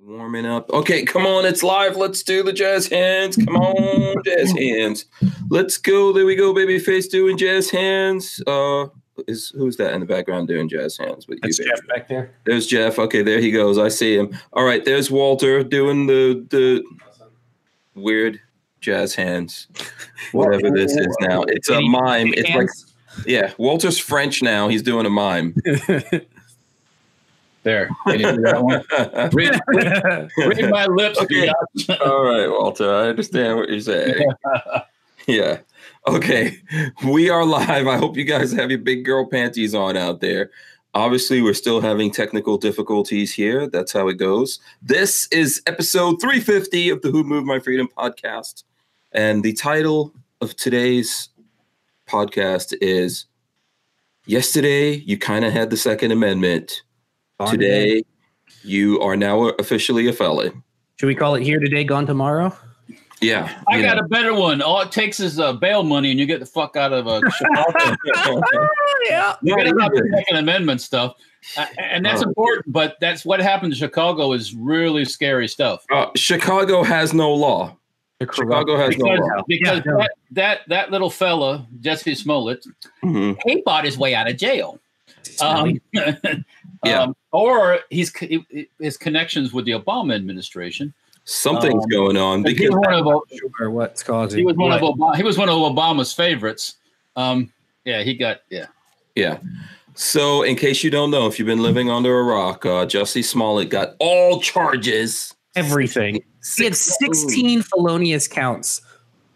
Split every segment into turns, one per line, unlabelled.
Warming up. Okay, come on, it's live. Let's do the jazz hands. Come on, jazz hands. Let's go. There we go, babyface doing jazz hands. Uh, is who's that in the background doing jazz hands? But
That's Jeff back there.
There's Jeff. Okay, there he goes. I see him. All right, there's Walter doing the the weird jazz hands, whatever this is now. It's a mime. It's like yeah, Walter's French now. He's doing a mime.
There. Can you do that one? Read, read- read my lips.
Okay.
dude.
All right, Walter. I understand what you're saying. yeah. Okay. We are live. I hope you guys have your big girl panties on out there. Obviously, we're still having technical difficulties here. That's how it goes. This is episode 350 of the Who Moved My Freedom podcast. And the title of today's podcast is Yesterday, you kind of had the Second Amendment. Today, you are now officially a felon.
Should we call it here today, gone tomorrow?
Yeah.
I got a better one. All it takes is uh, bail money, and you get the fuck out of a.
a.
Oh, Yeah.
Forget about the Second Amendment stuff, uh, and that's
Oh.
important. But that's what happened to Chicago is really scary stuff.
uh, Chicago has no law. Chicago has no
Because, uh,
law.
because
Yeah, no.
that, that that little fella Jesse Smollett,
Mhm.
he bought his way out of jail. Um,
Yeah.
um, or he's co- his connections with the Obama administration.
Something's
Um,
going on
He
because
was one of O-
Sure, what's causing?
he was one of
what?
Obama, he was one of Obama's favorites. Um, yeah, he got yeah.
yeah. So, in case you don't know, if you've been living under a rock, uh, Jussie Smollett got all charges.
everything. He had sixteen felonious counts.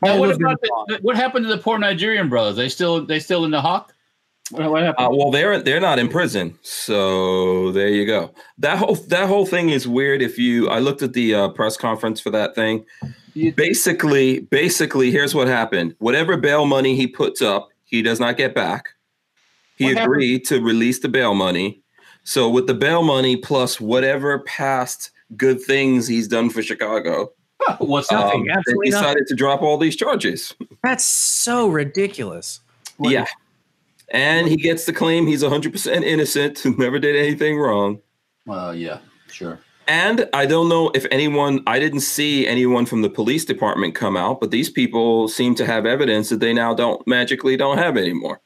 Now,
All
what
of them
about the, what happened to the poor Nigerian brothers? They still they still in the hawk? What, what happened?
Uh, well, they're they're not in prison, so there you go. That whole that whole thing is weird. If you, I looked at the uh, press conference for that thing.
You-
Basically, basically, here's what happened. Whatever bail money he puts up, he does not get back. He
What happened?
agreed to release the bail money. So with the bail money plus whatever past good things he's done for Chicago,
Oh,
um,
What's
Uh,
up?
Nothing,
they
absolutely
decided to drop all these charges.
That's so ridiculous.
What-
Yeah. And he gets to claim he's 100% innocent, never did anything wrong.
Well, yeah, sure.
And I don't know if anyone, I didn't see anyone from the police department come out, but these people seem to have evidence that they now don't magically don't have anymore.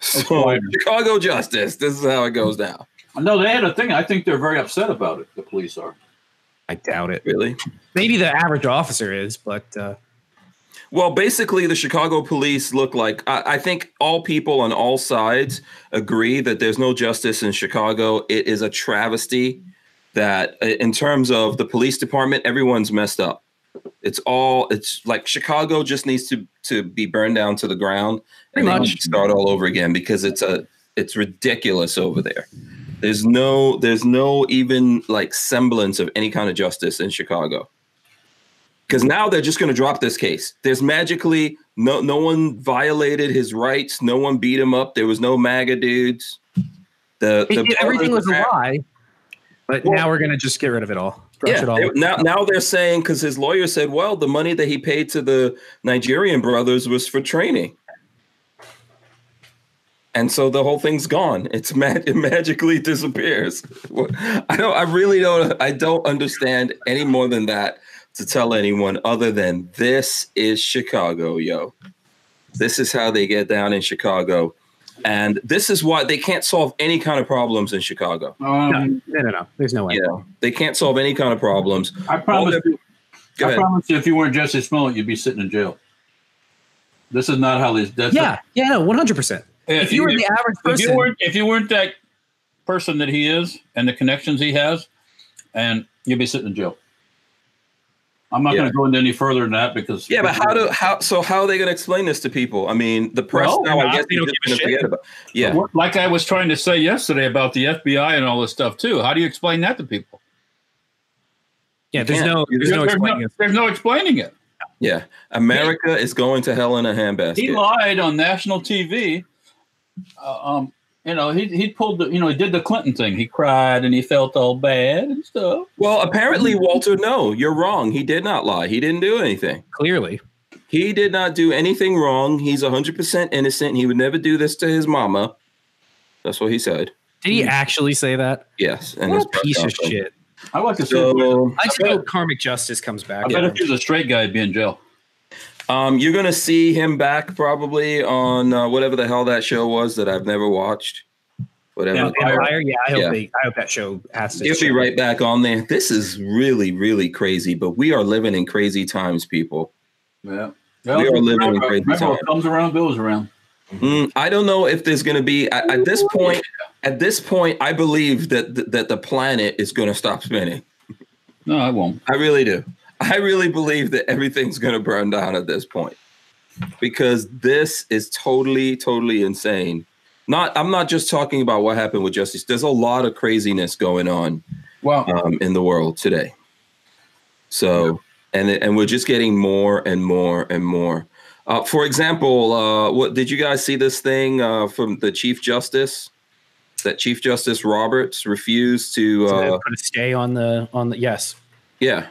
So
Okay.
Chicago justice, this is how it goes down.
No, they had a thing. I think they're very upset about it. The police are.
I doubt it.
Really?
Maybe the average officer is, but uh,
Well, basically, the Chicago police look like I, I think all people on all sides agree that there's no justice in Chicago. It is a travesty that, uh, in terms of the police department, everyone's messed up. It's all it's like Chicago just needs to to be burned down to the ground
Pretty
and then
much.
just start all over again because it's a it's ridiculous over there. There's no there's no even like semblance of any kind of justice in Chicago. Because now they're just going to drop this case. There's magically no no one violated his rights. No one beat him up. There was no MAGA dudes. The,
it-
the
it- everything was a
crap-
lie. But
Well-
now we're gonna just get rid of it all. Brush it all.
they- now, now they're saying because his lawyer said, well, the money that he paid to the Nigerian brothers was for training. And so the whole thing's gone. It's ma- it magically disappears. What- I don't. I really don't. I don't understand any more than that to tell anyone other than this is Chicago, yo. This is how they get down in Chicago, and this is why they can't solve any kind of problems in Chicago.
Um,
no, no, no. There's no way.
You know, they can't solve any kind of problems.
I promise. you,
Go
I
ahead.
promise you, if you weren't Jesse Smollett, you'd be sitting in jail. This is not how these. That's
Yeah, yeah, no, one hundred percent. If you were the average
if you
person,
weren't if you weren't that person that he is and the connections he has, and you'd be sitting in jail.
I'm not
Yeah.
going to go into any further than that because.
Yeah, but how do how so how are they going to explain this to people? I mean, the press
Well,
now,
no,
I guess
they
they're
don't
just
give
going
a
to forget about. Yeah,
Like I was trying to say yesterday about the FBI and all this stuff too. How do you explain that to people?
yeah, there's
can't.
no, there's no
there's,
explaining
no,
it.
there's no explaining it.
yeah. America is going to hell in a
he
handbasket.
lied on national TV. Uh, um, you know, he he pulled the you know he did the Clinton thing. He cried and he felt all bad and stuff.
Well, apparently, Walter, no, you're wrong. He did not lie. He didn't do anything.
Clearly,
He did not do anything wrong. He's 100% innocent. He would never do this to his mama. That's what he said.
did he actually say that?
Yes. and
What
his
a
press
piece of
conference.
shit.
I like to see.
So
I just hope karmic justice comes back.
I bet if he was a straight guy, he'd be in jail.
um, you're gonna see him back probably on uh, whatever the hell that show was that I've never watched. Whatever.
Yeah, Empire. Yeah, I hope
Yeah.
they. I hope that show has to.
You'll be
show.
right back on there. This is really, really crazy, but we are living in crazy times, people.
Yeah.
We are living in
remember-
crazy
remember what
times.
comes around goes around.
Mm, I don't know if there's going to be at, at this point. At this point, I believe that th- that the planet is going to stop spinning.
No, I won't.
I really do. I really believe that everything's going to burn down at this point because this is totally, totally insane. Not, I'm not just talking about what happened with Justice. There's a lot of craziness going on
Well,
um, in the world today. So, and and we're just getting more and more and more. Uh, for example, uh, what did you guys see this thing uh, from the Chief Justice? That Chief Justice Roberts refused to.
To
Uh,
put a stay on the on the yes.
yeah,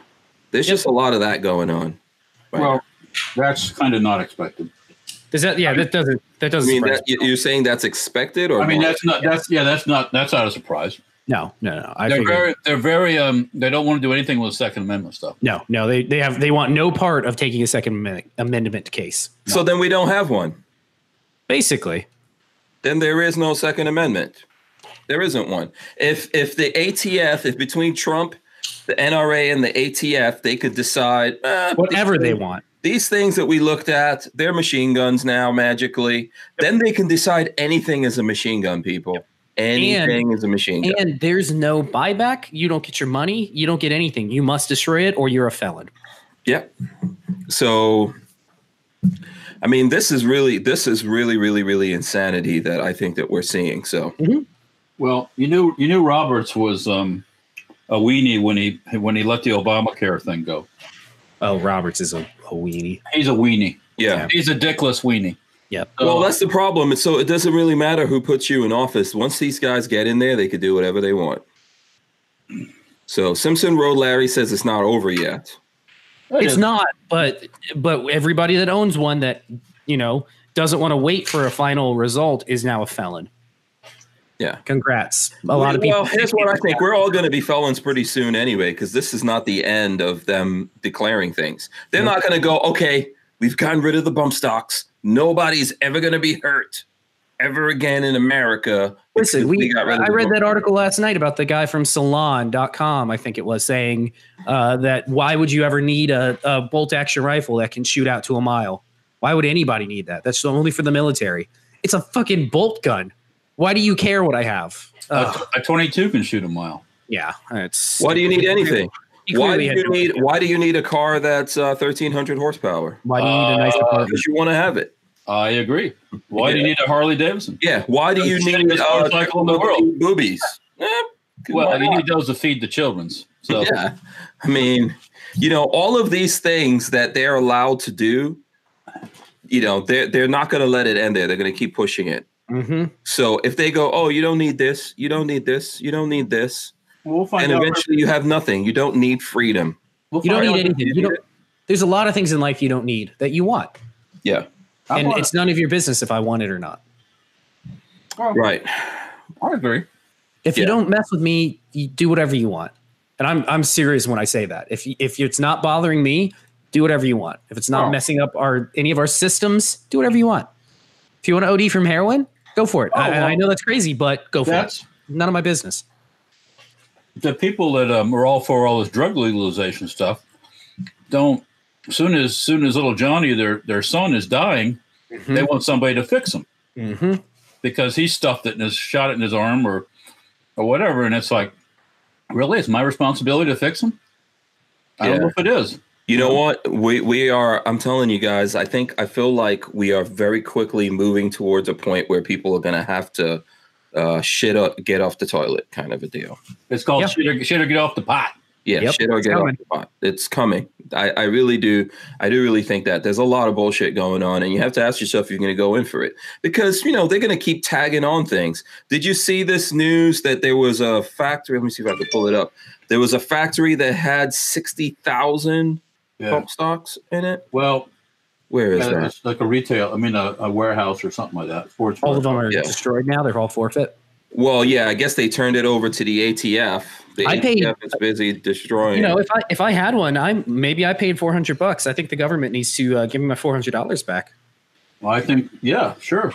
there's just a lot of that going on. right now.
well, that's kind of not expected.
Does that? Yeah, that doesn't. That
I
doesn't.
mean,
surprise
that, you- you're saying that's expected, or
I mean,
not?
that's not. That's yeah. That's not. That's not a surprise.
me. no, no, no. I
They're
figured.
very. They're very. Um. They don't want to do anything with the Second Amendment stuff.
no, no. They they have they want no part of taking a second amendment, amendment case.
so then we don't have one.
Basically,
then there is no second amendment there isn't one if if the atf if between trump the nra and the atf they could decide eh,
whatever
these,
they want.
these things that we looked at they're machine guns now magically then they can decide anything is a machine gun people anything is a machine gun
And there's no buyback. You don't get your money. You don't get anything. You must destroy it, or you're a felon.
Yep. So, I mean, this is really, this is really, really, really insanity that I think that we're seeing. So,
Well, you knew. You knew Roberts was um a weenie when he when he let the Obamacare thing go.
Oh, Roberts is a, a weenie.
He's a weenie.
yeah.
He's a dickless weenie.
Yep.
So,
well, that's the problem. It's So it doesn't really matter who puts you in office. Once these guys get in there, they could do whatever they want. So Simpson Road Larry says it's not over yet.
It's not, but but everybody that owns one that you know doesn't want to wait for a final result is now a felon.
Yeah.
Congrats. A lot of people.
Well, here's what I think. We're all going to be felons pretty soon anyway, because this is not the end of them declaring things. They're not going to go, okay, we've gotten rid of the bump stocks. Nobody's ever going to be hurt ever again in America.
Listen,
because
we, I
the
read
bump
that article last night about the guy from salon.com, I think it was, saying uh, that why would you ever need a, a bolt action rifle that can shoot out to a mile? Why would anybody need that? That's only for the military. It's a fucking bolt gun. Why do you care what I have?
a,
Ugh,
a twenty-two can shoot a mile.
yeah, it's
Uh, Why do you need anything?
He
Why do
clearly had
you
no-
need? Why do you need a car that's uh, thirteen hundred horsepower?
Why do you need a nice
Uh,
apartment?
Because you want to have it.
I agree. Why do you
Yeah.
need a Harley Davidson?
Yeah. Why do you
It's the
need uh,
shittiest motorcycle in the world.
boobies? Eh, why
Well, you
not?
need those to feed the children's. So
yeah. I mean, you know, all of these things that they're allowed to do, you know, they're they're not going to let it end there. They're going to keep pushing it.
Uh, mm-hmm.
Mhm.
So if they go, oh, you don't need this, you don't need this, you don't need this,
we'll find
and eventually you have nothing. You don't need freedom.
We'll
You don't
find
need
out-
anything. You don't, there's a lot of things in life you don't need that you want,
Yeah.
I
and
wanna-
it's none of your business if I want it or not.
Right.
I agree.
If you
Yeah.
don't mess with me, you do whatever you want. And I'm I'm serious when I say that. If you- if it's not bothering me, do whatever you want. If it's not
Oh.
messing up our any of our systems, do whatever you want. If you want to OD from heroin, go for it. I,
Oh, well,
I know that's crazy, but go for it.
That's
None of my business.
the people that um, are all for all this drug legalization stuff. Don't soon as soon as little Johnny, their their son, is dying, they want somebody to fix him
Mm-hmm.
because he stuffed it and has shot it in his arm or or whatever. And it's like, really, it's my responsibility to fix him. I don't know if it is.
You know what?
Mm-hmm.
We we are. I'm telling you guys. I think I feel like we are very quickly moving towards a point where people are going to have to uh, shit up, get off the toilet, kind of a deal.
It's called
Yeah.
shit, or, shit or get off the pot.
Yeah,
Yep,
shit or
it's
get
coming.
off the pot. It's coming. I, I really do. I do really think that there's a lot of bullshit going on, and you have to ask yourself if you're going to go in for it because you know they're going to keep tagging on things. Did you see this news that there was a factory? Let me see if I can pull it up. There was a factory that had sixty thousand
Oh.
pump stocks in it.
Well,
Where is
yeah,
that?
it's like a retail. I mean, a, a warehouse or something like that. Sports.
All of them are
Yeah.
destroyed now. They're all forfeit.
Well, yeah, I guess they turned it over to the ATF The
I paid-
ATF is busy destroying.
You know, if I if I had one, I am maybe I paid four hundred bucks. I think the government needs to uh, give me my four hundred dollars back.
Well, I think
Yeah, sure.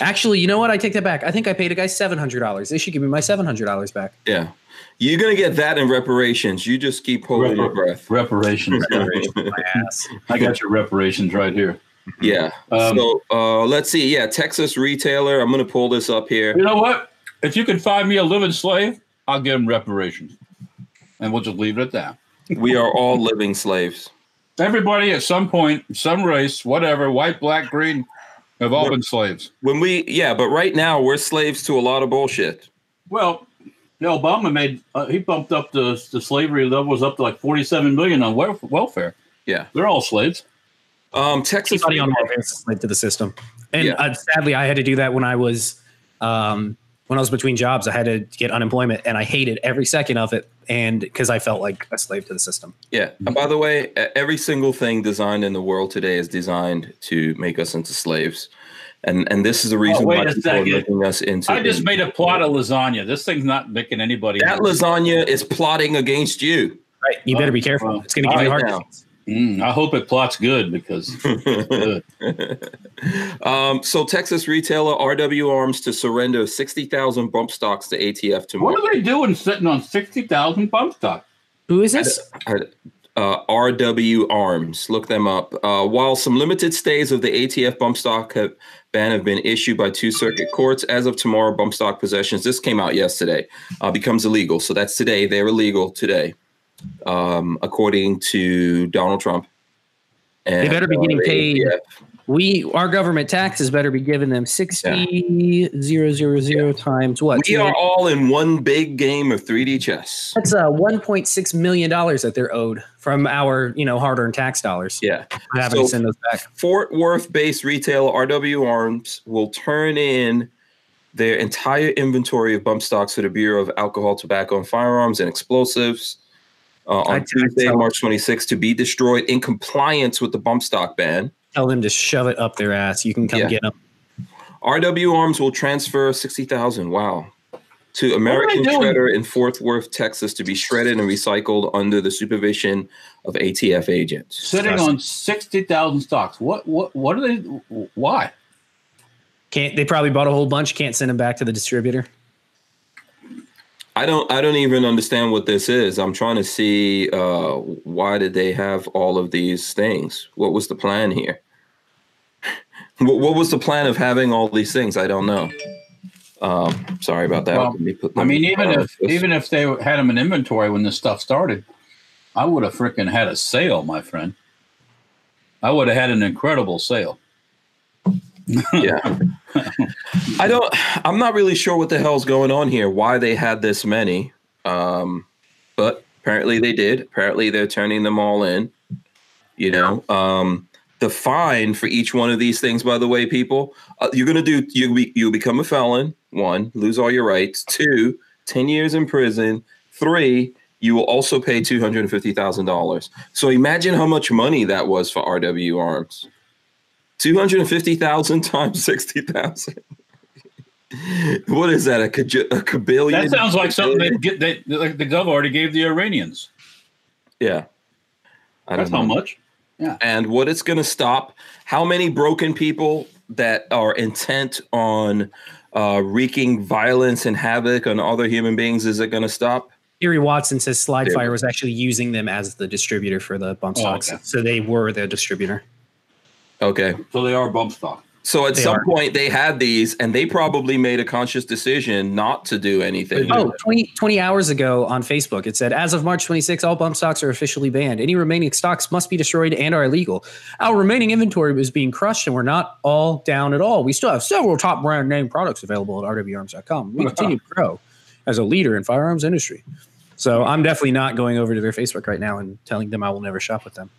Actually, you know what? I take that back. I think I paid a guy seven hundred dollars. They should give me my seven hundred dollars back.
yeah, you're gonna get that in reparations. You just keep holding your breath.
reparations.
My ass.
I got your reparations right here.
Yeah.
Um,
so uh, let's see. Yeah, Texas retailer. I'm gonna pull this up here.
You know what? If you can find me a living slave, I'll give him reparations. And we'll just leave it at that.
We are all living slaves.
Everybody at some point, some race, whatever, white, black, green, have all
Yep.
been slaves.
When we yeah, but right now we're slaves to a lot of bullshit.
Well, you know, Obama made uh, he bumped up the the slavery levels up to like forty seven million on wel- welfare.
Yeah.
They're all slaves.
Um, Texas.
Everybody on welfare is enslaved to the system, and
Yeah.
uh, sadly, I had to do that when I was um, when I was between jobs. I had to get unemployment, and I hated every second of it, and because I felt like a slave to the system.
Yeah. And by the way, e- every single thing designed in the world today is designed to make us into slaves. And and this is the reason
wait
why
a
people are
second.
making us into
I just made a plot of lasagna. This thing's not making anybody.
that lasagna is plotting against you.
Right? You better be careful.
well,
it's going to give you
right
heart
now.
disease.
Mm, I hope it plots good because good.
um, so Texas retailer RW Arms to surrender sixty thousand bump stocks to ATF
What
tomorrow.
are they doing sitting on sixty thousand bump stock?
Who is this?
uh, RW Arms. Look them up. Uh, while some limited stays of the ATF bump stock have, ban have been issued by two circuit courts, as of tomorrow, bump stock possessions, this came out yesterday, uh, becomes illegal. So that's today. They're illegal today, um, according to Donald Trump. And, uh,
better be getting
the
paid.
ATF
We our government taxes better be giving them sixty zero zero zero times what?
We are all in one big game of 3D chess.
That's uh, one point six million dollars that they're owed from our you know hard earned tax dollars.
Yeah.
I having
So-
to send those back.
Fort Worth based retailer RW Arms will turn in their entire inventory of bump stocks to the Bureau of Alcohol, Tobacco, and Firearms and Explosives uh,
I- I
on Tuesday,
tell-
March 26th, to be destroyed in compliance with the bump stock ban.
Tell them to shove it up their ass. You can come
Yeah.
get them.
RW Arms will transfer 60,000. Wow. To
are they
American
doing?
Shredder in Fort Worth, Texas, to be shredded and recycled under the supervision of ATF agents.
Sitting on sixty thousand stocks. What what what are they? Why?
Can't they probably bought a whole bunch? Can't send them back to the distributor.
I don't I don't even understand what this is. I'm trying to see uh why did they have all of these things? What was the plan here? What, what was the plan of having all these things? I don't know. Um sorry about that.
Well,
Let me put-
I
let me
mean, even if
put-
even if they had them in inventory when this stuff started, I would have freaking had a sale, my friend. I would have had an incredible sale.
yeah. I don't I'm not really sure what the hell's going on here, why they had this many. Um but apparently they did. Apparently they're turning them all in. You know, um the fine for each one of these things by the way people, uh, you're going to do you be, you become a felon, one, lose all your rights, two, 10 years in prison, three, you will also pay $250,000. So imagine how much money that was for RW Arms. 250,000 times 60,000. what is that? A, caj- a cabillion?
That sounds like something they get. They, like the gov already gave the Iranians.
Yeah. I
That's
don't
how
know.
much.
And what it's going to stop, how many broken people that are intent on uh, wreaking violence and havoc on other human beings is it going to stop?
Erie Watson says Slide
Yeah.
Fire was actually using them as the distributor for the bump
Oh,
stocks.
okay.
So they were the distributor.
Okay.
So they are bump stock.
So at
They
some
are.
point they had these and they probably made a conscious decision not to do anything.
Oh, 20, 20 hours ago on Facebook, it said, as of March 26, all bump stocks are officially banned. Any remaining stocks must be destroyed and are illegal. Our remaining inventory was being crushed, and we're not all down at all. We still have several top brand name products available at rwarms.com. We continue to grow as a leader in firearms industry. So I'm definitely not going over to their Facebook right now and telling them I will never shop with them.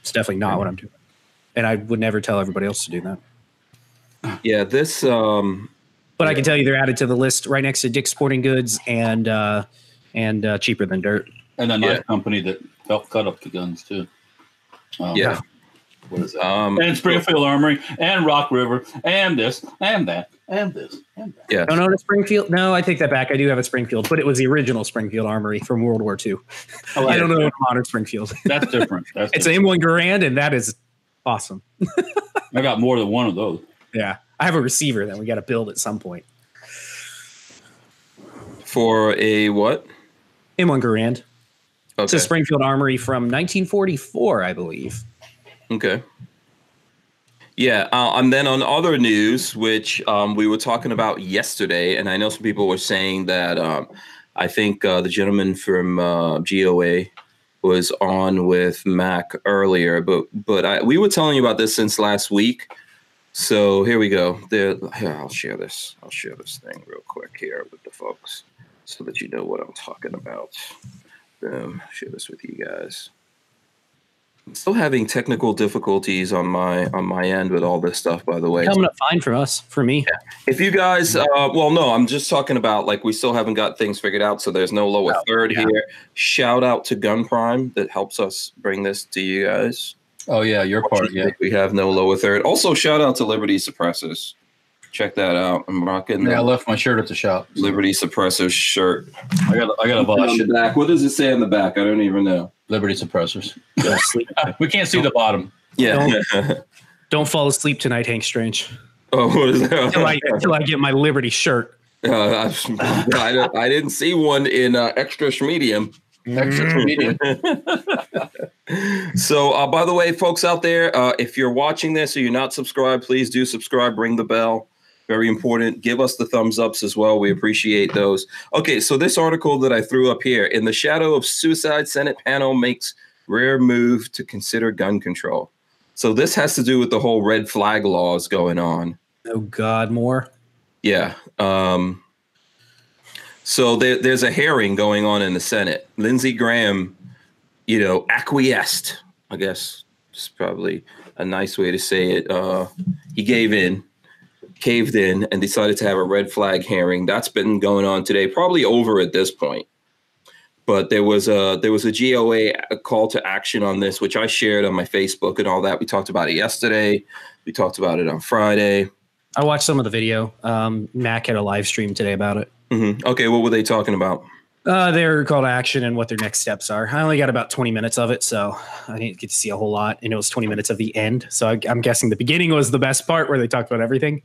It's definitely not what I'm doing. And I would never tell everybody else to do that.
Yeah, this um
But I can tell you they're added to the list right next to Dick's Sporting Goods and uh, and uh, cheaper than dirt.
and a knife
Yeah.
company that helped cut up the guns too. Um,
yeah.
What is that?
Um,
and Springfield Armory and Rock River and this and that and this and that.
yes.
No, no, the Springfield. No, I take that back. I do have a Springfield, but it was the original Springfield Armory from World War II.
Oh,
I don't know what a modern Springfield.
That's different.
Different. That's
It's an M1 Garand, and that is awesome.
different. I got more than one of those.
Yeah, I have a receiver that we got to build at some point.
For a what?
M1 Garand. It's
Okay.
a Springfield Armory from 1944, I believe.
Okay. Yeah, uh, and then on other news, which um, we were talking about yesterday, and I know some people were saying that um, I think uh, the gentleman from uh, GOA was on with Mac earlier, but but I, we were telling you about this since last week. So here we go. There, here, I'll share this. I'll share this thing real quick here with the folks, so that you know what I'm talking about. Boom. Share this with you guys. I'm still having technical difficulties on my on my end with all this stuff. By the way,
Coming up fine for us, for me.
if you guys,
Mm-hmm.
uh, well, no, I'm just talking about like we still haven't got things figured out, so there's no lower
Oh,
third
yeah.
here. Shout out to Gun Prime that helps us bring this to you guys.
Oh yeah, your part. Yeah.
We have no lower third. Also, shout out to Liberty Suppressors. Check that out. I'm rocking
Yeah, I
the
left my shirt at the shop.
Liberty Suppressors shirt.
I got. I got a
On
boss.
the back, what does it say on the back? I don't even know.
Liberty suppressors.
Don't, sleep.
We can't see the bottom.
Yeah.
Don't fall asleep tonight, Hank Strange.
oh, what is that?
Until I, until I get my Liberty shirt.
Uh, I, I, don't- I didn't see one in uh, extra medium.
Mm-hmm.
so, uh, by the way, folks out there, uh, if you're watching this or you're not subscribed, please do subscribe. Ring the bell. Very important. Give us the thumbs ups as well. We appreciate those. Okay, so this article that I threw up here in the shadow of suicide, Senate panel makes rare move to consider gun control. So this has to do with the whole red flag laws going on.
Oh God, more.
Yeah. Um, so there, there's a hearing going on in the Senate. Lindsey Graham, you know, acquiesced. I guess it's probably a nice way to say it. Uh, he gave in, caved in, and decided to have a red flag hearing. That's been going on today, probably over at this point. But there was a there was a GOA a call to action on this, which I shared on my Facebook and all that. We talked about it yesterday. We talked about it on Friday.
I watched some of the video. Um, Mac had a live stream today about it.
hmm Okay, what were they talking about?
Uh, their call to action and what their next steps are. I only got about 20 minutes of it, so I didn't get to see a whole lot. And it was 20 minutes of the end, so I, I'm guessing the beginning was the best part where they talked about everything.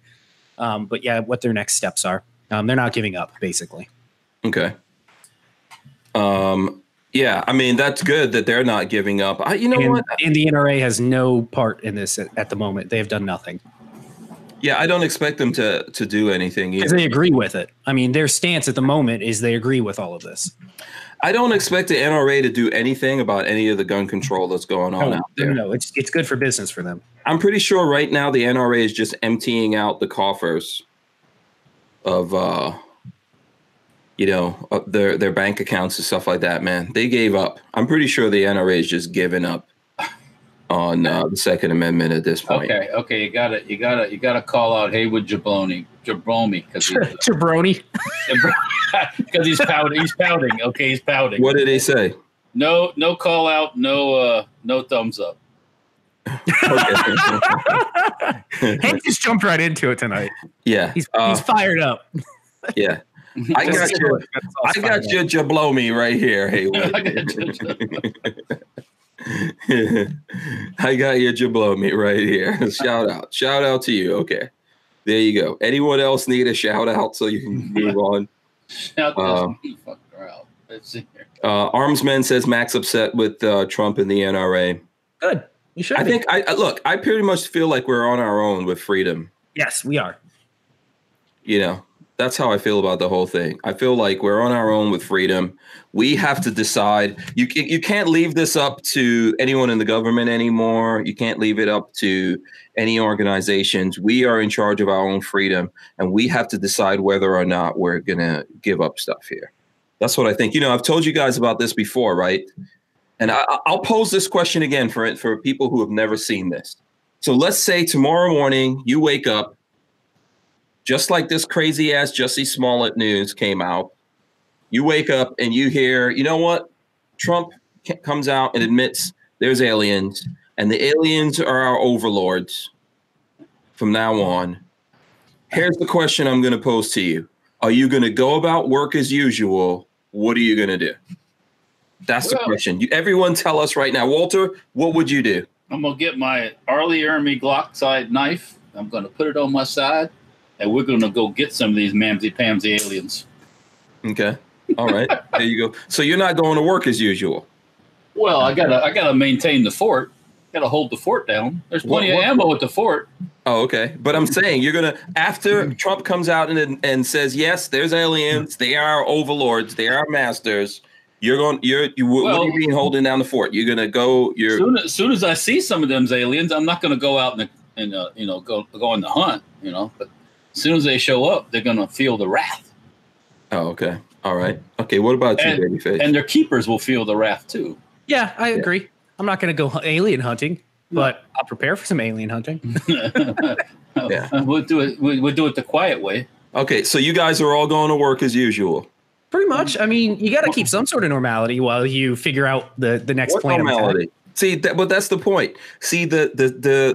Um, but yeah, what their next steps are. Um, they're not giving up, basically.
Okay. Um. Yeah, I mean that's good that they're not giving up. I, you know
and,
what?
and the NRA has no part in this at, at the moment. They have done nothing
Yeah, I don't expect them to to do anything.
because
Either.
they agree with it. I mean, their stance at the moment is they agree with all of this.
I don't expect the NRA to do anything about any of the gun control that's going on
no,
out there.
no, it's it's good for business for them.
I'm pretty sure right now the NRA is just emptying out the coffers of uh you know of their their bank accounts and stuff like that, man. They gave up. I'm pretty sure the NRA is just giving up on uh, the second amendment at this point.
Okay. Okay. You got it. You got to You got to call out Haywood Jabloni. Jabroni because
Jabroni.
because he's pouting. He's pouting. Okay. He's pouting.
What did they say?
No. No call out. No. Uh. No thumbs up.
Hank just jumped right into it tonight.
yeah.
He's,
uh,
he's fired up.
yeah. I got
Just-
your
That's all
I
fired
got
up.
your jablomi right here, Haywood.
I got your
I got your jablomi right here. Shout out. Shout out to you. Okay. There you go. Anyone else need a shout out so you can move on?
Shout this
Um,
motherfucker out. Let's see here.
Uh, Armsman says Max upset with uh, Trump and the NRA.
Good. You should.
I
be.
think I I- look. I pretty much feel like we're on our own with freedom.
yes, we are.
you know that's how i feel about the whole thing i feel like we're on our own with freedom we have to decide you can, you can't leave this up to anyone in the government anymore you can't leave it up to any organizations we are in charge of our own freedom and we have to decide whether or not we're going to give up stuff here that's what i think you know i've told you guys about this before right and I, I- i'll pose this question again for for people who have never seen this so let's say tomorrow morning you wake up just like this crazy ass Jesse Smollett news came out, you wake up and you hear, you know what? Trump ca- comes out and admits there's aliens. and the aliens are our overlords from now on. Here's the question I'm going to pose to you Are you going to go about work as usual? What are you going to do? That's the
Well-
question. You, everyone tell us right now. Walter, what would you do?
I'm gonna get my Arlie Ermy Glock side knife. I'm gonna put it on my side, and we're gonna go get some of these mamsy pamsy aliens.
Okay. All right. there you go. So you're not going to work as usual.
Well, I gotta I gotta maintain the fort. Gotta hold the fort down. There's plenty
What-
of
what-
ammo at the fort.
Oh, okay. But I'm saying you're gonna after Trump comes out and and says yes, there's aliens. They are our overlords. They are our masters. You're going. You're. You, what are
Well-
you being holding down the fort? You're gonna go. You're.
Soon as soon as I see some of them aliens, I'm not gonna go out and and uh, you know go go on the hunt. You know, but as soon as they show up, they're gonna feel the wrath,
Oh, okay. All right. Okay. What about you, babyface?
and their keepers will feel the wrath too.
Yeah, I agree. I'm not going to go hu- alien hunting, but I'll prepare for some alien hunting.
Yeah.
We'll do it. we- We'll do it the quiet way.
okay. So you guys are all going to work as usual.
Pretty
Mm-hmm.
much. I mean, you got to keep some sort of normality while you figure out the the next
What
plan. of attack.
normality? See, that, but that's the point. See, the the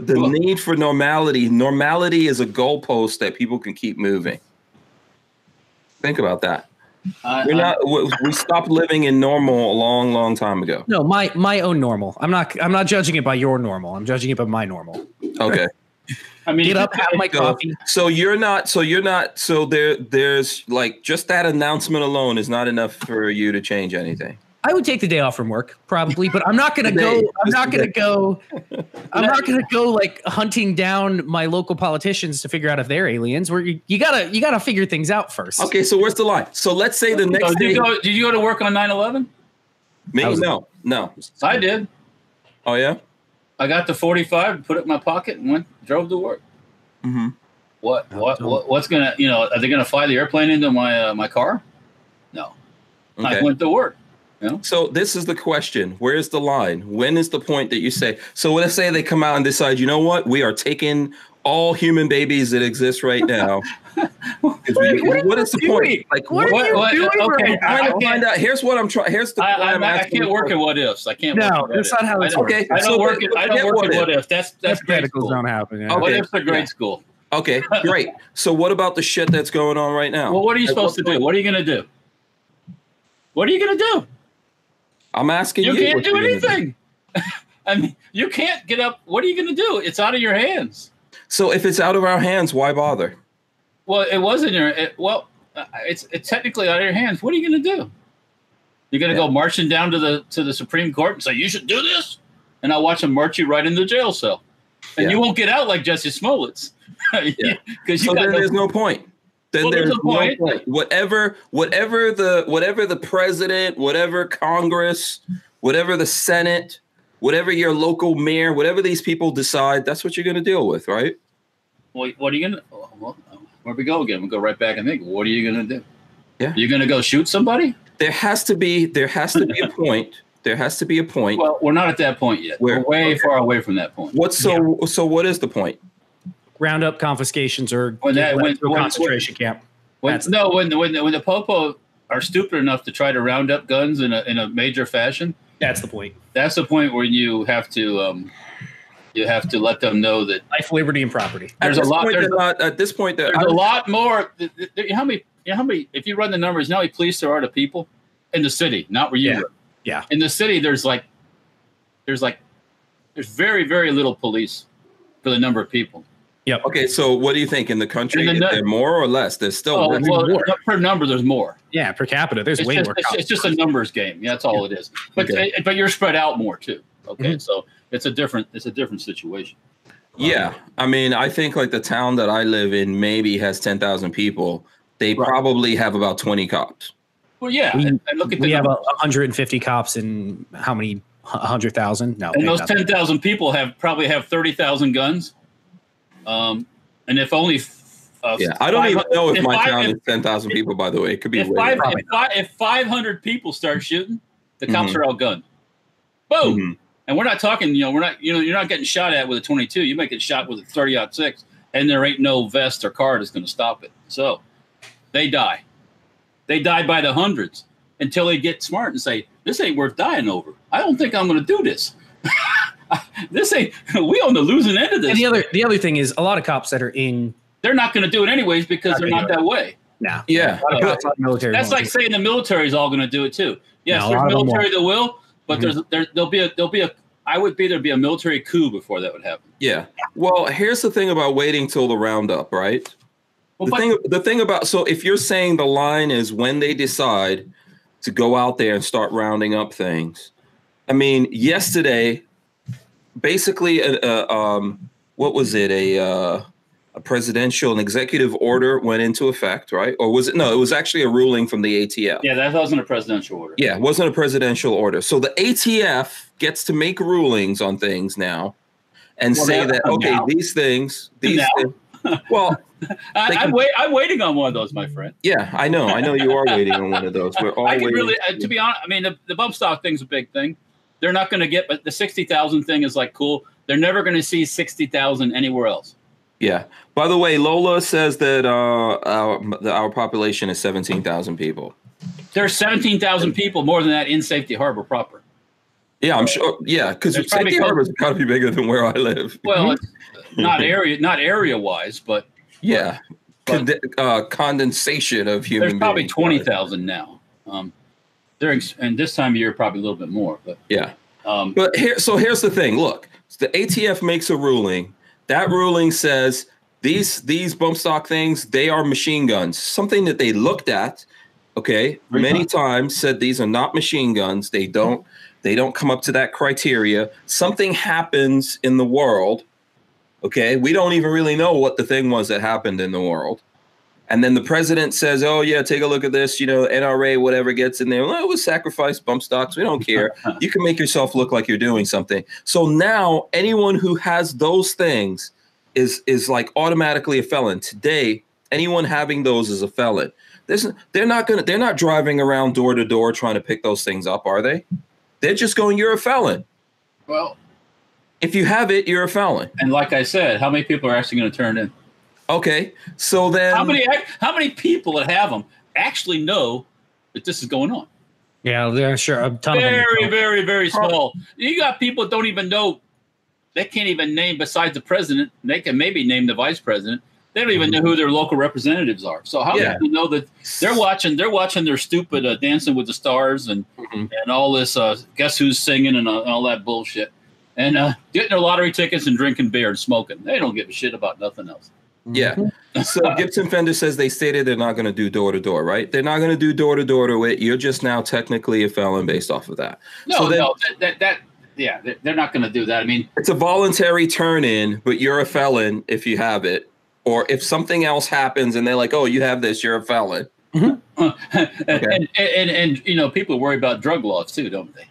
the, the
Well-
need for normality. Normality is a goalpost that people can keep moving. Think about that.
I,
Uh-huh.
We're
I-
not. We, we stopped living in normal a long, long time ago.
No, my my own normal. I'm not I'm not judging it by your normal. I'm judging it by my normal.
Okay.
I mean,
Get up, have my
So-
coffee.
So you're not. So you're not. So there. There's like just that announcement alone is not enough for you to change anything.
I would take the day off from work probably, but I'm not gonna go.
Today.
I'm not gonna go. I'm not gonna go like hunting down my local politicians to figure out if they're aliens. Where you, you gotta you gotta figure things out first.
Okay. So where's the line? So let's say the
So
next
Oh, did,
day.
you go, did you go to work on 9 11?
Me?
I was-
No. No.
I did.
Oh yeah.
I got the 45, put it in my pocket, and went drove to work.
Mm-hmm.
What? What? what what's gonna? You know, are they gonna fly the airplane into my uh, my car? No. I
Okay.
went to work.
So this is the question. Where is the line? When is the point that you say? So let's say they come out and decide. You know what? We are taking all human babies that exist right now. 'Cause we-
What are
what is the
you doing?
point? Like
What are you doing
okay,
trying
I,
right
I
to
can't,
find out. Here's what I'm trying. Here's the.
I,
why
I,
I'm
I
asking
can't
you
work
for-
in what ifs. I can't.
No,
work in what
that's
ifs.
not how
I
it's
don't-
Okay,
I don't
so
work. In, I don't
forget
work in
what
what ifs. That's that's grade
Hypotheticals
school.
don't happen. yeah.
Okay.
What ifs are grade
yeah.
school?
Okay, great. So what about the shit that's going on right now?
Well, what are you
At
supposed to
what
do?
point-
What are you gonna do? What are you gonna do?
I'm asking you.
you can't
what
do
you're gonna
anything. I mean, you can't get up. What are you going to do? It's out of your hands.
So if it's out of our hands, why bother?
Well, it was in your. It, well, uh, it's, it's technically out of your hands. What are you going to do? You're going to go marching down to the to the Supreme Court and say you should do this, and I'll watch them march you right into the jail cell, and
Yeah.
you won't get out like Jesse Smollett's because you
So
got
then
no-
there's no point. Then
Well,
there's,
there's
no
a
point.
point.
Whatever, whatever the whatever the president, whatever Congress, whatever the Senate, whatever your local mayor, whatever these people decide, that's what you're going to deal with, right?
Well, what are you gonna? oh, Well, where we go again? We will go right back and think. What are you gonna do?
Yeah.
You're gonna go shoot somebody?
There has to be there has to be a point. There has to be a point.
Well, we're not at that point yet.
We're-
We're, way
okay.
far away from that point.
What's so so? What is the point?
Round up confiscations or
When that-
get left
when-
to a
when-
concentration camp.
When,
That's-
no, when when when the popo are stupid enough to try to round up guns in a in a major fashion,
That's the point.
that's the point where you have to um, you have to let them know that
Life, liberty, and property.
There's a
at this
lot-
Point,
there's
they're not, at this point, they're,
there's a lot more. th- th- th- How many? you know, How many? If you run the numbers, you know how many police there are to people in the city, not where you
Yeah.
live.
Yeah.
In the city, there's like there's like there's very very little police for the number of people.
Okay, so what do you think in the country?
In the nu-
they're more or less? There's still
Oh,
less.
well,
more.
per number, there's more.
Yeah, per capita. There's
it's
way
just,
more.
it's,
cops.
it's just a numbers game. Yeah, that's all it is. But eh,
Okay.
but you're spread out more too. Okay,
Mhm.
so it's a different it's a different situation.
yeah. I mean, I think like the town that I live in maybe has ten thousand people. They
Right.
probably have about twenty cops.
Well, yeah,
We-
and, and look at the
we have a
numbers.
150 cops and how many? 100,000? No.
and those
10,000.
ten thousand people have probably have thirty thousand guns. Um, and if only f- uh,
Yeah, I don't even
500
know if my
I-
town
if-
is ten thousand people. By the way, it could be
if
way
five,
more.
if five if five hundred people start shooting, the cops
Mhm.
are all gunned. Boom.
Mhm.
And we're not talking, you know, we're not, you know, you're not getting shot at with a 22. You might get shot with a 30 out six, and there ain't no vest or car that's going to stop it. So they die. They die by the hundreds until they get smart and say, "This ain't worth dying over. I don't think I'm going to do this. this ain't we on the losing end of this.
And the other the other thing is a lot of cops that are in
they're not going to do it anyways because
Not
they're
gonna
not that way.
now.
Yeah.
A lot of cops are military.
That's like
ones.
saying the military is all going to do it too. Yes,
No, a lot
there's
of them
military that will, but
Mhm.
there's there, there'll be a there'll be a I would be there'd be a military coup before that would happen.
Yeah. Well, here's the thing about waiting till the roundup, right?
Well,
the
but
thing, the thing about so if you're saying the line is when they decide to go out there and start rounding up things, I mean, yesterday, basically, a, a, um, what was it? A uh, a presidential, an executive order went into effect, right? Or was it? No, it was actually a ruling from the ATF.
yeah, that wasn't a presidential order.
Yeah, it wasn't a presidential order. So the ATF gets to make rulings on things now and
Well,
say
that's
that
not
okay,
now.
these things, these
Now.
thi- well,
I,
They
I'm
can-
wait I'm waiting on one of those, my friend.
yeah, I know. I know you are waiting on one of those. We're all
I could
waiting.
really uh, to be honest. I mean, the, the bump stock thing's a big thing. They're not going to get, but the sixty thousand thing is like cool. They're never going to see sixty thousand anywhere else.
yeah. By the way, Lola says that uh, our the- our population is seventeen thousand people.
There's seventeen thousand people more than that in Safety Harbor proper.
Yeah, I'm sure. Yeah, because
It's probably
Safety
close-
Harbor's got to be bigger than where I live.
Well,
Mm-hmm.
it's not area, not area wise, but
yeah,
but-
Conde- uh, condensation of human.
there's probably
beings.
twenty thousand now. Um, during and this time of year, probably a little bit more. But
Yeah.
um,
But here, so here's the thing. Look, the ATF makes a ruling. That ruling says these these bump stock things they are machine guns. Something that they looked at, okay,
Three
many times said these are not machine guns. They don't they don't come up to that criteria. Something happens in the world, okay. We don't even really know what the thing was that happened in the world. And then the president says, "Oh yeah, take a look at this. You know, NRA, whatever gets in there. Well, it was sacrifice bump stocks. We don't care. you can make yourself look like you're doing something." So now anyone who has those things is is like automatically a felon. Today, anyone having those is a felon. This, they're not gonna. They're not driving around door to door trying to pick those things up, are they? They're just going. You're a felon.
well,
If you have it, you're a felon.
and like I said, how many people are actually going to turn in?
Okay. So then,
How many? act- How many people that have them actually know that this is going on?
yeah, they're sure a ton of them.
very, very, very
Prob-
small. You got people that don't even know. They can't even name besides the president. They can maybe name the vice president. They don't even know who their local representatives are. So how
Yeah.
do you know that they're watching? They're watching their stupid uh, Dancing with the Stars and
Mhm.
and all this. Uh, guess who's singing and uh, all that bullshit. And uh, getting their lottery tickets and drinking beer and smoking. They don't give a shit about nothing else.
Mm-hmm.
Yeah. So Gibson Fender says they stated they're not going to do door to door, right? They're not going to do door to door to it. You're just now technically a felon based off of that.
No,
So then-
no, that, that, that yeah, they're- they're not going to do that. I mean,
It's a voluntary turn in, but you're a felon if you have it. Or if something else happens and they're like, oh, you have this, you're a felon.
and, and, and and you know people worry about drug laws too, don't they?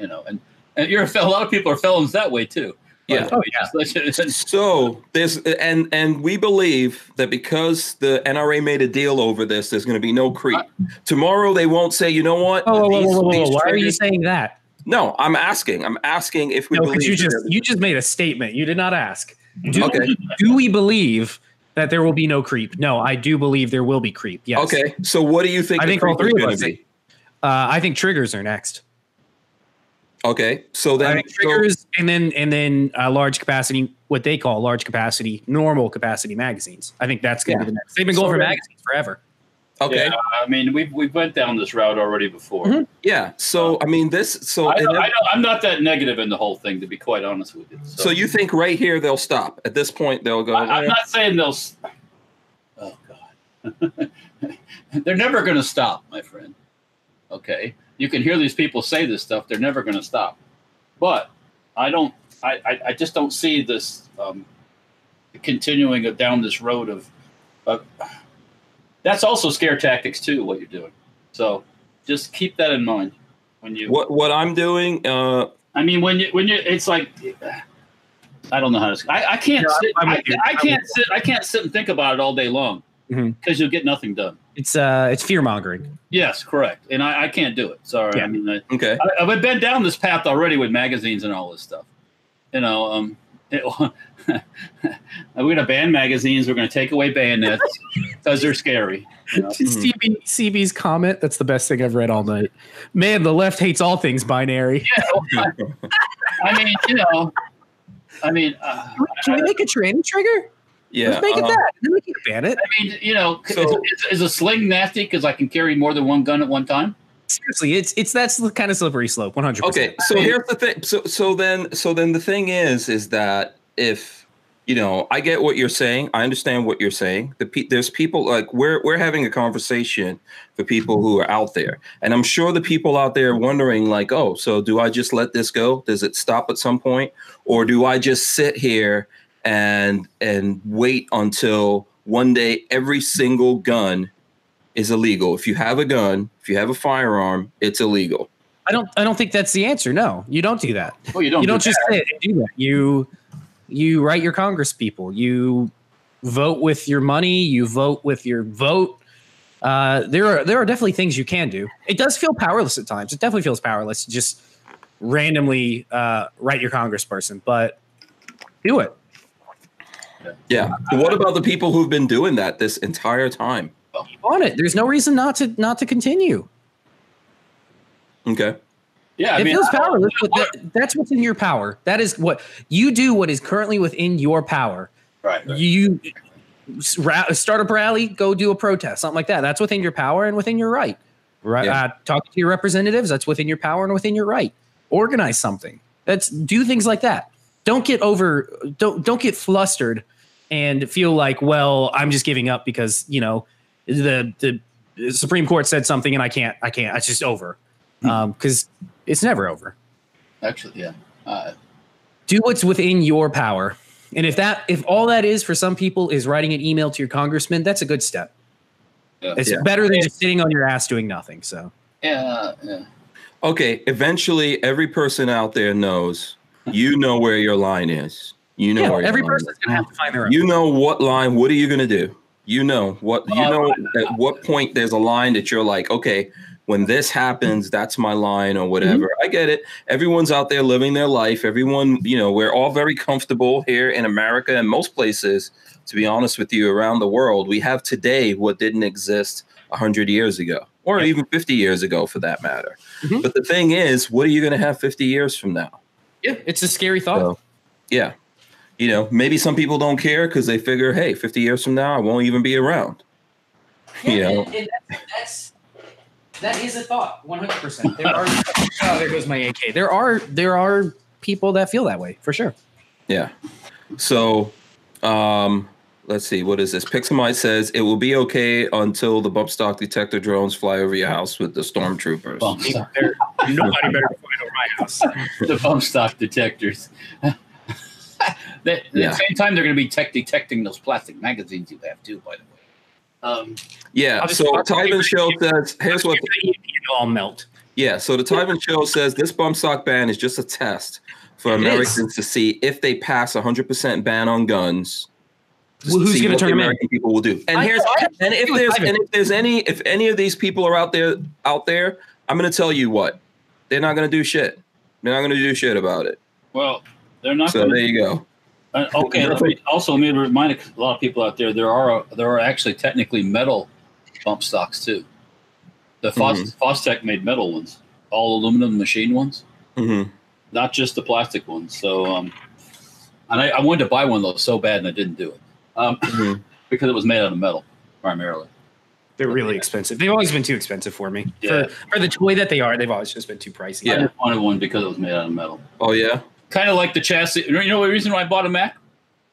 You know, and, and you're a, fel- a lot of people are felons that way too.
Yeah.
Oh,
So there's and and we believe that because the NRA made a deal over this, there's going to be no creep. Tomorrow they won't say, you know what?
Oh, whoa, whoa,
These-
whoa, whoa,
these
whoa. Why are you
triggers-
saying that?
No, I'm asking. I'm asking if we
No,
believe
because you
that
just
there's-
you just made a statement. You did not ask. Do,
Okay.
do we believe that there will be no creep? No, I do believe there will be creep. Yes.
Okay, so what do you think?
I
the
think all
creep is
three of
gonna
us
be?
Uh, I think triggers are next.
Okay, so then
I think triggers, and then and then uh, large capacity, what they call large capacity, normal capacity magazines. I think that's going to
Yeah.
be the next. They've been
So
going for
then-
magazines forever.
so, okay,
Yeah,
yeah.
I mean, we've we went down this route already before.
Mhm.
So I mean, this. So
I
and
don't,
then-
I am not that negative in the whole thing, to be quite honest with you. So,
so you think right here they'll stop at this point? They'll go.
I,
"Eh."
am not saying they'll. s- Oh God, they're never going to stop, my friend. Okay, you can hear these people say this stuff. They're never going to stop, but I don't. I, I, I just don't see this um, continuing down this road of, of. That's also scare tactics too. What you're doing, so just keep that in mind when you.
what what I'm doing? Uh,
I mean, when you when you, it's like, I don't know how to. I, I can't
No, I'm-
sit.
I'm
i
with you.
I
I'm
can't
with
sit. I can't sit and think about it all day long because
Mhm.
you'll get nothing done.
It's uh, it's fear mongering.
Yes, correct. And I, I can't do it. Sorry.
Yeah.
I mean, I,
okay.
I, I've been down this path already with magazines and all this stuff. You know, um, it, we're gonna ban magazines. We're gonna take away bayonets because they're scary. you know.
CB, CB's comment. That's the best thing I've read all night. Man, the left hates all things binary.
I mean, you know, I mean, uh,
Should we make a tranny trigger?
Yeah.
Let's make it uh-huh.
um,
that. Then we can ban it.
I mean, you know, c-
So-
is, is, is a sling nasty because I can carry more than one gun at one time?
Seriously, it's it's that's the kind of slippery slope. One hundred.
Okay. So here's the thing. So so then so then the thing is is that if you know, I get what you're saying. I understand what you're saying. The pe- there's people like we're we're having a conversation for people who are out there, and I'm sure the people out there are wondering like, oh, so do I just let this go? Does it stop at some point, or do I just sit here and and wait until one day every single gun is illegal? If you have a gun, if you have a firearm, it's illegal.
I don't I don't think that's the answer. No, you don't do that.
Well, you don't.
you don't
do
just sit and do that. You you write your Congress people. You vote with your money. You vote with your vote. Uh, there are there are definitely things you can do. It does feel powerless at times. It definitely feels powerless to just randomly uh, write your congressperson, but do it.
Yeah. What about the people who've been doing that this entire time?
Keep on it. There's no reason not to not to continue.
Okay.
yeah, I
it
mean,
feels
I-
powerless, but that, that's what's in your power. That is what you do. What is currently within your power.
right, right.
You s- ra- start a rally, go do a protest, something like that. That's within your power and within your right. Right.
Yeah.
Uh, talk to your representatives. That's within your power and within your right. Organize something. That's do things like that. Don't get over. Don't don't get flustered and feel like, well, I'm just giving up because you know the the Supreme Court said something and I can't. I can't. It's just over. Because it's never over
Actually, yeah. Uh,
do what's within your power. And if that if all that is for some people is writing an email to your congressman, that's a good step.
Yeah.
It's
Yeah.
better than just sitting on your ass doing nothing. So
yeah, uh, yeah.
Okay. Eventually, every person out there knows you know where your line is. You know
yeah,
where your
every
line
person's gonna have to find their
is.
own.
You know what line. What are you going to do? You know what. You
Uh,
know at what point there's a line that you're like, okay, when this happens, that's my line or whatever. I get it. Everyone's out there living their life. Everyone, you know, we're all very comfortable here in America and most places. To be honest with you, around the world, we have today what didn't exist 100 years ago or even 50 years ago for that matter.
Mhm.
But the thing is, what are you going to have 50 years from now?
Yeah, it's a scary thought.
So, yeah. You know, maybe some people don't care because they figure, hey, 50 years from now, I won't even be around. You know,
that's, that is a thought, one hundred percent. There are oh, there goes my AK. There are there are people that feel that way for sure.
Yeah. So, um, let's see. What is this? Pixamite says it will be okay until the bump stock detector drones fly over your house with the stormtroopers.
Bump stock.
Nobody better find over my house.
the bump stock detectors. They-
Yeah.
At the same time, they're going to be tech detecting those plastic magazines you have too. By the way, um,
Yeah.
I'll just-
So
I'll-
Tyven Show says, "Here's what."
It'll all melt.
Yeah. So the Tyven Show says this bump stock ban is just a test for
It is.
Americans to see if they pass a hundred percent ban on guns. just
Well,
to
who's
see
gonna
what the
turn 'em in?
American people will do? And
I-
here's
I-
and if
I-
there's
Tyven.
and if there's any if any of these people are out there out there, I'm gonna tell you what they're not gonna do shit. They're not gonna do shit about it.
well, they're not.
So
gonna,
there you go.
Uh, okay. let me, also, let me remind a lot of people out there: there are there are actually technically metal bump stocks too. The Fos- Fostech made metal ones, all aluminum machine ones,
Mm-hmm.
not just the plastic ones. So, um, and I, I wanted to buy one of those so bad, and I didn't do it um,
mm-hmm.
because it was made out of metal primarily.
They're really expensive. They've always been too expensive for me.
Yeah.
For, for the toy that they are, they've always just been too pricey.
I just wanted one because it was made out of metal.
Oh yeah,
Kind of like the chassis. You know the reason why I bought a Mac?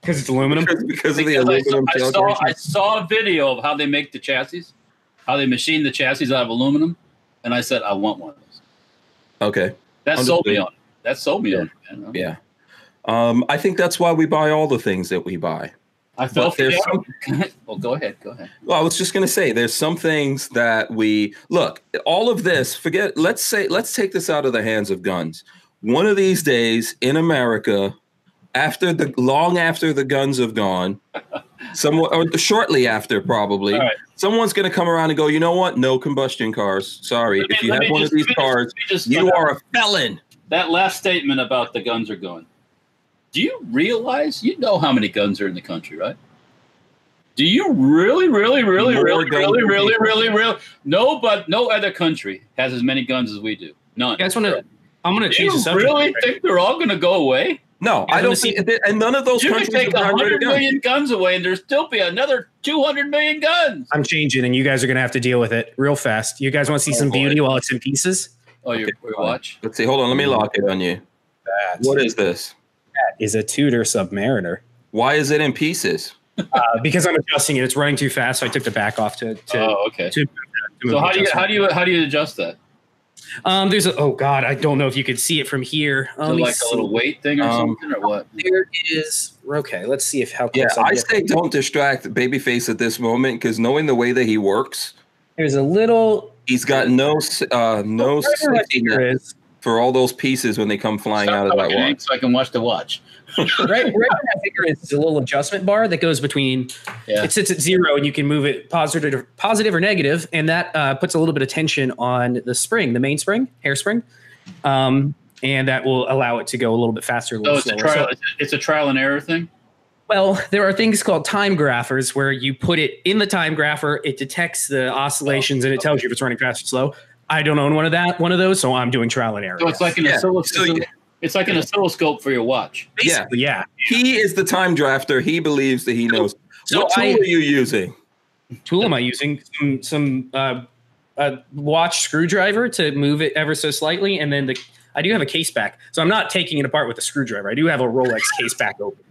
because it's aluminum.
because, because of the
Because I, saw,
aluminum
I,
shell
saw, I
casing.
saw a video of how they make the chassis, how they machine the chassis out of aluminum, and I said, I want one of those.
Okay,
That sold me
Understood.
on it. That sold me
Yeah.
on it. Man.
yeah. Um, I think that's why we buy all the things that we buy.
I fell
But
for
there's
the Well, go ahead. Go ahead.
Well, I was just going to say, there's some things that we look. All of this, forget. Let's say, let's take this out of the hands of guns. One of these days in America, after the long after the guns have gone, someone or shortly after probably,
All right.
someone's going to come around and go, you know what? No combustion cars. Sorry,
Let me-
if you
let
have
me
one of
just
these
finish-
cars,
let me just-
you are a felon.
That last statement about the guns are going. Do you realize you know how many guns are in the country, right? Do you really, really, really,
More
really,
guns
really,
than
really,
people.
really, really? No, but no other country has as many guns as we do. None.
You guys want to I'm going to
Do you
change the subject.
really think they're all going to go away?
No,
Yeah,
I don't
let's
see, and none of those
You
countries
could take
are ready to
100
go.
million guns away and there'd still be another 200 million guns.
I'm changing, and you guys are going to have to deal with it real fast. You guys want to see
Oh,
some
boy.
beauty while it's in pieces?
Oh, you we watch.
Let's see. Hold on. Let
Mm-hmm.
me lock it on you.
That
What is this?
is a Tudor Submariner.
Why is it in pieces?
Uh, because I'm adjusting it, it's running too fast, so I took the back off to. to
Oh, okay.
to move
So how do you
adjustment.
how do you how do you adjust that?
Um, there's a. Oh God, I don't know if you could see it from here. Uh,
So
let me
like
see.
a little weight thing or
Um,
something or what?
There is. Okay, let's see if how
Yeah,
close. I
I
get.
say don't distract Babyface at this moment because knowing the way that he works,
There's a little.
he's got no s- uh, no
Right where my
safety
finger
net
is.
for all those pieces when they come flying
Stop
out of that
talking,
watch.
so I can watch the watch.
Right, right where my finger is is a little adjustment bar that goes between.
Yeah.
It sits at zero, and you can move it positive, positive or negative, and that uh, puts a little bit of tension on the spring, the main spring, hairspring, um, and that will allow it to go a little bit faster. A
So
little
it's a
slower. So-
trial it's a- it's a trial and error thing.
Well, there are things called time graphers where you put it in the time grapher, it detects the oscillations and it tells you if it's running fast or slow. I don't own one of that one of those, so I'm doing trial and error.
So it's like an
Yeah.
oscilloscope.
So you-
it's like an oscilloscope for your watch.
basically, yeah.
He is the time drafter. He believes that he knows.
So
what tool
I-
are you using?
Tool am I using some some uh, a watch screwdriver to move it ever so slightly, and then the I do have a case back, so I'm not taking it apart with a screwdriver. I do have a Rolex case back open.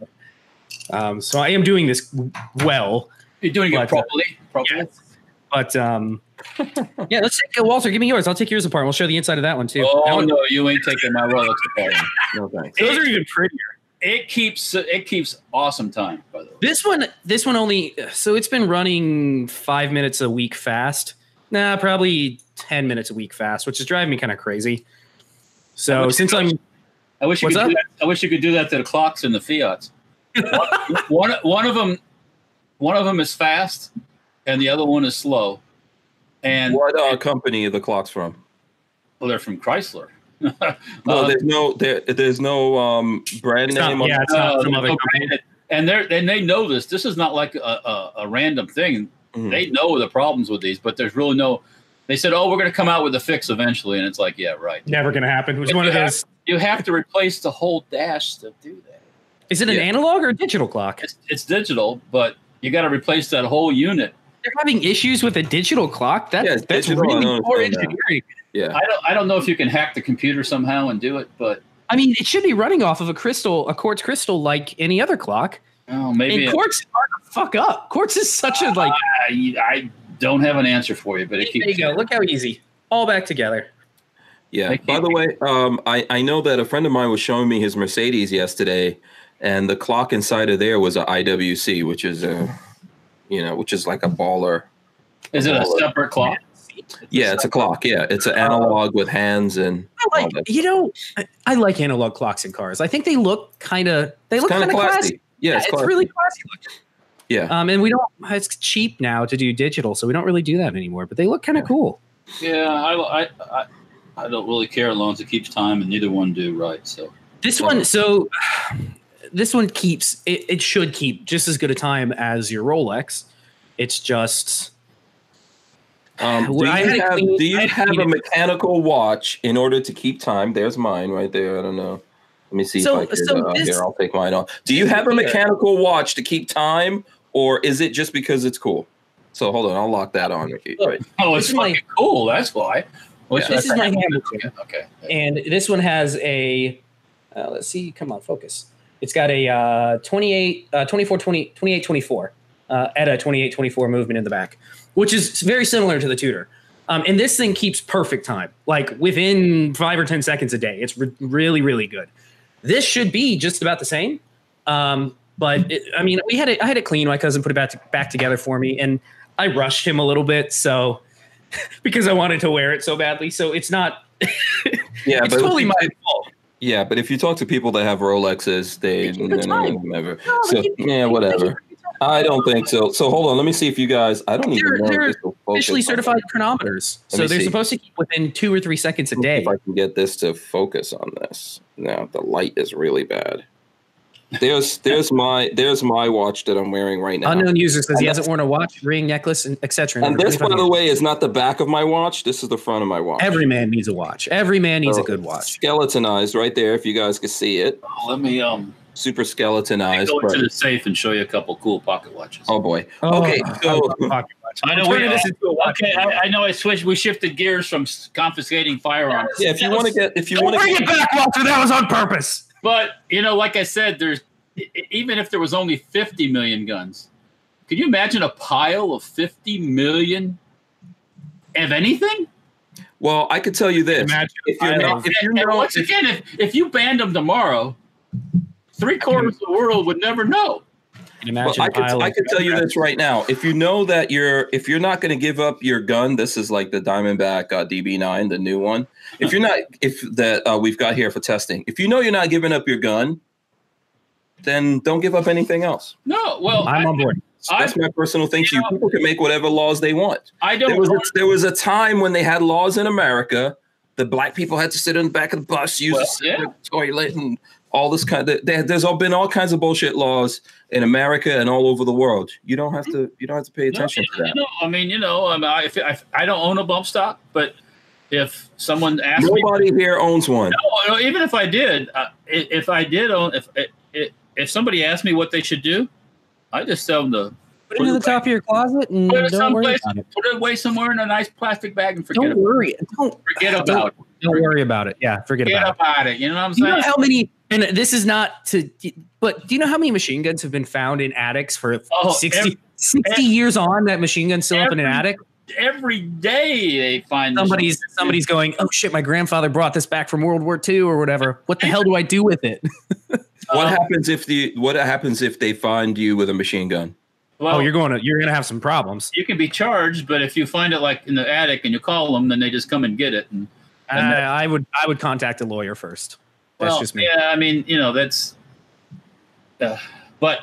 Um, so I am doing this w- well.
You're doing it
Like that.
properly. Properly.
But um, yeah, let's take Walter. Give me yours. I'll take yours apart. We'll show the inside of that one too. That
Oh
one-
no, you ain't taking my Rolex apart.
No thanks.
Those are even prettier.
It keeps it keeps awesome time. By the way,
This one, this one only. So it's been running five minutes a week fast. Nah, probably ten minutes a week fast, which is driving me kind of crazy. So since I'm
I wish you
What's
could. Do
up?
that, I wish you could do that to the clocks and the Fiats. one one of them, one of them is fast, and the other one is slow. And
What uh, company are the clocks from?
well, they're from Chrysler.
No,
Uh,
there's no there, there's no um brand
it's
name.
not,
on-
yeah, it's not
Uh,
some other
okay.
company.
And they're and they know this. This is not like a, a, a random thing.
Mhm.
They know the problems with these, but there's really no. They said, "Oh, we're going to come out with a fix eventually," and it's like, "Yeah, right."
Never gonna happen. It was
If
one
you
of those.
You have to replace the whole dash to do that.
Is it an
Yeah.
analog or a digital clock?
It's, it's digital, but you got to replace that whole unit.
They're having issues with a digital clock. That,
Yeah, it's
that's
digital, I
really
don't
poor
understand that.
engineering.
Yeah.
I don't. I don't know if you can hack the computer somehow and do it, but
I mean, it should be running off of a crystal, a quartz crystal, like any other clock.
oh, maybe
and
it- Ah,
quartz is hard to fuck up. Quartz is such a like.
I, I don't have an answer for you, but it
there you
keeps.
go. Look how easy. All back together.
Yeah.
Like,
By the way, um, I, I know that a friend of mine was showing me his Mercedes yesterday, and the clock inside of there was a IWC, which is a, you know, which is like a baller.
Is it a separate clock?
Yeah, it's a clock. Yeah, it's
Oh.
an analog with hands and
I like
Oh, that's-
you know, I, I like analog clocks in cars. I think they look kind of they
it's
look kind
kind
of
of
classy.
classy. Yeah, it's,
it's
classy.
really classy. Looking.
yeah.
Um, and we don't. It's cheap now to do digital, so we don't really do that anymore. But they look kind of cool.
Yeah, I, I, I, I don't really care as long as it keeps time, and neither one do right. So
This one, so this one keeps it, it should keep just as good a time as your Rolex. It's just
Um, do,
Well, I had
you
a
have,
clean-
do you
I had
have
clean
a
it.
mechanical watch in order to keep time? There's mine right there. I don't know. Let me see
So-
if I can.
so
uh,
this-
here, I'll take mine off. Do you have a
Here.
mechanical watch to keep time, or is it just because it's cool? So hold on, I'll lock that on. Okay, Right.
oh, it's
it's This is my-
fucking
fucking
cool. That's why.
Which-
this is my Hamilton.
okay.
and this one has a uh, let's see come on focus it's got a uh, 28 uh, 24 20, 28 24 uh, at a 28 24 movement in the back which is very similar to the tudor um, and this thing keeps perfect time like within five or ten seconds a day it's re- really really good this should be just about the same um, but it, i mean we had it i had it clean my cousin put it back, back together for me and i rushed him a little bit so because i wanted to wear it so badly so it's not
Yeah,
it's
but
totally my
yeah, but if you talk to people that have Rolexes, they
They keep the time.
never.
No,
So
they keep-
yeah, whatever. I don't think so. So hold on, let me see if you guys. I don't
They're-
even know. if
they're
this will focus
officially
on-
certified chronometers.
Let
so
me
they're
see.
supposed to keep within two or three seconds a
Let's see
day.
If I can get this to focus on this. Now the light is really bad. There's there's my there's my watch that I'm wearing right now.
Unknown user says he
And
hasn't worn a watch, ring, necklace, and etc.
And this, by the way, is not the back of my watch. This is the front of my watch.
every man needs a watch. Every man needs a
So,
good watch.
Skeletonized right there, if you guys could see it.
Oh, let me um
Super
let me
skeletonized.
go
but-
into the safe and show you a couple cool pocket watches.
Uh, oh boy.
Oh,
okay,
I
so-
love pocket watch.
I know
I'm
we-
turning this into a watch.
Okay, I, I know I switched. We shifted gears from s- confiscating firearms.
Yeah, if you want to get if you
Don't
want
bring
to
it back, Walter. That was on purpose.
But you know, like I said, there's e- even if there was only 50 million guns, can you imagine a pile of 50 million of anything?
well, I could tell you this.
Imagine
If you're
I
not,
love-
if you're
And
not,
once again, if, if you banned them tomorrow, three quarters of the world would never know.
Well,
Imagine
I could, I could tell you this right now. If you know that you're, if you're not going to give up your gun, this is like the Diamondback uh, DB9, the new one. If you're not, if that uh, we've got here for testing, if you know you're not giving up your gun, then don't give up anything else.
No, well,
I'm on
I,
board.
That's my personal thing. to you
Yeah.
people can make whatever laws they want.
I don't.
There was a, there was a time when they had laws in America that black people had to sit in the back of the bus, use
Well,
the
yeah.
toilet, and all this kind of. There, there's all been all kinds of bullshit laws in America and all over the world. You don't have to. You don't have to pay
No,
attention to
you know, I mean, you know, I, mean, I, if, I, I don't own a bump stock, but if someone
that.
asks me,
Nobody here owns one.
no, no, even if I did, uh, i- if I did own, if if, if somebody asked me what they should do, I just tell them to
Put it to the top of your closet and
Put it
don't worry
someplace.
about it.
put it away somewhere in a nice plastic bag and forget
Don't
about,
worry. Don't
forget about it.
Don't worry about it. Yeah, forget
Forget
about it.
about it. You know what I'm
Do you know
saying?
how many? And this is not to, but do you know how many machine guns have been found in attics for
Oh,
60,
every-
60
every-
years on? That machine gun's still up in an
every-
attic.
Every day they find this-
Somebody's somebody's going, oh shit, my grandfather brought this back from World War II or whatever. What the hell do I do with it?
What
uh,
happens if the What happens if they find you with a machine gun?
Well,
oh,
you're
you're going to you're going to have some problems.
you can be charged, but if you find it like in the attic and you call them, then they just come and get it. And
Uh,
and that-
I would I would contact a lawyer first. That's
well,
just me.
yeah, I mean, you know, that's. Uh, but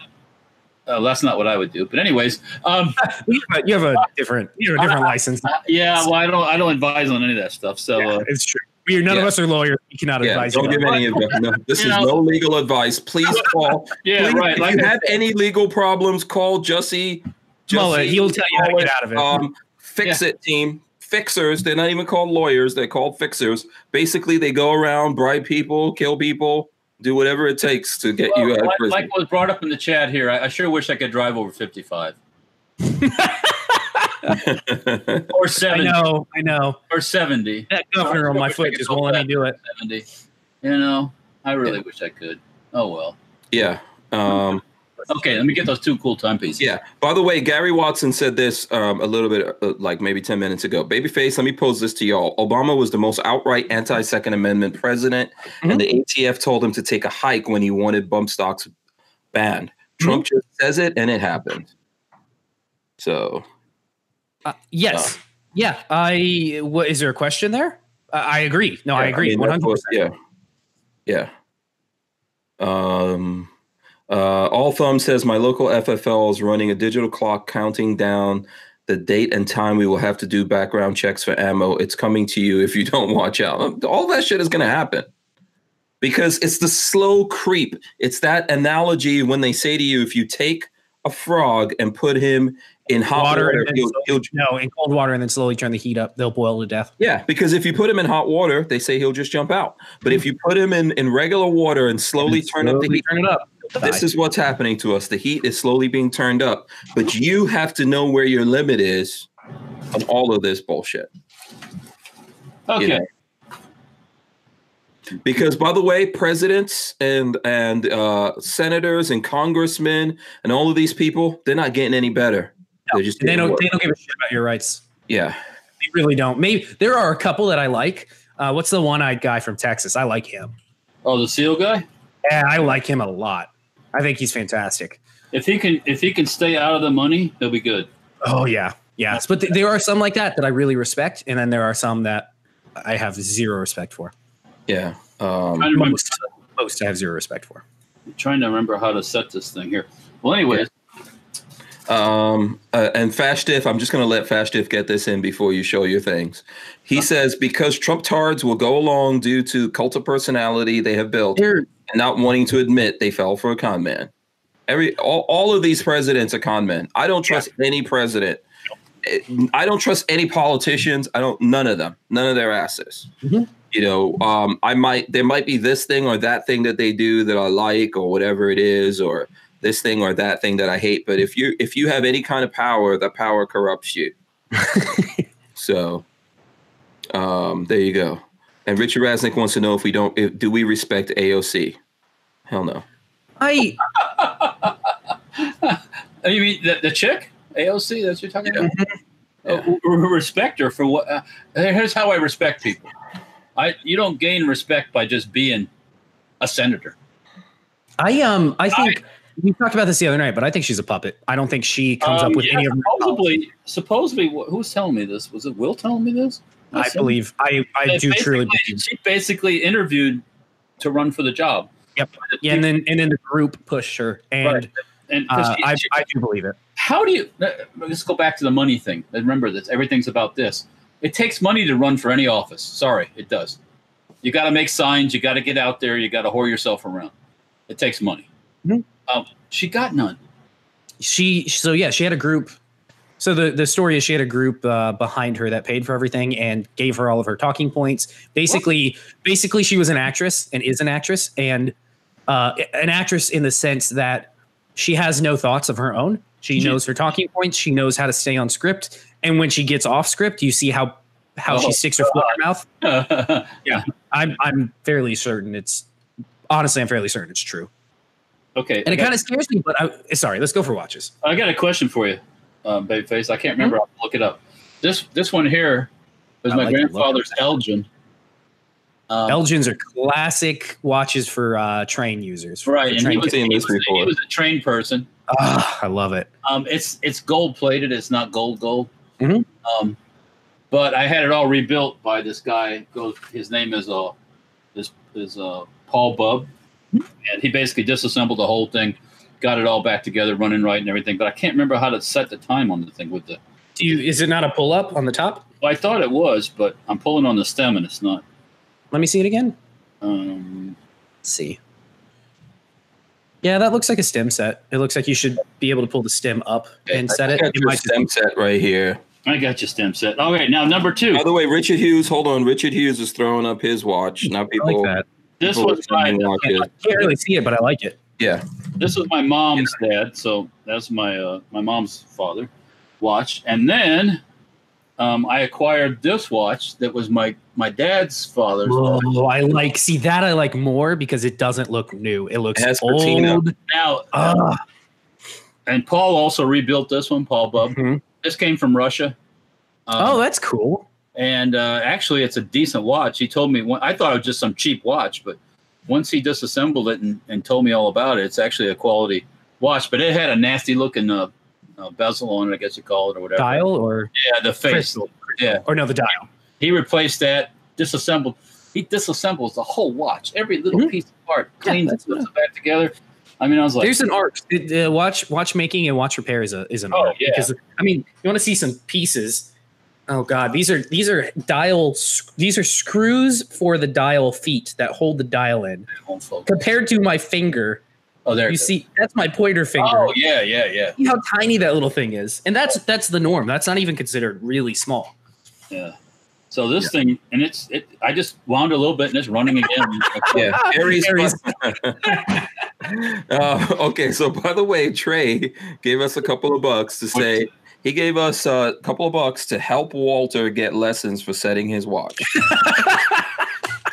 uh, that's not what I would do. But anyways, um,
You have a, you have a different you have a different license.
yeah. Well, I don't. I don't advise on any of that stuff. So.
Yeah,
Uh,
it's true. We are, none
yeah.
of us are lawyers. We cannot
Yeah,
advise
don't
you.
give any advice. No, this
You
is
know-
no legal advice. Please call.
Yeah,
Please,
right.
If
Like
you
I
have any legal problems, call Jussie.
Mullet,
Jussie,
he'll tell you how to
Mullet,
get out of it.
Um, fix it team. Fixers. They're not even called lawyers. They're called fixers. Basically, they go around, bribe people, kill people, do whatever it takes to get you
Well,
out of
like,
prison.
like was brought up in the chat here, I, I sure wish I could drive over 55 or
I
70
know, I know.
or 70.
That governor on my foot just won't let me do it.
70. You know, I really wish I could. Oh, well.
yeah. Um,
Okay, let me get those two cool timepieces.
yeah. By the way, Gary Watson said this um, a little bit, uh, like maybe 10 minutes ago. Babyface, let me pose this to y'all. Obama was the most outright anti Second Amendment president, and the ATF told him to take a hike when he wanted bump stocks banned. Trump just says it, and it happened. So
Uh, yes. Yeah. I. What is there a question there? Uh, I agree. No, I
Yeah,
agree.
mean,
One
that's
hundred
what-
percent.
Yeah. Yeah. Um, uh, All Thumb says my local FFL is running a digital clock counting down the date and time we will have to do background checks for ammo. It's coming to you if you don't watch out. All that shit is going to happen because it's the slow creep. It's that analogy when they say to you, if you take a frog and put him in hot
Water
water,
and then
he'll, he'll
No, in cold water and then slowly turn the heat up. They'll boil to death.
yeah, because if you put him in hot water, they say he'll just jump out. But if you put him in, in regular water and slowly turn up the
Slowly
heat,
Turn it up.
this is what's happening to us. The heat is slowly being turned up. But you have to know where your limit is on all of this bullshit.
Okay.
Yeah. Because by the way, presidents and and uh, senators and congressmen and all of these people, they're not getting any better. They're just
They
getting
don't.
worse.
They don't give a shit about your rights.
yeah.
They really don't. Maybe there are a couple that I like. Uh, what's the one-eyed guy from Texas? I like him.
Oh, the seal guy?
Yeah, I like him a lot. I think he's fantastic.
If he can if he can stay out of the money, he'll be good.
Oh yeah, yes. But th- there are some like that that I really respect, and then there are some that I have zero respect for.
Yeah. Um,
trying to remember,
Most, most I have zero respect for.
trying to remember how to set this thing here. Well, anyways,
Um, uh, and Fashtif, I'm just going to let Fashtif get this in before you show your things. He says because Trump tards will go along due to cult of personality they have built
Here,
and not wanting to admit they fell for a con man. Every all, all of these presidents are con men. I don't trust any president. It- I don't trust any politicians. I don't none of them. None of their asses.
Mhm.
You know, um, I might there might be this thing or that thing that they do that I like or whatever it is or this thing or that thing that I hate. But if you if you have any kind of power, that power corrupts you. so um, there you go. And Richard Rasnick wants to know if we don't if, do we respect AOC? Hell no.
I
Oh, you mean the, the chick? AOC? That's what you're talking
Yeah.
about?
Mm-hmm.
Uh, w- w- respect her for what? Uh, here's how I respect people. I you don't gain respect by just being a senator.
I um I think we talked about this the other night, but I think she's a puppet. I don't think she comes
Um,
up with
yeah,
any of her
supposedly. Supposedly, wh- who's telling me this? Was it Will telling me this?
I believe I I
They
do truly
basically-
believe.
She basically interviewed to run for the job.
Yep. Yeah, and then and then the group pushed her, and
Right. And 'cause
uh,
she-
I
she-
I do believe it.
how do you uh, let's go back to the money thing And remember this everything's about this it takes money to run for any office sorry it does you got to make signs you got to get out there you got to whore yourself around it takes money
Mhm.
um, she got none
she so yeah she had a group so the the story is she had a group uh, behind her that paid for everything and gave her all of her talking points basically basically she was an actress and is an actress and uh, an actress in the sense that she has no thoughts of her own she
She-
knows her talking points she knows how to stay on script and when she gets off script you see how how
Oh,
she sticks her foot in her mouth i'm i'm fairly certain it's honestly i'm fairly certain it's true
okay
and
I,
it kind
got,
of scares me but I, sorry let's go for watches
I got a question for you um, babyface i can't remember i'll look it up this this one here was
I
my
like the look of
grandfather's
that.
elgin um,
Elgins are classic watches for uh, train users. For
right and he
train-
was,
I've seen
he
this
was- he
before.
was a trained person
Ah, I love it.
Um, it's it's gold plated. It's not gold gold.
Mm-hmm.
Mhm.
Um, but I had it all rebuilt by this guy. Goes his name is uh is is uh Paul Bubb, and he basically disassembled the whole thing, got it all back together, running right and everything. But I can't remember how to set the time on the thing with the.
Do you, is it not a pull up on the top?
Well, I thought it was, but I'm pulling on the stem and it's not.
Let me see it again.
Um,
Let's see. Yeah, that looks like a stem set. It looks like you should be able to pull the stem up and set it.
I got
It
your
might just-
stem set right here.
I got your stem set. All right, now number two.
By the way, Richard Hughes, hold on. Richard Hughes is throwing up his watch. Now
I like
people,
that.
This
people are
was my
sending watches.
I can't really see it, but I like it.
Yeah.
this was my mom's dad, so that's my uh, my mom's father watch. And then um, I acquired this watch that was my my dad's father's. watch.
Oh, I like see that. I like more because it doesn't look new. It looks
It has
old.
patina.
Now,
Ah,
and Paul also rebuilt this one. Paul Bub.
mhm.
This came from Russia. Um,
oh, that's cool.
and uh, actually, it's a decent watch. He told me one, I thought it was just some cheap watch, but once he disassembled it and, and told me all about it, it's actually a quality watch. But it had a nasty looking uh, uh, bezel on it, I guess you call it or whatever.
Dial or
Yeah, the face.
crystal.
Yeah.
Or no, the dial.
He replaced that, disassembled. He disassembles the whole watch, every little
Mhm.
piece of part, cleans it,
that's
puts
what
it back together. I mean, I was like,
There's an art. It, uh, watch watchmaking and watch repair is a is an
Oh,
art
yeah.
because I mean you want to see some pieces. Oh god, these are these are dial sc- these are screws for the dial feet that hold the dial in.
home folk.
Compared to my finger,
Oh, there.
you
it goes.
see that's my pointer finger.
Oh, yeah, yeah, yeah,
See how tiny that little thing is, and that's that's the norm. That's not even considered really small.
yeah. So this thing, and it's it. I just wound a little bit, and it's running again.
Yeah. Aries.
Aries.
uh, okay. So, by the way, Trey gave us a couple of bucks to say he gave us uh, a couple of bucks to help Walter get lessons for setting his watch.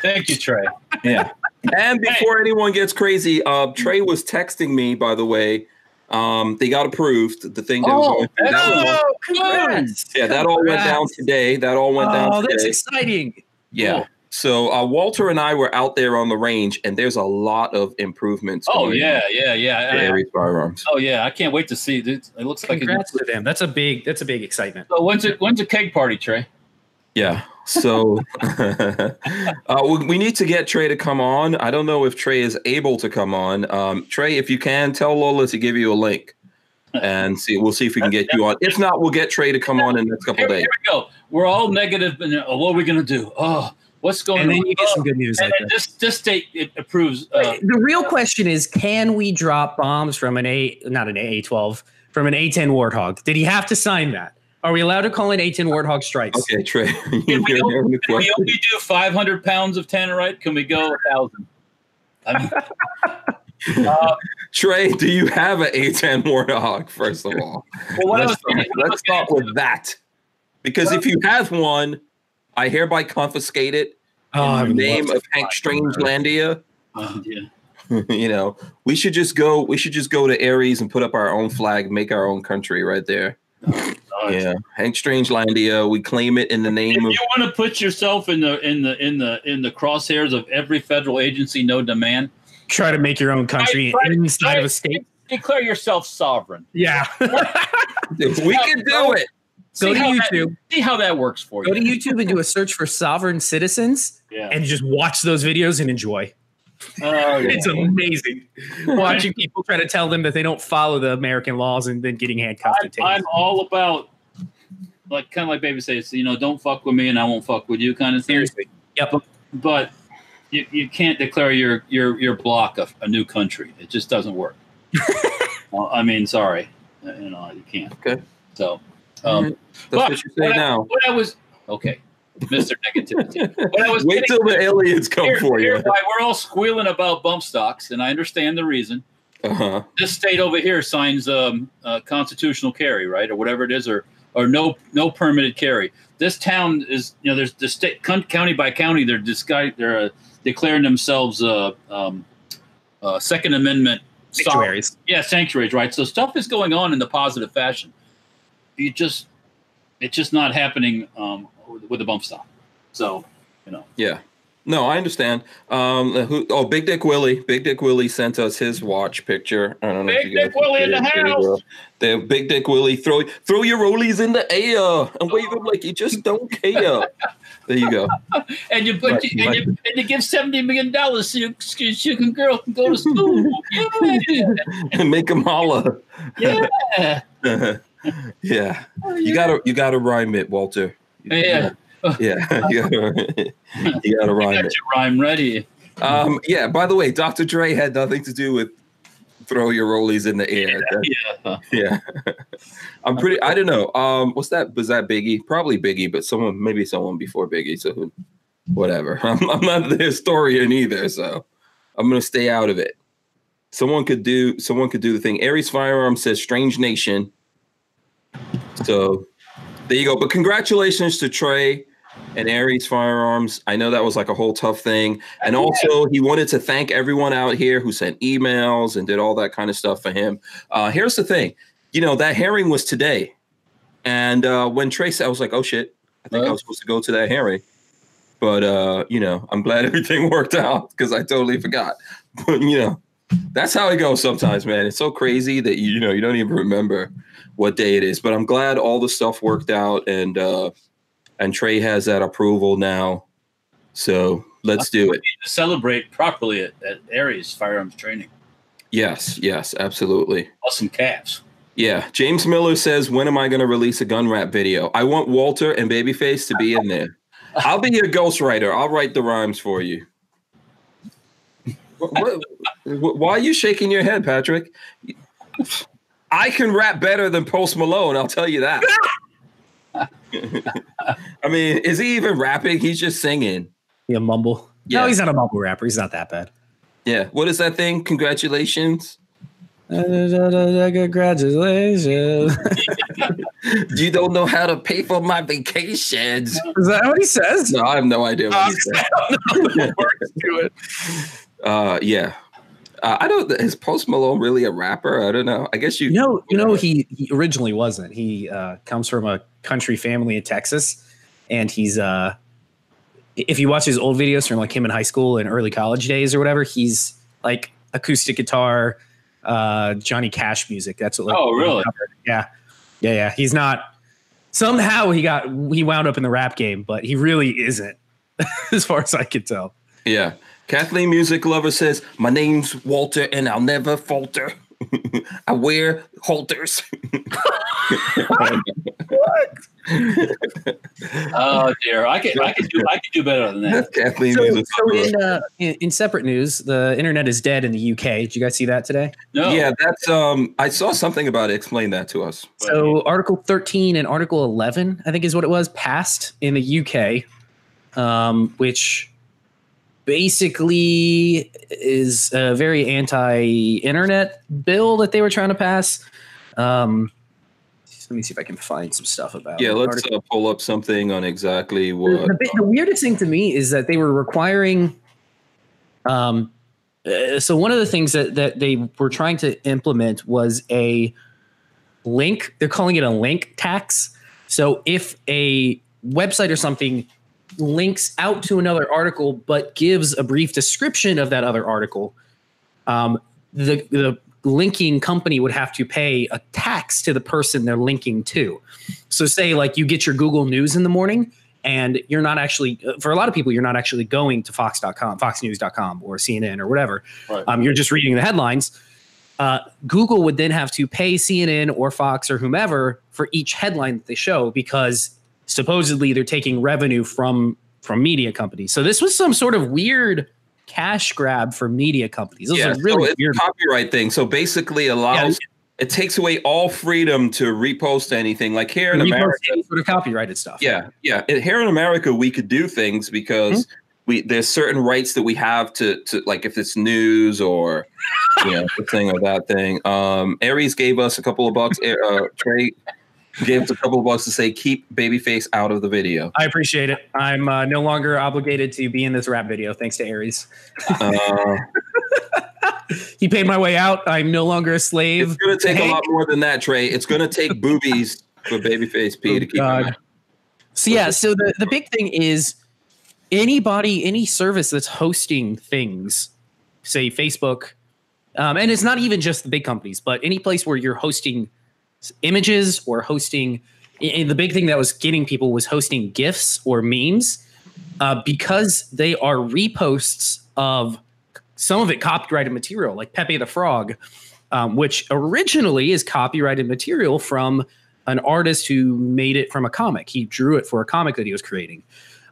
Thank you, Trey.
Yeah. And before anyone gets crazy, uh, Trey was texting me, by the way. Um, they got approved. The thing
Oh,
that was going through. That was- yeah, that all went down today. That all went
Oh,
down
that's
today.
exciting.
yeah. So uh, Walter and I were out there on the range, and there's a lot of improvements.
Oh
going
yeah, yeah, yeah.
on to
And I-
Aries firearms.
oh yeah, I can't wait to see. Dude, it looks like. It,
Congrats to them. That's a big that's a big excitement.
so when's it? When's the keg party, Trey?
Yeah. So uh, we, we need to get Trey to come on. I don't know if Trey is able to come on. Um, Trey, if you can, tell Lola to give you a link. and see. We'll see if we can get you on. If not, we'll get Trey to come on in the next couple
Here,
days.
here we go. We're all negative, and uh, what are we going to do? Oh, what's going
and
on?
then you get
Oh,
some good news
and
like
then
that.
this this state it approves. Uh,
the real question is can we drop bombs from an A not an A twelve from an A ten warthog? Did he have to sign that? Are we allowed to call an A ten warthog strikes?
Okay, Trey. you
Can we
hear
go-
the
can we
question?
only do 500 pounds of tannerite? Can we go a thousand? I uh, mean,
Trey, do you have an A10 Warthog? First of all,
well, what I
let's,
was getting-
start, let's start with that, because if you have one, I hereby confiscate it
Oh, I
in
would
the name
love
of Hank Strangelandia.
Uh, yeah.
you know, we should just go. We should just go to Aries and put up our own flag, make our own country right there.
Oh,
Yeah, Hank Strangelandia. We claim it in the
If
name of.
you want to put yourself in the in the in the in the crosshairs of every federal agency, no demand,
to try to make your own country
Right, right,
inside of
right.
a state.
declare yourself sovereign.
Yeah.
We can do it.
go
See
to
how that-
YouTube.
See how that works for
Go to
you.
YouTube and do a search for sovereign citizens
Yeah.
and just watch those videos and enjoy.
Oh, yeah.
It's amazing watching people try to tell them that they don't follow the American laws and then getting handcuffed
I'm,
and taken.
I'm all about like kind of like baby says, you know, don't fuck with me and I won't fuck with you kind of thing.
Seriously. Yep.
But you, you can't declare your your your block of a new country. It just doesn't work. Uh, I mean, sorry, Uh, you know, you can't.
Okay.
So, um,
That's
But
what you say
I-
now.
what I was okay, Mister Negativity. What I was
Wait
getting-
till the aliens come
here-
for
here
you.
why we're all squealing about bump stocks, and I understand the reason.
Uh-huh.
this state over here signs um, uh, constitutional carry, right, or whatever it is, or or no no permitted carry. This town is, you know, there's the state con- county by county. They're disguise, they're uh, declaring themselves uh, um, uh, Second Amendment sol-
Sanctuaries.
yeah, sanctuaries, right? So stuff is going on in the positive fashion. You just it's just not happening um, with- with the bump stop. So
Yeah. No, I understand. Um, who, oh, Big Dick Willie. Big Dick Willie sent us his watch picture. I don't know
Big Dick Willie in the house.
The Big Dick Willie throw throw your rollies in the air and wave
Oh.
them like you just don't care. there you go.
and you but
Right,
you, and,
right.
you, and you give seventy million dollars so your so your chicken girl can go to school. Yeah.
Make them holler.
Yeah.
yeah. You gotta you gotta rhyme it, Walter.
Yeah.
Yeah. you gotta, you gotta
I
rhyme
got
it.
your rhyme ready.
Um, yeah. By the way, Dr. Dre had nothing to do with throw your rollies in the air. That-
Yeah.
Yeah, I'm pretty. I don't know. Um, what's that? Was that Biggie? Probably Biggie, but someone, maybe someone before Biggie. So who- whatever. I'm, I'm not the historian either, so I'm gonna stay out of it. Someone could do. Someone could do the thing. Aries Firearms says "Strange Nation." So there you go. But congratulations to Trey and Aries Firearms. I know that was like a whole tough thing. And also, he wanted to thank everyone out here who sent emails and did all that kind of stuff for him. Uh, here's the thing you know, that hearing was today. And uh, when Trey said, I was like, oh shit, I think I
Huh?
was supposed to go to that hearing. But, uh, you know, I'm glad everything worked out because I totally forgot. But, you know, that's how it goes sometimes, man. It's so crazy that, you, you know, you don't even remember what day it is. But I'm glad all the stuff worked out and, uh, and Trey has that approval now. So let's do it.
To celebrate properly at, at Aries Firearms Training.
Yes, yes, absolutely.
Awesome calves.
Yeah, James Miller says, "When am I going to release a gun rap video? I want Walter and Babyface to be in there. I'll be your ghostwriter. I'll write the rhymes for you." Wh- wh- wh- Why are you shaking your head, Patrick? I can rap better than Post Malone. I'll tell you that. I mean, is he even rapping? He's just singing.
Yeah, mumble.
Yeah.
No, he's not a mumble rapper. He's not that bad.
Yeah. What is that thing? Congratulations.
Congratulations.
You don't know how to pay for my vacations.
Is that what he says?
No, I have no idea what he's saying.
it.
Uh, yeah. Uh, I don't. Is Post Malone really a rapper? I don't know. I guess you.
You know, you know, he, he originally wasn't. He uh, comes from a country family in Texas, and he's uh, if you watch his old videos from like him in high school and early college days or whatever, he's like acoustic guitar, uh, Johnny Cash music. That's what. Like,
Oh, really?
Yeah, yeah, yeah. He's not. Somehow he got he wound up in the rap game, but he really isn't, as far as I can tell.
Yeah. Kathleen Music Lover says, "My name's Walter, and I'll never falter." I wear halters.
Oh dear, I could I could do I could do better than that.
That's Kathleen.
So,
Weasel's
so
cover.
in, uh, in, in separate news, the internet is dead in the UK. Did you guys see that today?
No,
Yeah, that's um. I saw something about it. Explain that to us.
So Article 13 and Article 11, I think is what it was, passed in the UK, um, which basically is a very anti-internet bill that they were trying to pass. Um, let me see if I can find some stuff about.
Yeah,
it.
let's
Article-
uh, pull up something on exactly
the,
what.
the, bit- the weirdest thing to me is that they were requiring um uh, so one of the things that that they were trying to implement was a link they're calling it a link tax so if a website or something links out to another article but gives a brief description of that other article um the the linking company would have to pay a tax to the person they're linking to so say like you get your google news in the morning and you're not actually uh, for a lot of people you're not actually going to fox.com foxnews.com or cnn or whatever
Right.
um, you're just reading the headlines uh, google would then have to pay cnn or fox or whomever for each headline that they show because supposedly they're taking revenue from from media companies so this was some sort of weird cash grab for media companies this
yeah,
was a really
so it's
weird
a copyright thing. So basically, allows it takes away all freedom to repost anything. Like here in
repost
America,
any sort of copyrighted stuff
yeah, yeah. And Here in America, we could do things
Hmm?
because we there's certain rights that we have to to like if it's news or you know this thing or that thing. Um, Aries gave us a couple of bucks. Uh, Trey gave us a couple of bucks to say keep babyface out of the video.
I appreciate it. I'm uh, no longer obligated to be in this rap video, thanks to Aries.
Uh,
He paid my way out. I'm no longer a
it's
slave.
gonna take a
Hank.
lot more than that, Trey. It's gonna take boobies for babyface P to keep. him
Oh, God.
out.
So yeah, so the, the big thing is anybody, any service that's hosting things, say Facebook, um, and it's not even just the big companies, but any place where you're hosting s- images or hosting. i- i- the big thing that was getting people was hosting GIFs or memes uh, because they are reposts of some of it copyrighted material, like Pepe the Frog, um, which originally is copyrighted material from an artist who made it from a comic. He drew it for a comic that he was creating.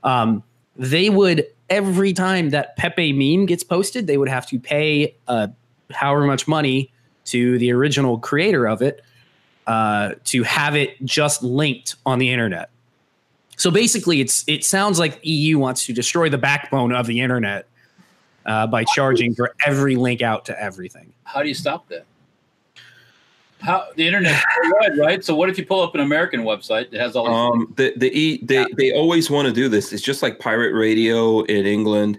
Um, they would every time that Pepe meme gets posted, they would have to pay uh, however much money to the original creator of it uh, to have it just linked on the internet. So basically, it's it sounds like EU wants to destroy the backbone of the internet uh, by charging for every link out to everything.
how do you stop that? How the internet's so wide, right? So what if you pull up an American website that has all these things?
Um, the the e they they always want to do this. It's just like pirate radio in England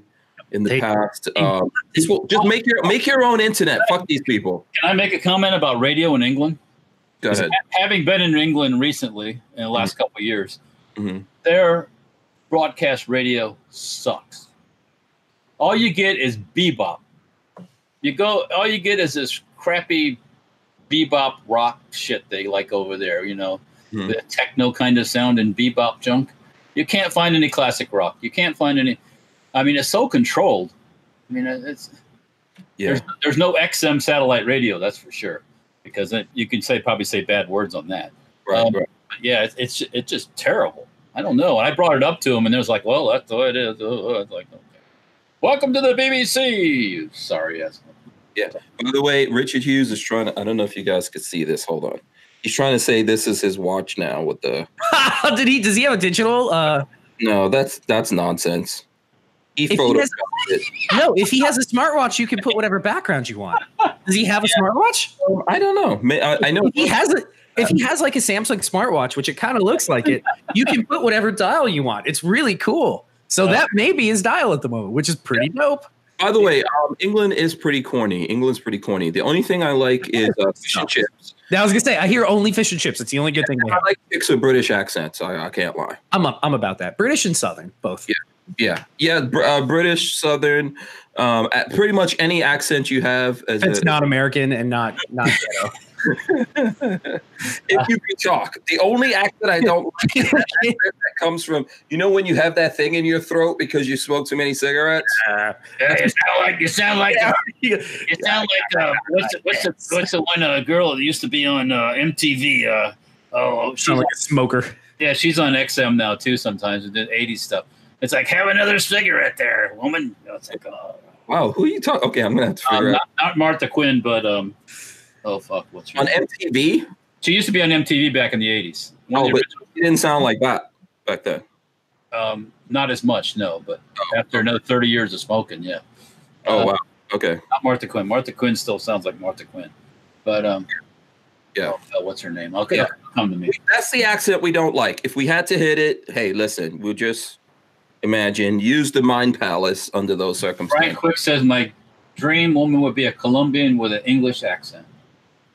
in the
They-
past.
they-
um, people, just make your make your own internet. Fuck these people.
Can I make a comment about radio in England?
Go ahead. Mm-hmm.
Having been in England recently in the last couple of years,
Mhm.
their broadcast radio sucks. All you get is bebop. You go, all you get is this crappy bebop rock shit they like over there, you know,
Mhm.
the techno kind of sound and bebop junk. You can't find any classic rock. You can't find any. I mean, it's so controlled. I mean, it's
Yeah,
there's, there's no XM satellite radio, that's for sure, because it, you can say probably say bad words on that.
right,
um,
right.
But yeah, it's it's, it's just terrible. I don't know. And I brought it up to him, and it was like, "Well, that's the way it is." Uh, uh, it's like, okay. welcome to the BBC. Sorry, yes.
By the way, Richard Hughes is trying to. I don't know if you guys could see this. Hold on. He's trying to say this is his watch now with the.
Did he? Does he have a digital? Uh,
No, that's that's nonsense. He
he
photoshopped it.
has- no, if he has a smartwatch, you can put whatever background you want. Does he have a smartwatch?
Um, I don't know. May- I, I know.
if he has a if he has like a Samsung smartwatch, which it kind of looks like it, you can put whatever dial you want. It's really cool. So that may be his dial at the moment, which is pretty dope.
By the way, um, England is pretty corny. England's pretty corny. The only thing I like is uh, fish and chips.
Now I was gonna say, I hear only fish and chips. It's the only good thing they
I
have.
like chicks with British accents. I, I can't lie.
I'm up, I'm about that. British and Southern, both.
Yeah. Yeah, yeah. Br- uh, British, Southern, um, a- pretty much any accent you have. As
If it's
a-
not American and not not ghetto.
if you can talk, the only accent I don't like is that accent that comes from you know when you have that thing in your throat because you smoke too many cigarettes.
Uh,
you sound like you sound like
Yeah.
you sound like uh, what's the, what's the, what's the one uh, girl that used to be on uh, MTV? Uh, oh, she's
Sound like a smoker.
Yeah, she's on XM now too. Sometimes with the '80s stuff. It's like have another cigarette there, woman. You know, It's like uh,
Wow, who are you talking? Okay, I'm gonna have to
um,
figure out
not, not Martha Quinn, but um, oh fuck, what's her
on
name?
MTV.
She used to be on MTV back in the '80s. One of
Oh,
the
but it didn't sound like that back then.
orig- um, not as much, no. But after another 30 years of smoking, yeah.
Oh
Uh,
wow. Okay.
Not Martha Quinn. Martha Quinn still sounds like Martha Quinn, but um,
Yeah.
oh, uh, what's her name? Okay,
Yeah.
come to me.
That's the accent we don't like. If we had to hit it, hey, listen, we'll just imagine use the mind palace under those
Brian
circumstances.
Quick says my dream woman would be a Colombian with an English accent.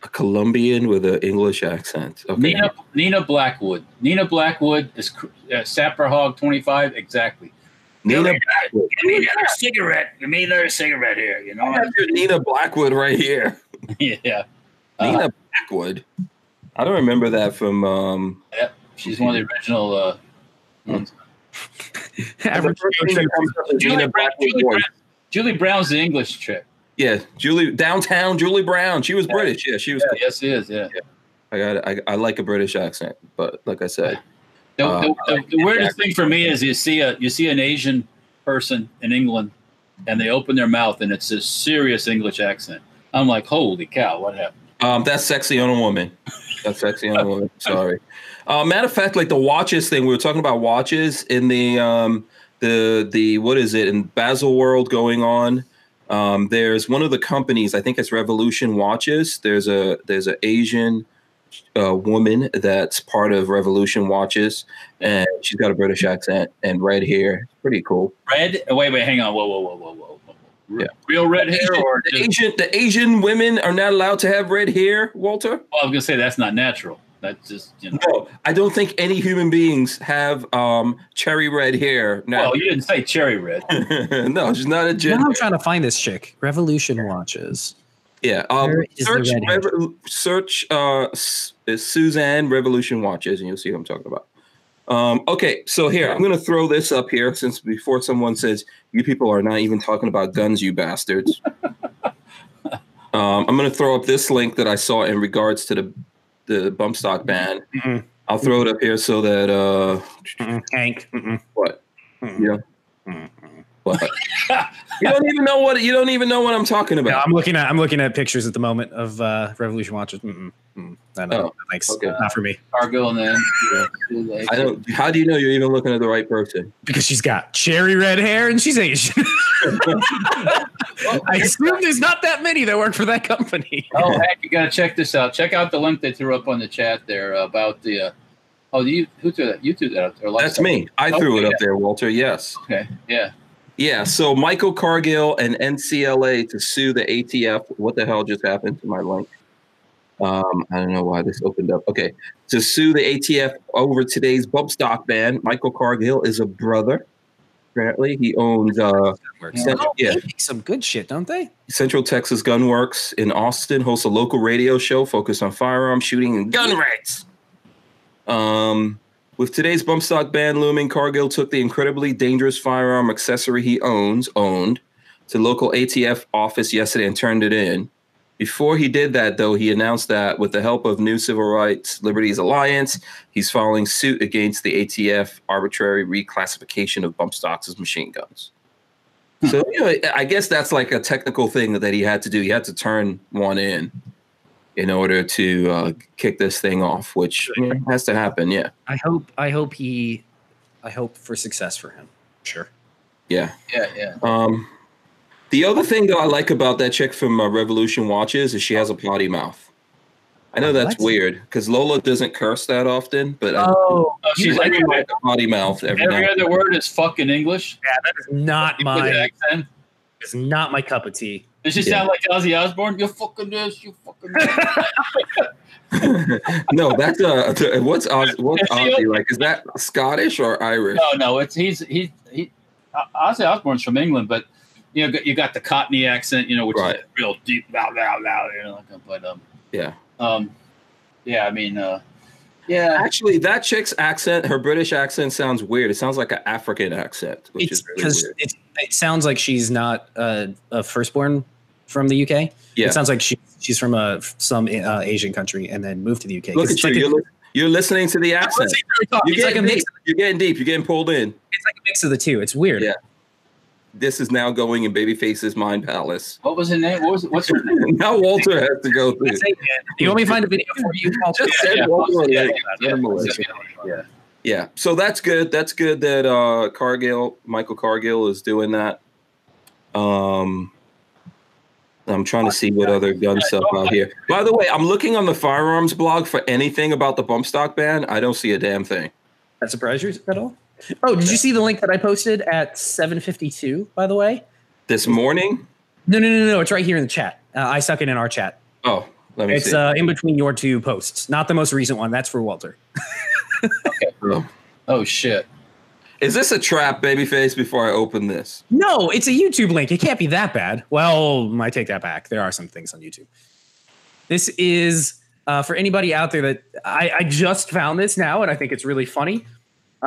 A Colombian with an English accent. Okay.
Nina Nina Blackwood. Nina Blackwood is cr- uh, Sapper Hog 25 exactly.
Nina Blackwood.
Give me another cigarette. Give me another cigarette here. You know.
I have your Nina Blackwood right here.
yeah. Uh,
Nina Blackwood. I don't remember that from um
she's one of the original. Uh,
Average
the first thing that comes up is
Julie,
Nina
Brown,
Blackwood
Julie,
voice.
Brown, Julie Brown's the English chick.
Yeah, Julie downtown Julie Brown. She was British. Yeah, she was
Yes, it is. Yeah.
I got it. I, I like a British accent, but like I said,
The,
Uh,
the, the, the weirdest thing for me is you see a you see an Asian person in England, and they open their mouth and it's a serious English accent. I'm like, holy cow, what happened?
Um, that's sexy on a woman. That's sexy on a woman. Sorry. Uh, matter of fact, like the watches thing, we were talking about watches in the um, the the what is it in Basel World going on. Um, there's one of the companies, I think it's Revolution Watches. There's a there's an Asian uh, woman that's part of Revolution Watches, and she's got a British accent and red hair. Pretty cool.
Red? Oh, Wait, wait, hang on. Whoa, whoa, whoa, whoa, whoa. whoa.
Yeah.
Real red hair or
The
just,
Asian the Asian women are not allowed to have red hair, Walter.
well, I was gonna say that's not natural. That's just you know.
No, Oh, I don't think any human beings have um, cherry red hair. No,
Well, you didn't say cherry red.
no, she's not a
Now
gender.
I'm trying to find this chick. Revolution watches.
yeah, um,
Where is the
search
red hair?
Revo- search uh, S- Suzanne Revolution watches, and you'll see what I'm talking about. Um, okay, so here I'm going to throw this up here since before someone says you people are not even talking about guns, you bastards. um, I'm going to throw up this link that I saw in regards to the the bump stock ban.
Mhm.
I'll throw it up here so that uh,
Hank. Mm-mm.
what
Mm-mm.
Yeah.
Mm-hmm.
What? you don't even know what you don't even know what I'm talking
No,
about.
I'm looking at I'm looking at pictures at the moment of uh, Revolution watches. Mm-mm. Mm. No, no,
Oh,
no, thanks.
okay.
Not for me
Cargo and then
I don't. How do you know you're even looking at the right person?
because she's got cherry red hair and she's Asian. I assume there's not that many that work for that company.
Oh, heck, you got to check this out. Check out the link they threw up on the chat there about the. Uh, oh, you who threw that? You threw that out there. last
That's
time.
me. I threw it up there, Walter. Yes.
Okay. Yeah.
Yeah. So Michael Cargill and NCLA to sue the ATF. What the hell just happened to my link? Um, I don't know why this opened up. Okay. To sue the ATF over today's bump stock ban. Michael Cargill is a brother. Apparently, he owns uh,
Works.
Central, yeah,
They make some good shit, don't they?
Central Texas Gunworks in Austin hosts a local radio show focused on firearm shooting and gun rights. Um, with today's bump stock ban looming, Cargill took the incredibly dangerous firearm accessory he owns owned to local ATF office yesterday and turned it in. Before he did that, though, he announced that with the help of New Civil Rights Liberties Alliance, he's filing suit against the ATF arbitrary reclassification of bump stocks as machine guns. So you know, I guess that's like a technical thing that he had to do. He had to turn one in in order to uh, kick this thing off, which you know, has to happen. Yeah,
I hope I hope he I hope for success for him. Sure.
yeah.
Yeah. Yeah.
Um, the other thing that I like about that chick from uh, Revolution Watches is she has a potty mouth. I know that's
What?
weird because Lola doesn't curse that often, but I
Oh
Oh, she's
like
every,
to have a potty mouth every,
every
now.
other word is fucking English.
yeah, that is not
With an
my
accent.
is not my cup of tea.
Does she
Yeah.
sound like Ozzy Osbourne? You fucking this. You fucking. That.
no, that's uh, what's Oz, what's
Is she-
Ozzy like? Is that Scottish or Irish?
No, Oh, no, it's he's he he. O- Ozzy Osbourne's from England, but you know you got the Cockney accent, you know, which
Right.
is real deep, loud, loud, loud, you know. But um,
Yeah.
Um, yeah, I mean, uh, yeah,
Actually, that chick's accent, her British accent, sounds weird. It sounds like an African accent, which
it's
is really
because
weird.
it's it sounds like she's not uh, a firstborn from the UK.
Yeah.
It sounds like she, she's from a some uh, Asian country and then moved to the UK. 'Cause
Look at
it's
you.
like a-
you're, li- you're listening to the accent. You're
it's like a
getting,
mix.
deep. you're getting deep. You're getting pulled in.
It's like a mix of the two. It's weird.
Yeah. This is now going in Babyface's mind palace.
what was her name? What was it? What's her name?
now Walter has to go through.
That's it, man. You want me to find a video for you? I'll-
Just
Yeah,
said
yeah,
Walter.
yeah,
like,
yeah,
animal.
yeah, yeah.
Yeah, so that's good. That's good that uh, Cargill, Michael Cargill, is doing that. Um, I'm trying to see what other gun stuff out here. By the way, I'm looking on the firearms blog for anything about the bump stock ban. I don't see a damn thing.
That surprised you at all? Oh, did you see the link that I posted at 7:52? By the way,
This morning?
no, no, no, no. It's right here in the chat. Uh, I suck it in our chat.
Oh, let me
It's
see.
uh, in between your two posts. Not the most recent one. That's for Walter.
Oh.
Oh shit!
is this a trap, babyface? Before I open this,
No, it's a YouTube link. It can't be that bad. Well, I take that back. There are some things on YouTube. This is uh, for anybody out there that I, I just found this now, and I think it's really funny.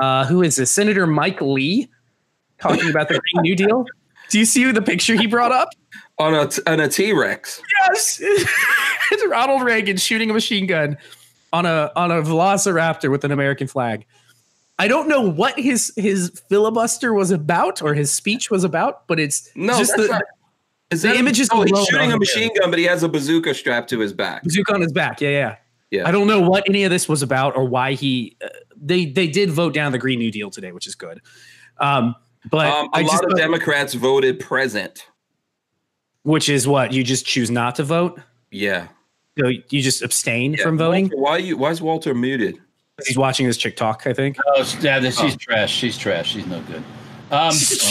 Uh, who is this? Senator Mike Lee talking about the Green New Deal. Do you see the picture he brought up?
on a t- on a T-Rex.
Yes, it's Ronald Reagan shooting a machine gun on a on a Velociraptor with an American flag. I don't know what his his filibuster was about or his speech was about, but it's
No,
just
that's
the
not- Is
the images
Oh, he's
alone
shooting
are-
a machine gun, but he has a bazooka strapped to his back.
bazooka on his back. Yeah, yeah,
Yeah.
I don't know what any of this was about or why he. Uh, they they did vote down the Green New Deal today, which is good. Um, but
Um, a
I just,
lot of Democrats voted present.
which is what you just choose not to vote.
Yeah.
So you just abstain
Yeah,
from voting.
Walter, why you? Why is Walter muted?
He's watching this chick talk. I think.
Oh, s- yeah, this, she's trash. She's trash. She's no good. Um, she's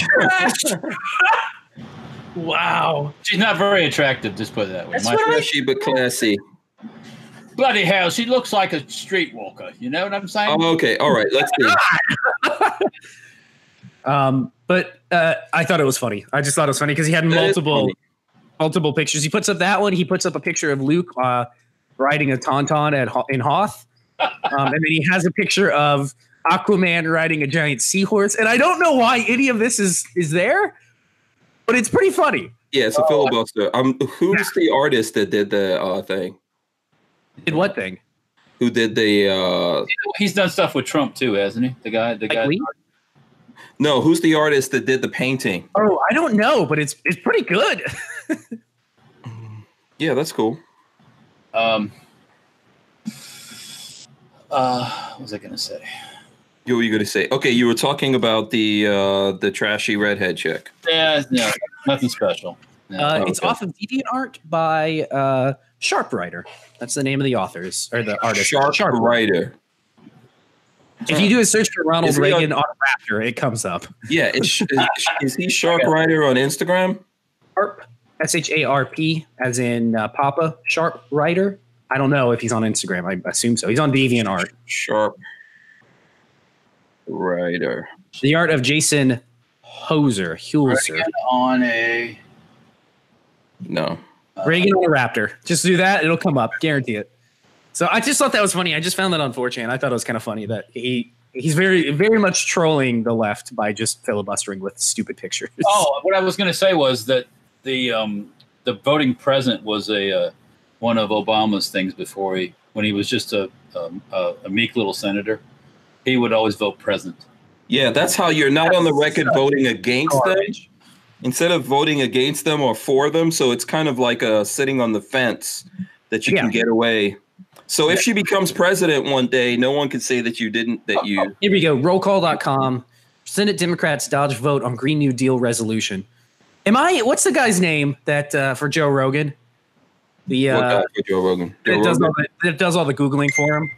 wow.
not very attractive. Just put it that way.
That's
My-
what I-
Flashy but classy.
bloody hell, she looks like a streetwalker. You know what I'm saying?
Oh, okay. All right. Let's see.
Um, but uh, I thought it was funny. I just thought it was funny because he had
is
multiple
funny.
multiple pictures. He puts up that one. He puts up a picture of Luke uh, riding a tauntaun at Ho- in Hoth, um, and then he has a picture of Aquaman riding a giant seahorse. And I don't know why any of this is is there, but it's pretty funny.
Yeah, it's a filibuster. Um, who's the artist that did the uh, thing?
Did what thing?
Who did the? Uh,
He's done stuff with Trump too, hasn't he? The guy, the
Like
guy.
Lee?
no, who's the artist that did the painting?
Oh, I don't know, but it's it's pretty good. Uh,
Yeah, that's cool.
Um, uh, what was I gonna say?
What were you gonna say? Okay, you were talking about the uh, the trashy redhead chick.
Yeah, no, nothing special. No.
Uh,
Oh,
it's
okay.
off of DeviantArt by uh, Sharpwriter. That's the name of the authors or the artist.
Sharp, writer.
If you do a search for Ronald
Is he on-
Reagan on, Raptor, it comes up.
Yeah, it's, is, is he sharp writer on Instagram?
Sharp, S H A R P, as in uh, Papa Sharp Writer. I don't know if he's on Instagram. I assume so. He's on DeviantArt.
Sharp writer.
The art of Jason Hoser, Hulser.
Reagan on a
No.
Reagan on a Raptor. Just do that. It'll come up. Guarantee it. So I just thought that was funny. I just found that on 4chan. I thought it was kind of funny that he he's very very much trolling the left by just filibustering with stupid pictures.
Oh, what I was going to say was that the um, the voting present was a uh, one of Obama's things before he when he was just a, um, a a meek little senator. He would always vote present.
Yeah, that's how you're not on the record voting against them. Instead of voting against them or for them, so it's kind of like a sitting on the fence that you can get away. So if she becomes president one day, no one can say that you didn't that you
Here we go. Rollcall.com. Senate Democrats dodge vote on Green New Deal resolution. Am I? What's the guy's name that uh, for Joe Rogan? The
Look
uh,
out for Joe Rogan. Joe
that does
Rogan.
all the that does all the googling for him.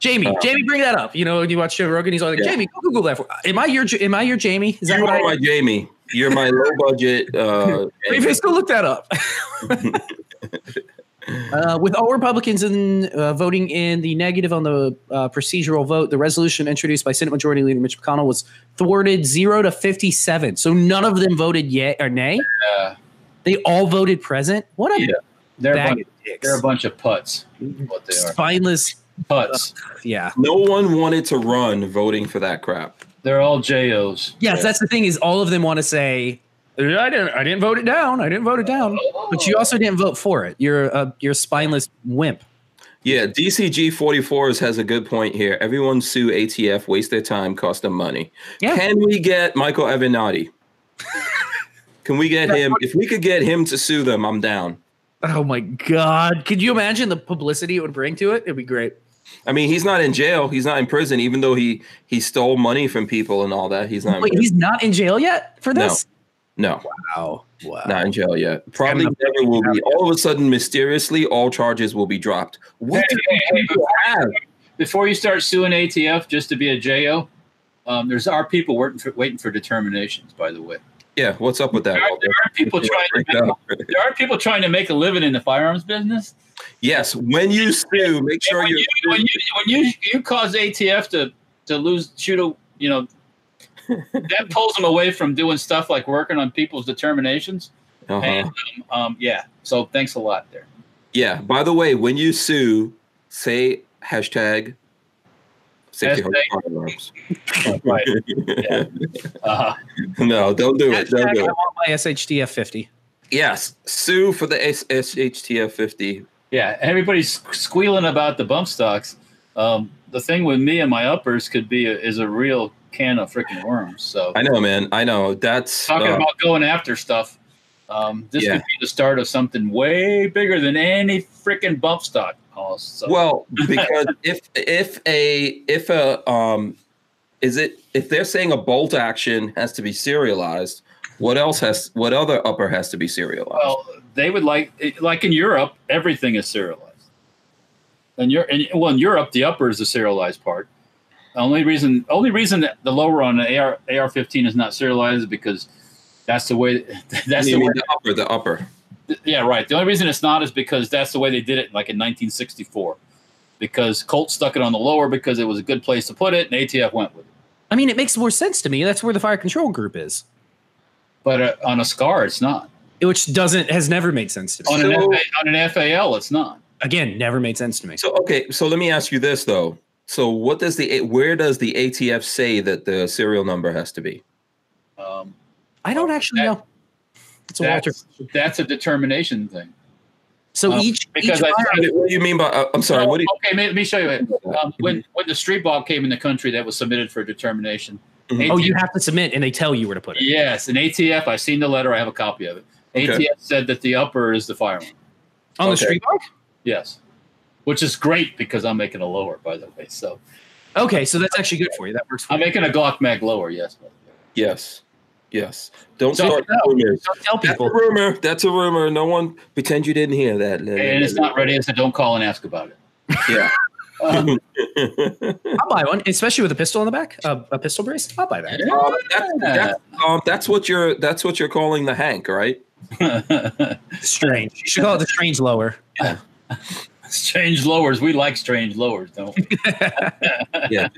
Jamie,
Uh,
Jamie, bring that up. You know, when you watch Joe Rogan, he's all like,
Yeah.
Jamie, go Google that for. Am I your? J- Am I your Jamie? Is that
You
what?
are
I,
my Jamie. You're my low budget uh
Maybe let's go look that up. uh, with all Republicans in, uh, voting in the negative on the uh, procedural vote, the resolution introduced by Senate Majority Leader Mitch McConnell was thwarted zero to 57. So none of them voted yay or nay.
Uh,
They all voted present. What a
Yeah.
They're a,
bag
bunch,
of dicks.
they're a bunch of putts. is What they are
Spineless.
putts.
Yeah.
No one wanted to run voting for that crap.
They're all JOs.
Yes, that's the thing is all of them want to say, I didn't I didn't vote it down. I didn't vote it down. But you also didn't vote for it. You're a you're a spineless wimp.
Yeah, DCG 44s has a good point here. Everyone sue ATF, waste their time, cost them money.
Yeah.
Can we get Michael Avenatti? Can we get him? If we could get him to sue them, I'm down.
Oh my god. Could you imagine the publicity it would bring to it? It'd be great.
I mean, he's not in jail. He's not in prison, even though he he stole money from people and all that. He's not. In
Wait,
prison.
he's not in jail yet for
No.
this?
no,
Wow. Wow.
not in jail yet. Probably never will be. All of a sudden, mysteriously, all charges will be dropped. What do
Hey, hey,
you have?
Before you start suing ATF just to be a JO, um, there's our people waiting for, waiting for determinations. By the way,
Yeah, what's up with that?
there are,
Walter?
there are people trying to
Break
make,
up.
there are people trying to make a living in the firearms business.
Yes, when you sue, make
And
sure
when,
you're.
you, when you when you you cause ATF to to lose shoot a you know that pulls them away from doing stuff like working on people's determinations.
Uh-huh.
And um, um, yeah, so thanks a lot there.
Yeah. By the way, when you sue, say hashtag. Safety
Hashtag-
firearms.
Right. Uh,
no, don't do it. Don't
Hashtag
do
I
it.
want my SHTF 50.
Yes, sue for the SHTF 50.
yeah, everybody's squealing about the bump stocks. Um, the thing with me and my uppers could be a, is a real can of freaking worms. So
I know, man. I know. That's
talking
uh,
about going after stuff. Um, this
Yeah.
could be the start of something way bigger than any freaking bump stock cost. So.
well because if if a if a um is it if they're saying a bolt action has to be serialized, what else has what other upper has to be serialized?
Well, they would like, like in Europe, everything is serialized. And you're, and, well, in Europe, the upper is the serialized part. The only reason, only reason that the lower on the AR AR-15 is not serialized is because that's the way. That's
you
the way.
mean the upper, the upper.
Yeah, right. The only reason it's not is because that's the way they did it, like in 1964, because Colt stuck it on the lower because it was a good place to put it, and ATF went with it.
I mean, it makes more sense to me. That's where the fire control group is,
But uh, on a SCAR, it's not.
which doesn't has never made sense to me.
On an,
So-
FA, on an FAL, it's not.
Again, never made sense to me.
So okay, so let me ask you this though. So what does the where does the ATF say that the serial number has to be?
Um,
I don't actually
That-
know. It's a Walter.
that's, that's a determination thing.
So
um,
each
because
each
I-
fire-
What do- what do you mean by? uh, I'm sorry.
No,
What do
okay, let me show you.
you?
Um, when when the street ball came in the country, that was submitted for determination.
Mhm.
oh,
ATF
you have to submit, and they tell you where to put it.
yes, an ATF. I've seen the letter. I have a copy of it.
Okay.
ATF said that the upper is the firearm.
On the
Okay.
street mark?
Yes, which is great because I'm making a lower, by the way. So
Okay, so that's actually good for you. That works for
I'm
you.
making a Glock Mag lower. Yes. by the way.
Yes, yes. Don't
So-
start rumors.
Don't tell
That's a
people.
rumor. That's a rumor. No one pretend you didn't hear that.
And it's not ready, so don't call and ask about it.
Yeah.
Uh,
um,
I'll buy one, especially with a pistol in the back, a, a pistol brace. I'll buy that.
that's, that's, um, that's what you're. That's what you're calling the Hank, right?
Strange. You should call it the strange lower.
strange lowers. We like strange lowers, don't we?
Yeah.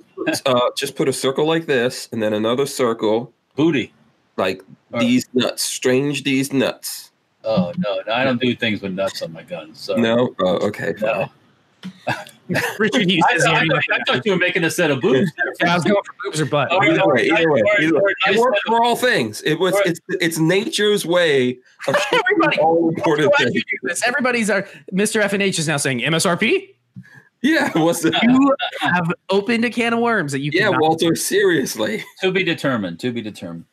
uh, just put a circle like this, and then another circle
Booty.
like
All right.
these nuts. Strange these nuts.
Oh no, no, I don't do things with nuts on my guns. So
No. Oh, okay. fine.
Uh, No.
Richard Hughes.
I,
says he
I,
already
I,
went for
thought you were making a set of boobs.
that. I was going for boobs or butt.
Oh,
Either way, either way, either way.
Nice
It works
set of-
for all things. It was.
Alright.
It's. It's nature's way of
Everybody-
all important
Why'd
things.
you do this? Everybody's our Mr. FNH is now saying MSRP.
Yeah. What's the?
You have opened a can of worms that you
Yeah,
cannot-
Walter. Seriously.
To be determined. To be determined.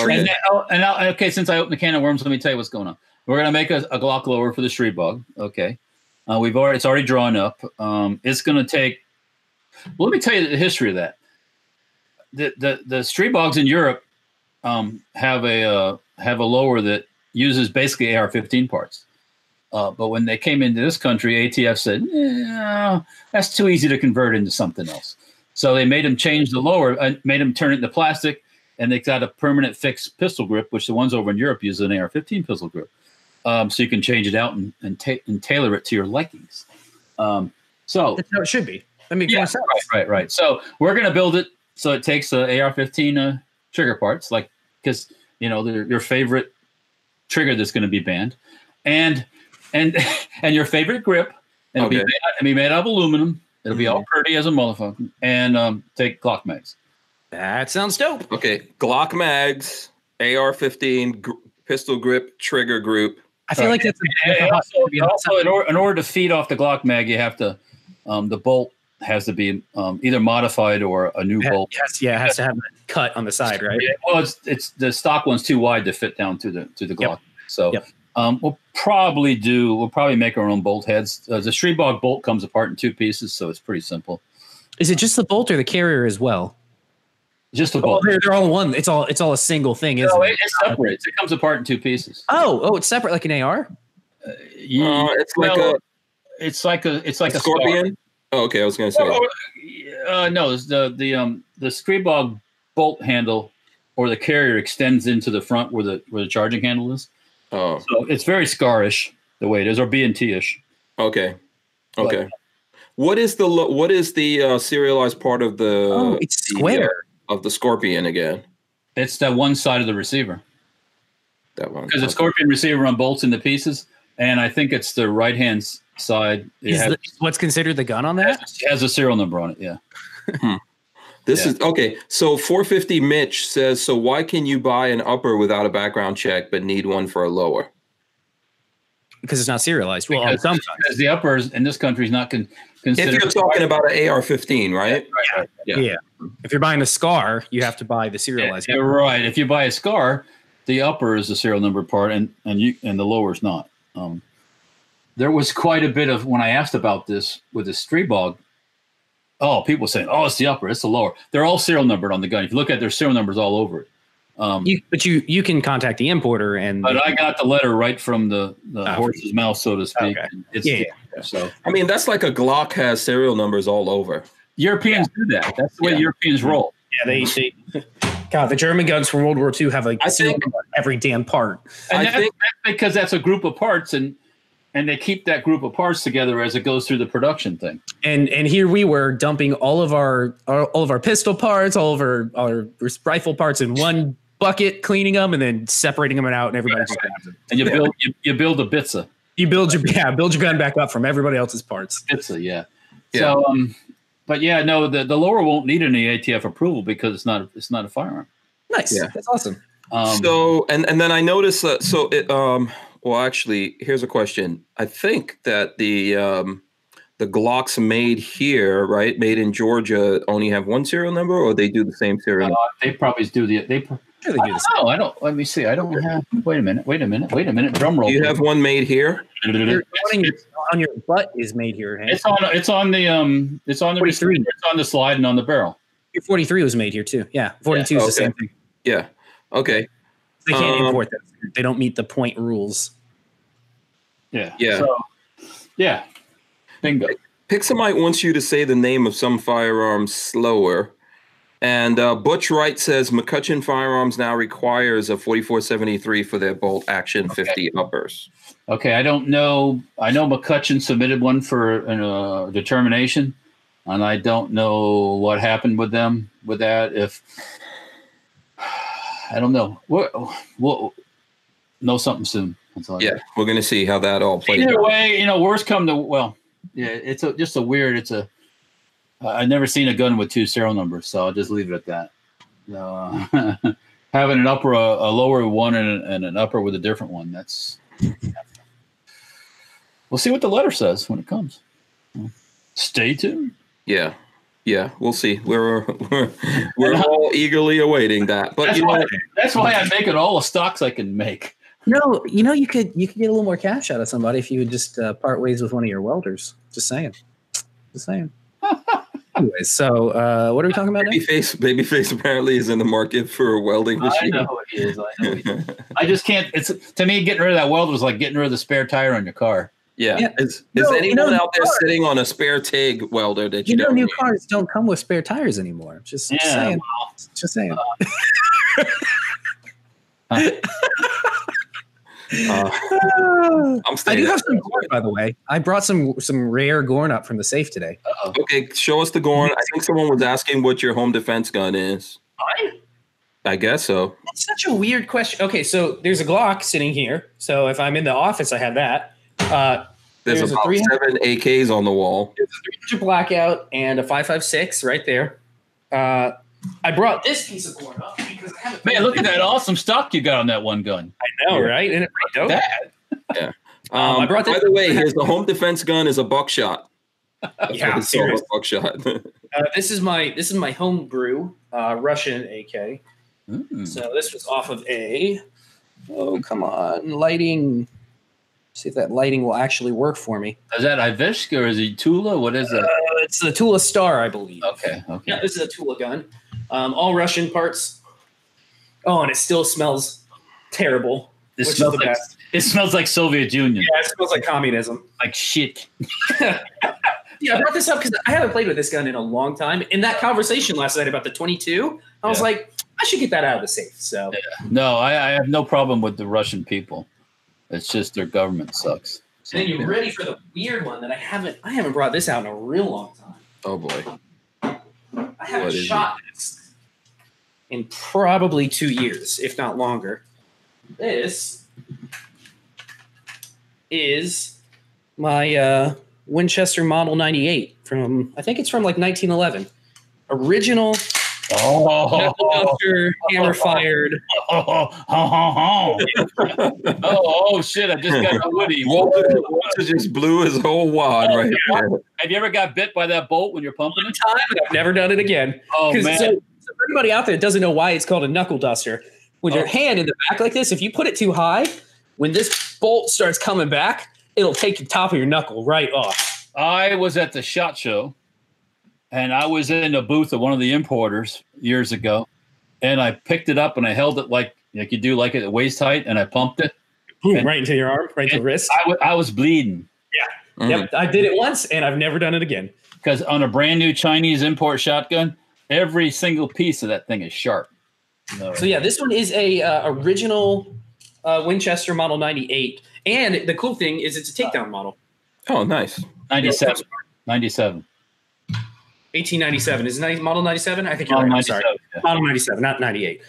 Okay.
And, now, and now, okay, since I opened the can of worms, let me tell you what's going on. We're gonna make a, a Glock lower for the Shreebog. Okay, uh, we've already it's already drawn up. Um, it's gonna take. Well, let me tell you the history of that. The the the Streetbogs in Europe um, have a uh, have a lower that uses basically AR-15 parts. Uh, but when they came into this country, ATF said, "No, that's too easy to convert into something else." So they made them change the lower, uh, made them turn it into plastic, and they got a permanent fixed pistol grip, which the ones over in Europe use an AR-15 pistol grip. Um, so you can change it out and and, ta- and tailor it to your likings. Um, so
That's how it should be. That makes
Yeah,
more sense.
right, right, right. So we're gonna build it so it takes the AR-15 uh, trigger parts, like because you know they're your favorite trigger that's gonna be banned, and and and your favorite grip. And it'll be
Okay.
made, it'll be made out of aluminum. It'll be
Mm-hmm.
all pretty as a motherfucker. And um, take clock mags.
That sounds dope.
Okay, Glock mags, AR-15 gr- pistol grip, trigger group.
I feel like that's
And
a,
also, also in, or, in order to feed off the Glock mag, you have to um, the bolt has to be um, either modified or a new bolt.
yes, yeah, it has to have a cut on the side, right?
Yeah, well, it's it's the stock one's too wide to fit down through the through the Glock.
Yep.
So
Yep.
um, we'll probably do. We'll probably make our own bolt heads. Uh, the Streebog bolt comes apart in two pieces, so it's pretty simple.
Is it just the bolt or the carrier as well?
Just a
Oh,
bolt.
they're, they're all one. It's all it's all a single thing, isn't
No,
it?
it, it separates. It comes apart in two pieces.
Oh, oh, it's separate like an AR.
Uh, You-
Uh, it's like
well,
a,
it's like a it's like
a
a scar.
scorpion. Oh, okay, I was gonna say.
Or- uh, no, it's the the um the Streebog bolt handle or the carrier extends into the front where the where the charging handle is.
Oh,
So it's very scarish the way it is, or B and T ish.
oh, okay, okay. What is the lo- what is the uh, serialized part of the
oh, it's
the, uh,
square.
of the scorpion again?
It's that one side of the receiver
That one
because the Scorpion receiver unbolts into pieces, and I think it's the right hand side. It
Is
has,
the- what's considered the gun on
has,
that?
has a serial number on it. Yeah.
This
Yeah.
is okay. So 450 Mitch says, so why can you buy an upper without a background check but need one for a lower?
Because it's not serialized. Well,
Because-
sometimes.
Because the uppers in this country is not con-
If
considered.
you're talking about an AR-15, right?
yeah.
Yeah. If you're buying a scar, you have to buy the serialized.
Yeah, right. If you buy a scar, the upper is the serial number part, and and you and the lower is not. Um, there was quite a bit of when I asked about this with the Streebog. Oh, people saying, "Oh, it's the upper, it's the lower." They're all serial numbered on the gun. If you look at their serial numbers all over it. Um,
You, but you you can contact the importer and
but uh, I got the letter right from the, the
Ah,
horse's mouth, so to speak.
Okay.
It's
Yeah,
the upper, so
I mean, that's like a Glock has serial numbers all over.
Europeans do that. That's the way
Yeah.
Europeans roll.
yeah, they, they God, the German guns from World War II have like
I think-
every damn part.
And
I
that's,
think-
that's because that's a group of parts, and and they keep that group of parts together as it goes through the production thing.
and and here we were dumping all of our, our all of our pistol parts, all of our, our rifle parts in one bucket, cleaning them, and then separating them out, and everybody just grabs them.
And you
Yeah.
build you, you build a bitza.
You build your yeah, build your gun back up from everybody else's parts.
Bitza, yeah. So um but yeah, no, the, the lower won't need any ATF approval because it's not it's not a firearm.
Nice,
Yeah.
that's awesome.
Um
so, and and then I noticed that. So, it, um, well, actually, here's a question. I think that the um, the Glocks made here, right, made in Georgia, only have one serial number, or they do the same serial.
uh, they probably do the they pr-
Sure they
I
do
don't
this.
know, I don't let me see. I don't have wait a minute, wait a minute, wait a minute, drum roll.
Do you have one made here?
Your,
it's,
on your- on your butt is made here. Hank.
it's on it's on the um it's on the
43.
receiver, it's on the slide and on the barrel.
Your 43 was made here too. Yeah, 42 is the
Yeah,
same thing.
Yeah. Okay.
They can't
Um,
import that. They don't meet the point rules.
Yeah.
Yeah.
So, yeah. Bingo.
Pixamite wants you to say the name of some firearm slower. And uh, Butch Wright says McCutcheon firearms now requires a 4473 for their bolt action 50 uppers.
Okay, I don't know. I know McCutcheon submitted one for a uh, determination, and I don't know what happened with them with that. If I don't know, we'll, we'll know something soon. That's all I
Yeah, we're going to see how that all
got.
plays
Either
out.
way, you know, worst come to well, yeah, it's a, just a weird. It's a I- I've never seen a gun with two serial numbers, so I'll just leave it at that. Uh, having an upper, a, a lower one, and, and an upper with a different one. That's. We'll see what the letter says when it comes. Stay tuned.
Yeah. Yeah, we'll see. We're we're, we're all eagerly awaiting that. But
That's
you know,
why,
what?
that's why I'm making all the stocks I can make.
No, you know you could you could get a little more cash out of somebody if you would just uh, part ways with one of your welders. Just saying, just saying. Anyways, so uh, what are we talking about now?
Babyface Babyface apparently is in the market for a welding
I
machine.
know it is. I know it is. I just can't. It's to me, getting rid of that weld was like getting rid of the spare tire on your car.
Yeah.
Yeah.
Is,
No,
is
you
anyone
know,
out there
cars-
sitting on a spare TIG welder that you,
You know,
don't
new
need?
cars don't come with spare tires anymore. Just, just
Yeah,
saying. just saying.
Uh, I'm
I
staying
do
out
have
there.
some corn, by the way. I brought some some rare gorn up from the safe today.
Okay, show us the Gorn. I think someone was asking what your home defense gun is. I guess so.
That's such a weird question. Okay, so there's a Glock sitting here. So if I'm in the office, I have that. Uh,
There's
There's a
about
300
seven AKs on the wall.
there's a 300 blackout and a 556 right there. Uh, I brought this piece of board up because I have it.
Man, look at that awesome stock you got on that one gun.
I know, right? Isn't it pretty dope?
That
Um,
I brought
by
this-
the way, his the home defense gun is a buckshot. That's
Yeah,
what it's called, a
seriously.
buckshot.
Uh, this is my this is my homebrew uh, Russian AK.
Mm.
So this was off of a. Oh come on, lighting. See if that lighting will actually work for me.
is that Iveshka or is it Tula? What is
Uh,
that?
it's the Tula Star, I believe.
Okay, okay.
Yeah, this is a Tula gun. Um, all Russian parts. Oh, and it still smells terrible.
It
Which is
smells
the
like
best.
it smells like Soviet Union,
Yeah, it smells like communism.
like shit.
Yeah, I brought this up because I haven't played with this gun in a long time. In that conversation last night about the 22, I was
Yeah.
like, I should get that out of the safe. So
No, I, I have no problem with the Russian people. It's just their government sucks.
And then you're ready for the weird one that I haven't I haven't brought this out in a real long time.
Oh boy.
I haven't
What is
shot this in probably two years, if not longer. This is my uh, Winchester Model 98 from I think it's from like 1911. Original
Oh,
after hammer fired.
oh, oh, oh, oh. oh, oh, shit! I just got a Woody.
Walter, Walter just blew his whole wad
Oh,
right there.
Have you ever got bit by that bolt when you're pumping it?
Time and I've never done it again.
Oh
'Cause-
man,
So, so for anybody out there that doesn't know why it's called a knuckle duster, with your
Oh.
hand in the back like this, if you put it too high, when this bolt starts coming back, it'll take the top of your knuckle right off.
I was at the shot show, and I was in a booth of one of the importers years ago, and I picked it up and I held it like like you do, like at waist height, and I pumped it.
Boom,
And-
right into your arm, right to the wrist.
I wa- I was bleeding
Mm.
yep, I did it once and I've never done it again.
because on a brand new Chinese import shotgun, every single piece of that thing is sharp. No.
So yeah, this one is a uh, original uh, Winchester Model 98. And the cool thing is it's a takedown model.
Oh, nice.
97. 97.
1897 is it 90, model 97. I think you're
Oh,
right. I'm
97.
sorry.
yeah.
Model 97, not 98.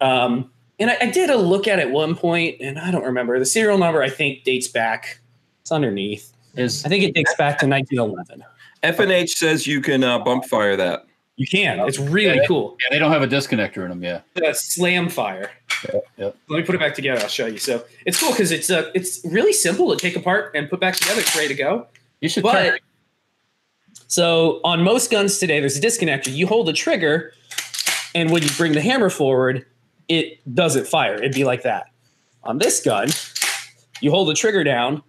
Um, and I, I did a look at it one point, and I don't remember. The serial number, I think, dates back. It's underneath.
Is
I think it dates back to 1911.
FNH says you can uh, bump fire that.
You can. It's really
Yeah.
cool.
yeah, they don't have a disconnector in them. Yeah.
Uh, slam fire.
yep.
Let me put it back together. I'll show you. So it's cool because it's uh, it's really simple to take apart and put back together. It's ready to go.
You should
But-
turn-
So on most guns today, there's a disconnector. You hold the trigger, and when you bring the hammer forward, it doesn't fire. It'd be like that. On this gun, you hold the trigger down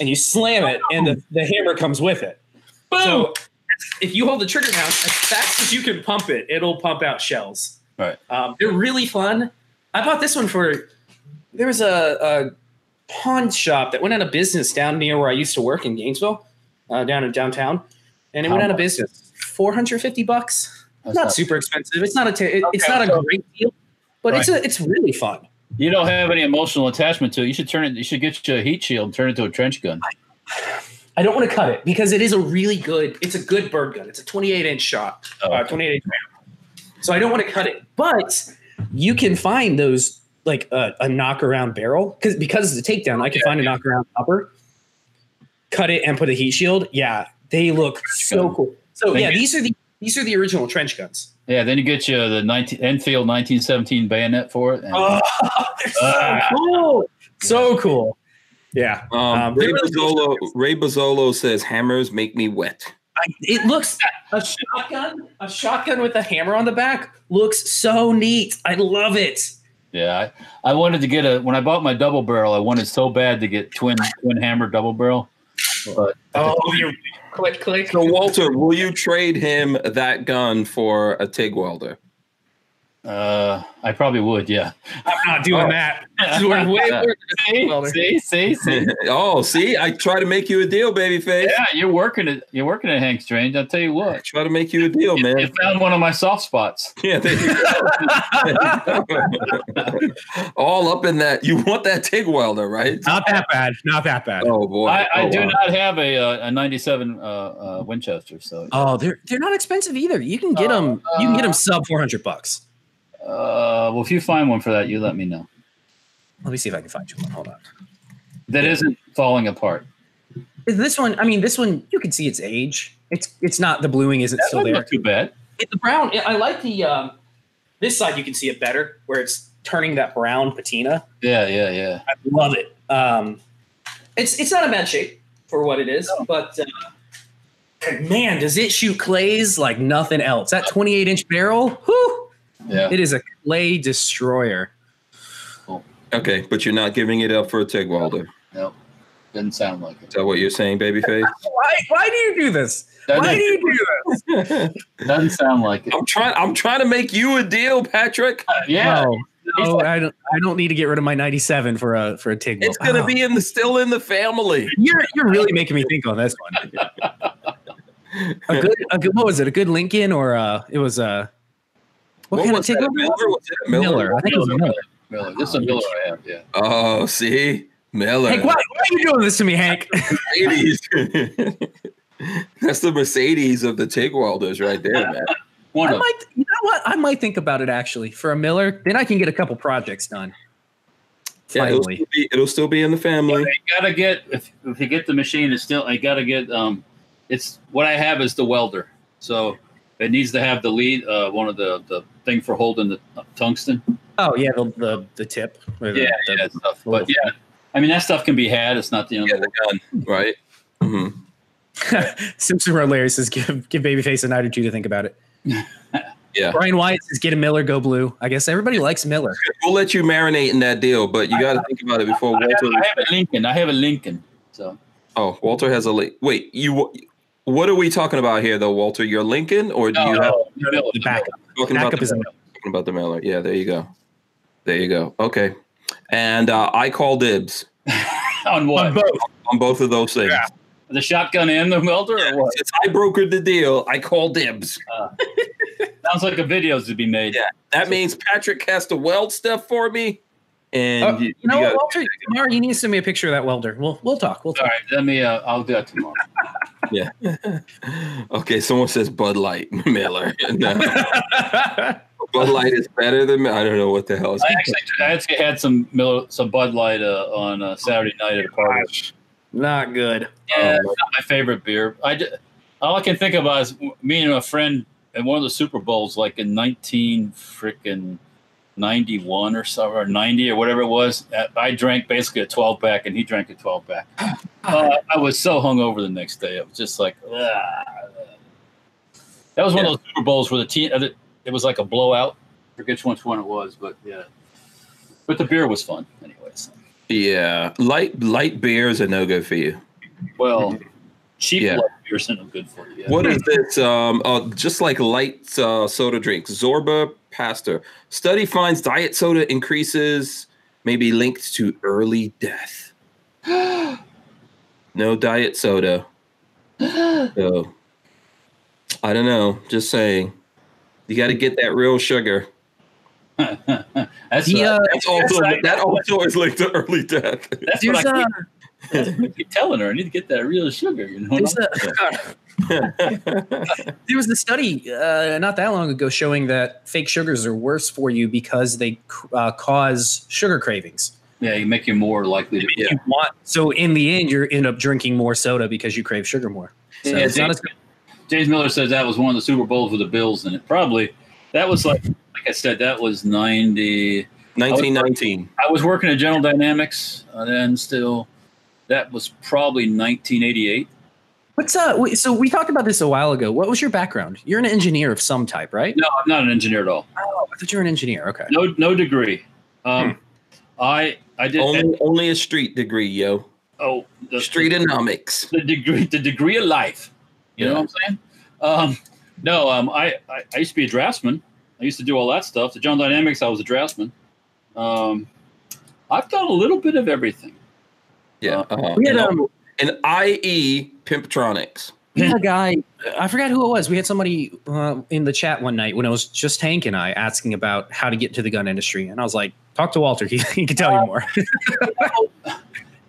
and you slam it, and the, the hammer comes with it.
Boom!
So if you hold the trigger down as fast as you can pump it, it'll pump out shells.
Right.
Um, they're really fun. I bought this one for there was a, a pawn shop that went out of business down near where I used to work in Gainesville, uh, down in downtown, and it went
How
out of business. Four hundred fifty bucks.
That's
Not,
not-
super expensive. It's not a ta- it- it's
Okay,
not
so-
a great deal, but it's a, it's really fun.
you don't have any emotional attachment to it. You should turn it. You should get you a heat shield and turn it to a trench gun.
I don't want to cut it because it is a really good. It's a good bird gun. It's a 28 inch shot,
Oh,
uh,
okay.
28 inch. round. So I don't want to cut it, but you can find those like uh, a knockaround barrel because because it's a takedown. I can find a knockaround upper, cut it and put a heat shield. Yeah, they look so
gun.
cool. So
They
yeah,
get-
these are the these are the original trench guns.
Yeah, then you get you the 19, Enfield 1917 bayonet for it. and-
Oh, they're so
Ah.
cool. So cool. Yeah.
Um,
Um,
Ray,
they're really
Bozzolo, Ray Bozzolo says hammers make me wet.
I, it looks a shotgun, a shotgun with a hammer on the back looks so neat. I love it.
Yeah, I, I wanted to get a when I bought my double barrel, I wanted so bad to get twin twin hammer double barrel. But
Oh, you click, click.
So Walter, will you trade him that gun for a TIG welder?
uh, I probably would. Yeah.
I'm not doing
Oh.
that. This is worth way more
See,
Welder.
see, see, see.
oh, see, I try to make you a deal, babyface.
Yeah, you're working it. You're working at Hank Strange. I'll tell you
I
what.
try to make you a deal,
You,
Oh, man.
you found one of my soft spots.
Yeah, there you go. All up in that. You want that TIG welder, right?
Not that bad. Not that bad.
Oh boy.
I, I
Oh,
do
wow.
not have a uh, a 97 uh, uh, Winchester, so
Oh, they're they're not expensive either. You can get them. You can get them sub 400 bucks.
uh, well, if you find one for that, you let me know.
Let me see if I can find you one. Hold on.
that isn't falling apart.
This one, I mean, this one you can see its age. It's it's not the bluing isn't
That's
still there.
not too bad.
It, the brown, I I like the um, this side. You can see it better where it's turning that brown patina.
Yeah, yeah, yeah.
I love it. Um, it's it's not a bad shape for what it is, but uh, man, does it shoot clays like nothing else? That 28 inch barrel, whoo,
Yeah.
it is a clay destroyer.
Okay, but you're not giving it up for a Tigwalder.
No, doesn't sound like it.
Is that what you're saying, babyface?
Why why do you do this? Why do
Doesn't,
you do this?
I'm
doesn't sound like it.
trying. I'm trying to make you a deal, Patrick.
Yeah.
No,
He's
no,
like-
I don't. I don't need to get rid of my '97 for a for a Tigwell.
It's gonna
Oh,
be in the still in the family.
You're you're really making me think on this one. a good, a good. What was it? A good Lincoln or a? It was a. What, kind of
was that, a
Tigwell?
Miller? Was it a
Miller.
Miller?
I think it was Miller.
Miller. This is a Miller I have. Yeah.
Oh, see, Miller.
Hank, why, why are you doing this to me, Hank?
Mercedes. That's the Mercedes of the Tigwalders right there, man.
One
I
of them.
might. You know what? I might think about it actually for a Miller. Then I can get a couple projects done.
Yeah, it'll
Finally,
still, be, it'll still be in the family.
You gotta get if, if you get the machine, it's still I gotta get um it's what I have is the welder. So it needs to have the lead, uh one of the the thing for holding the uh, tungsten.
oh yeah, the the, the tip. or the-
Yeah,
the-
yeah, stuff. But yeah. I mean that stuff can be had. It's not the end
Yeah,
of the
the gun, right? hmm
Simpson Road Larry says, give, give Babyface a night or two to think about it.
Yeah.
Brian Wyatt says, get a Miller, go blue. I guess everybody likes Miller.
We'll let you marinate in that deal, but you got to think about it before
I have,
Walter.
I have a Lincoln. I have a Lincoln. So
Oh, Walter has a late. Wait, you. What are we talking about here, though, Walter? Your Lincoln, or do you have
Miller,
The backup.
talking about
Backup
the,
is a
talking about the Miller? Yeah, there you go. There you go. Okay, and uh, I call dibs
on what?
On both.
on both of those things.
Yeah.
The shotgun and the welder or what?
Since I brokered the deal, I call dibs.
Sounds like a video to be made.
Yeah. That means Patrick has to weld stuff for me. And
Oh,
you,
You know
you
what,
gotta-
Walter? Tomorrow you need to send me a picture of that welder. We'll we'll talk. We'll
All
talk.
right, let me uh, I'll do that tomorrow.
okay, someone says Bud Light Miller. No. Bud Light is better than I don't know what the hell is.
I actually, I actually had some Miller, some Bud Light uh, on uh, Saturday night at a party.
Not good.
Yeah, it's not my favorite beer. I d- all I can think about is me and a friend at one of the Super Bowls, like in nineteen freaking ninety one or so, or ninety or whatever it was. Uh, I drank basically a twelve pack, and he drank a twelve pack. Uh, I was so hungover the next day. It was just like ah. that was one of those Super Bowls where the team uh, the- it was like a blowout. I forget which one it was, but yeah. But the beer was fun, anyways.
Yeah, light light beers are no good for you.
Well, cheap
Yeah.
light beers are no good for you. yeah.
What is this? Um, oh, just like light uh, soda drinks. Zorba Pastor study finds diet soda increases may be linked to early death. no diet soda. So I don't know. Just saying, you got to get that real sugar.
That's
The,
uh,
uh,
That's also
right.
that also is linked to early death.
that's
there's uh,
what I
a,
keep, that's what I keep telling her. I need to get that real sugar. You know.
there's a There was a study uh, not that long ago showing that fake sugars are worse for you because they uh, cause sugar cravings.
Yeah, you make you more likely to.
Yeah.
You want so in the end you end up drinking more soda because you crave sugar more. So
Yeah,
it's not
James,
as
James Miller says that was one of the Super Bowls with the Bills in it. Probably that was like like I said that was ninety.
Nineteen nineteen.
I was working at General Dynamics uh, then still. That was probably nineteen eighty eight.
What's uh? wait, So we talked about this a while ago. What was your background? You're an engineer of some type, right?
No, I'm not an engineer at all.
Oh, I thought you were an engineer. Okay.
No, no degree. Um, I I did
Only only a street degree, yo.
oh the
Streetonomics.
the degree the degree of life. You know
Yeah.
what I'm saying? Um, no, um, I, I I used to be a draftsman. I used to do all that stuff. The John Dynamics, I was a draftsman. Um, I've done a little bit of everything.
Yeah. Uh-huh.
We had
And,
um,
and IE Pimptronics.
we had a guy. I forgot who it was. We had somebody uh, in the chat one night when it was just Hank and I asking about how to get into the gun industry, and I was like, "Talk to Walter. He, he can tell
Uh,
you more."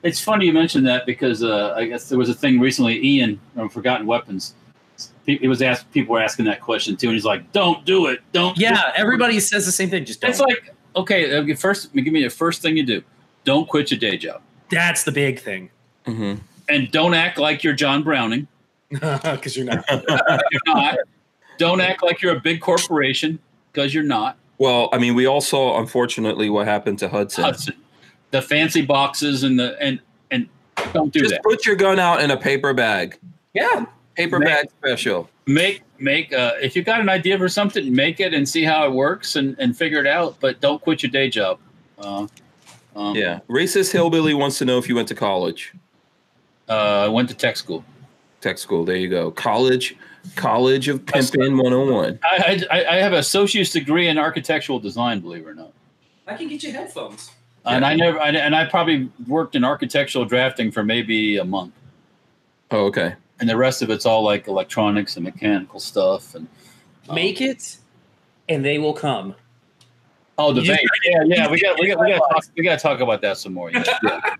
It's funny you mentioned that because uh, I guess there was a thing recently. Ian from Forgotten Weapons. He he was asked. People were asking that question too, and he's like, "Don't do it. Don't." do
yeah,
it."
everybody says the same thing. Just don't.
It's like okay. uh, First, give me the first thing you do. Don't quit your day job.
That's the big thing.
Mhm.
and don't act like you're John Browning.
Because you're not.
You're not. don't act like you're a big corporation because you're not.
Well, I mean, we all saw, unfortunately, what happened to Hudson.
Hudson, the fancy boxes and the and and don't do
Just
that.
put your gun out in a paper bag.
Yeah.
Paper
Man.
bag special.
Make make uh, if you got an idea for something, make it and see how it works and and figure it out. But don't quit your day job. Uh, um,
Yeah. Racist hillbilly wants to know if you went to college,
uh, I went to tech school.
tech school. There you go. College, College of oh Pimpin 101.
I, I, I have a associate's degree in architectural design, believe it or not.
I can get you headphones.
And I never, I, and I probably worked in architectural drafting for maybe a month,
Oh, okay.
and the rest of it's all like electronics and mechanical stuff. And
Make it, and they will come.
oh, the
You-
vape. yeah, yeah, we got, we got, we got, to talk, we got to talk about that some more. Yeah.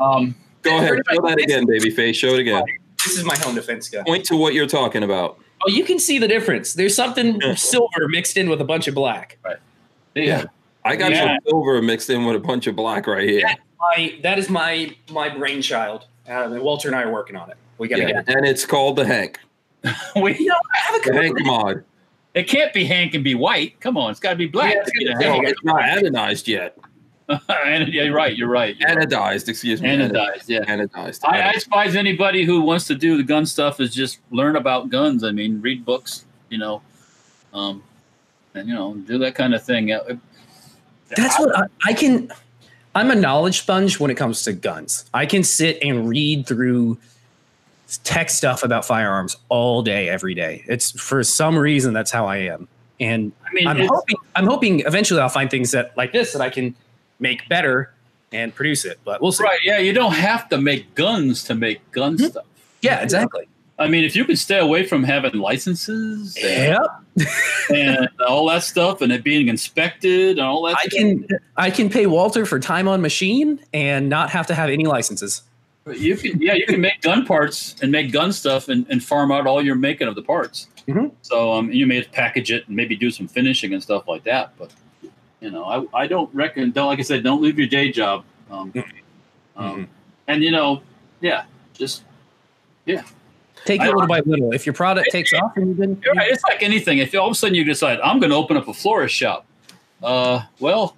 Um,
Go ahead. Show that again, babyface. Show it again.
This is my home defense gun.
Point to what you're talking about.
Oh, you can see the difference. There's something
Yeah.
silver mixed in with a bunch of black.
yeah,
I got
Yeah.
your silver mixed in with a bunch of black right here.
My that is my my brainchild. Uh, Walter and I are working on it. We gotta
Yeah.
get it.
And it's called the Hank.
we,
The Hank mod.
it can't be Hank and be white. Come on, it's got to be black.
Yeah, it's
to
gotta
get a
No,
you
it's not anodized yet.
Hank. and, yeah, you're right. You're right. You're right.
Anodized, excuse me.
Anodized. Yeah.
Anodized.
I, I advise anybody who wants to do the gun stuff is just learn about guns. I mean, read books, you know, um, and you know, do that kind of thing. Uh,
That's what I, I can. I'm a knowledge sponge when it comes to guns. I can sit and read through tech stuff about firearms all day, every day. It's for some reason that's how I am, and
I mean,
I'm
it's-
hoping I'm hoping eventually I'll find things that like this that I can make better and produce it. But we'll see. Hmm?
right? Yeah, you don't have to make guns to make gun stuff.
Yeah, exactly.
I mean, if you can stay away from having licenses and, and all that stuff, and it being inspected and all that,
I can I can pay Walter for time on machine and not have to have any licenses.
stuff, you can, yeah, you can make gun parts and make gun stuff and, and farm out all your making of the parts.
Mhm.
So um, you may have to package it and maybe do some finishing and stuff like that. But you know, I, I don't reckon. Don't like I said, don't leave your day job. Um, um, and you know, yeah, just
Take it
I-
little by little. If your product takes off, and you've been
You're right. It's like anything. If all of a sudden you decide I'm going to open up a florist shop, uh, well,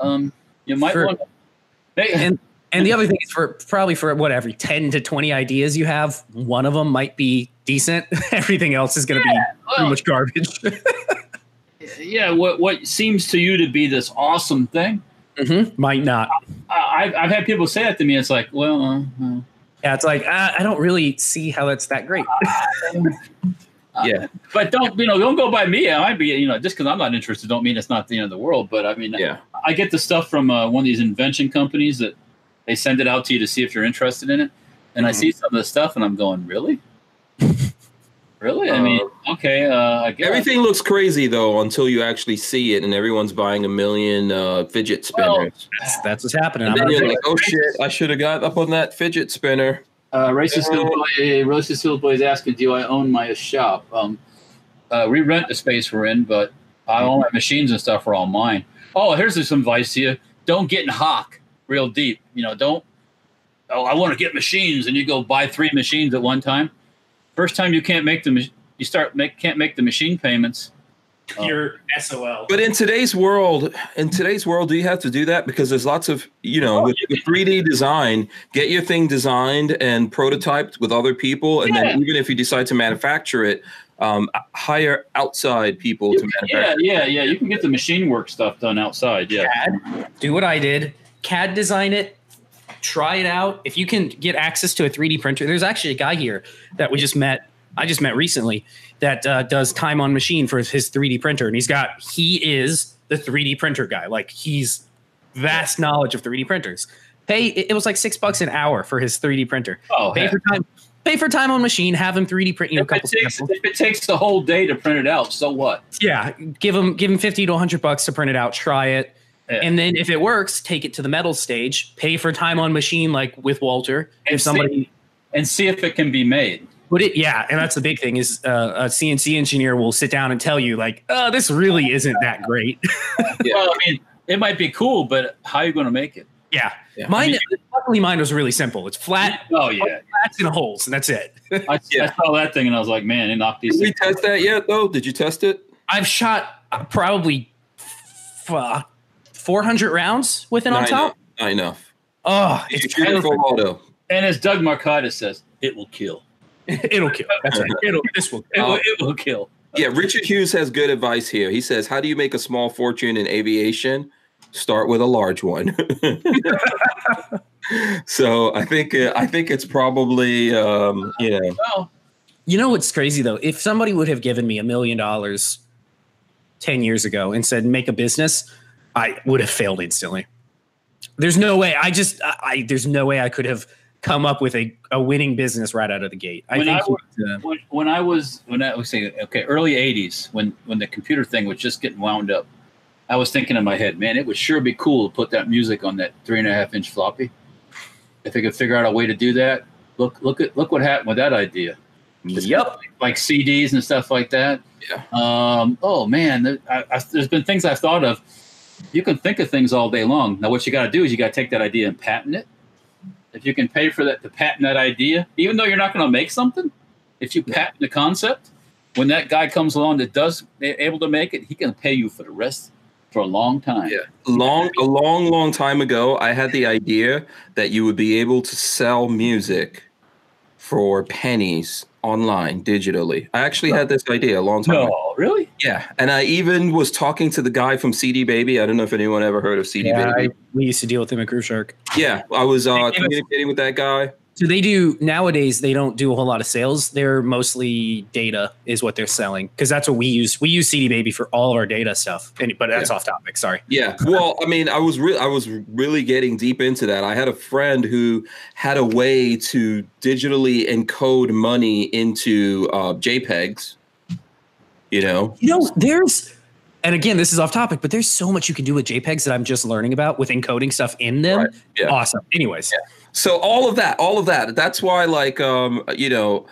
um, you might
Sure.
want. Hey,
And- and the other thing is for probably for what every ten to twenty ideas you have, one of them might be decent. Everything else is going to be pretty
well,
much garbage.
yeah. What what seems to you to be this awesome thing?
Mhm. Might not.
I, I've I've had people say that to me. It's like, well, uh, uh,
Yeah, it's like ah, I don't really see how that's that great.
yeah.
but don't you know? Don't go by me. I might be you know just because I'm not interested, don't mean it's not the end of the world. But I mean,
Yeah.
I get the stuff from uh, one of these invention companies that they send it out to you to see if you're interested in it. And I
Mhm.
see some of the stuff, and I'm going, really, really? I mean, okay, uh, I guess
Everything looks crazy though until you actually see it, and everyone's buying a million uh, fidget
Well,
spinners.
That's, that's what's happening.
and
I'm
then
not-
you're like, "Oh shit! I should have got up on that fidget spinner."
Uh, racist hillbilly, racist hillbilly is asking, "Do I own my shop?" Um, uh, we rent the space we're in, but I all my machines and stuff are all mine. Oh, here's some advice to you: don't get in hock real deep. You know, don't. Oh, I want to get machines, and you go buy three machines at one time. First time you can't make the mach- you start make can't make the machine payments.
You're SOL.
But in today's world, in today's world, do you have to do that? Because there's lots of you know,
Oh,
with, with 3D design, get your thing designed and prototyped with other people, and
Yeah.
then even if you decide to manufacture it, um, hire outside people to
Yeah,
manufacture.
yeah, yeah. You can get the machine work stuff done outside. Yeah.
do what I did. CAD design it, try it out. If you can get access to a 3D printer, there's actually a guy here that we just met. I just met recently that uh, does time on machine for his 3D printer, and he's got he is the 3D printer guy. Like he's vast knowledge of 3D printers. Pay it it was like six bucks an hour for his 3D printer.
Oh,
Pay
heck.
for time. Pay for time on machine. Have him 3D print you a
if it,
couple
takes,
samples.
if it takes the whole day to print it out, so what?
Yeah, give him give him 50 to 100 bucks to print it out, try it.
Yeah.
And then if it works, take it to the metal stage, pay for time on machine like with Walter.
And
if somebody
see, and see if it can be made.
would it yeah, and that's the big thing is uh, a CNC engineer will sit down and tell you like, "Uh, this really isn't that great."
Yeah.
Well, I mean, it might be cool, but how are you going to make it?
Yeah.
Yeah.
Mine, luckily, mine was really simple. It's flat,
Oh yeah,
flats and holes, and that's it.
I,
Yeah.
I saw that thing and I was like, man, they knocked these.
Did we
Things.
test that yet, though? Did you test it?
I've shot uh, probably f- uh, 400 rounds with it on
Not
top.
enough. Not enough.
Oh,
Did you
it's
shoot it full
terrifying.
auto?
And as Doug Marcotta says, it will kill.
It'll kill. That's right. It'll, this will
It,
kill.
will, it will kill.
Yeah, Richard Hughes has good advice here. He says, "How do you make a small fortune in aviation? Start with a large one." so I think uh, I think it's probably um, yeah.
Well,
You know what's crazy though? If somebody would have given me a million dollars 10 years ago and said, make a business, I would have failed instantly. There's no way. I just, I, I there's no way I could have come up with a, a winning business right out of the gate. I
When I
think uh,
when, when I was when I was saying okay, early '80s, when when the computer thing was just getting wound up, I was thinking in my head, man, it would sure be cool to put that music on that three and a half inch floppy. If they could figure out a way to do that, look look at look what happened with that idea.
Yep.
like CDs and stuff like that.
Yeah.
Um, oh man, th- I, I, there's been things I've thought of. You can think of things all day long. Now, what you got to do is you got to take that idea and patent it. If you can pay for that to patent that idea, even though you're not going to make something, if you patent the concept, when that guy comes along that does they're able to make it, he can pay you for the rest for a long time.
Yeah. Long a long long time ago, I had the idea that you would be able to sell music for pennies online digitally. I actually had this idea a long time ago.
No, really?
Yeah, and I even was talking to the guy from CD Baby. I don't know if anyone ever heard of CD
Yeah,
Baby.
I- we used to deal with them at Groove Shark.
Yeah, I was uh,
They gave us-
communicating with that guy.
So they do nowadays. They don't do a whole lot of sales. They're mostly data is what they're selling because that's what we use. We use CD Baby for all of our data stuff. And, but that's off topic. Sorry.
Yeah. Well, I mean, I was really, I was really getting deep into that. I had a friend who had a way to digitally encode money into uh, JPEGs. You know,
You know, there's, and again, this is off topic, but there's so much you can do with JPEGs that I'm just learning about with encoding stuff in them.
Right, yeah.
Awesome. Anyways,
so all of that, all of that. That's why, like, um, you know,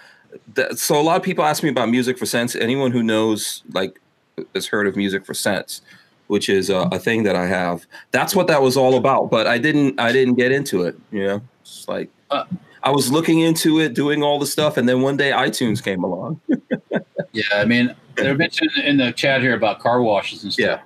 that, so a lot of people ask me about music for sense. Anyone who knows, like, has heard of music for sense, which is a, a thing that I have. That's what that was all about. But I didn't, I didn't get into it. You know, it's like.
Uh,
I was looking into it, doing all the stuff, and then one day iTunes came along.
Yeah, I mean, they're mentioning in the chat here about car washes and stuff.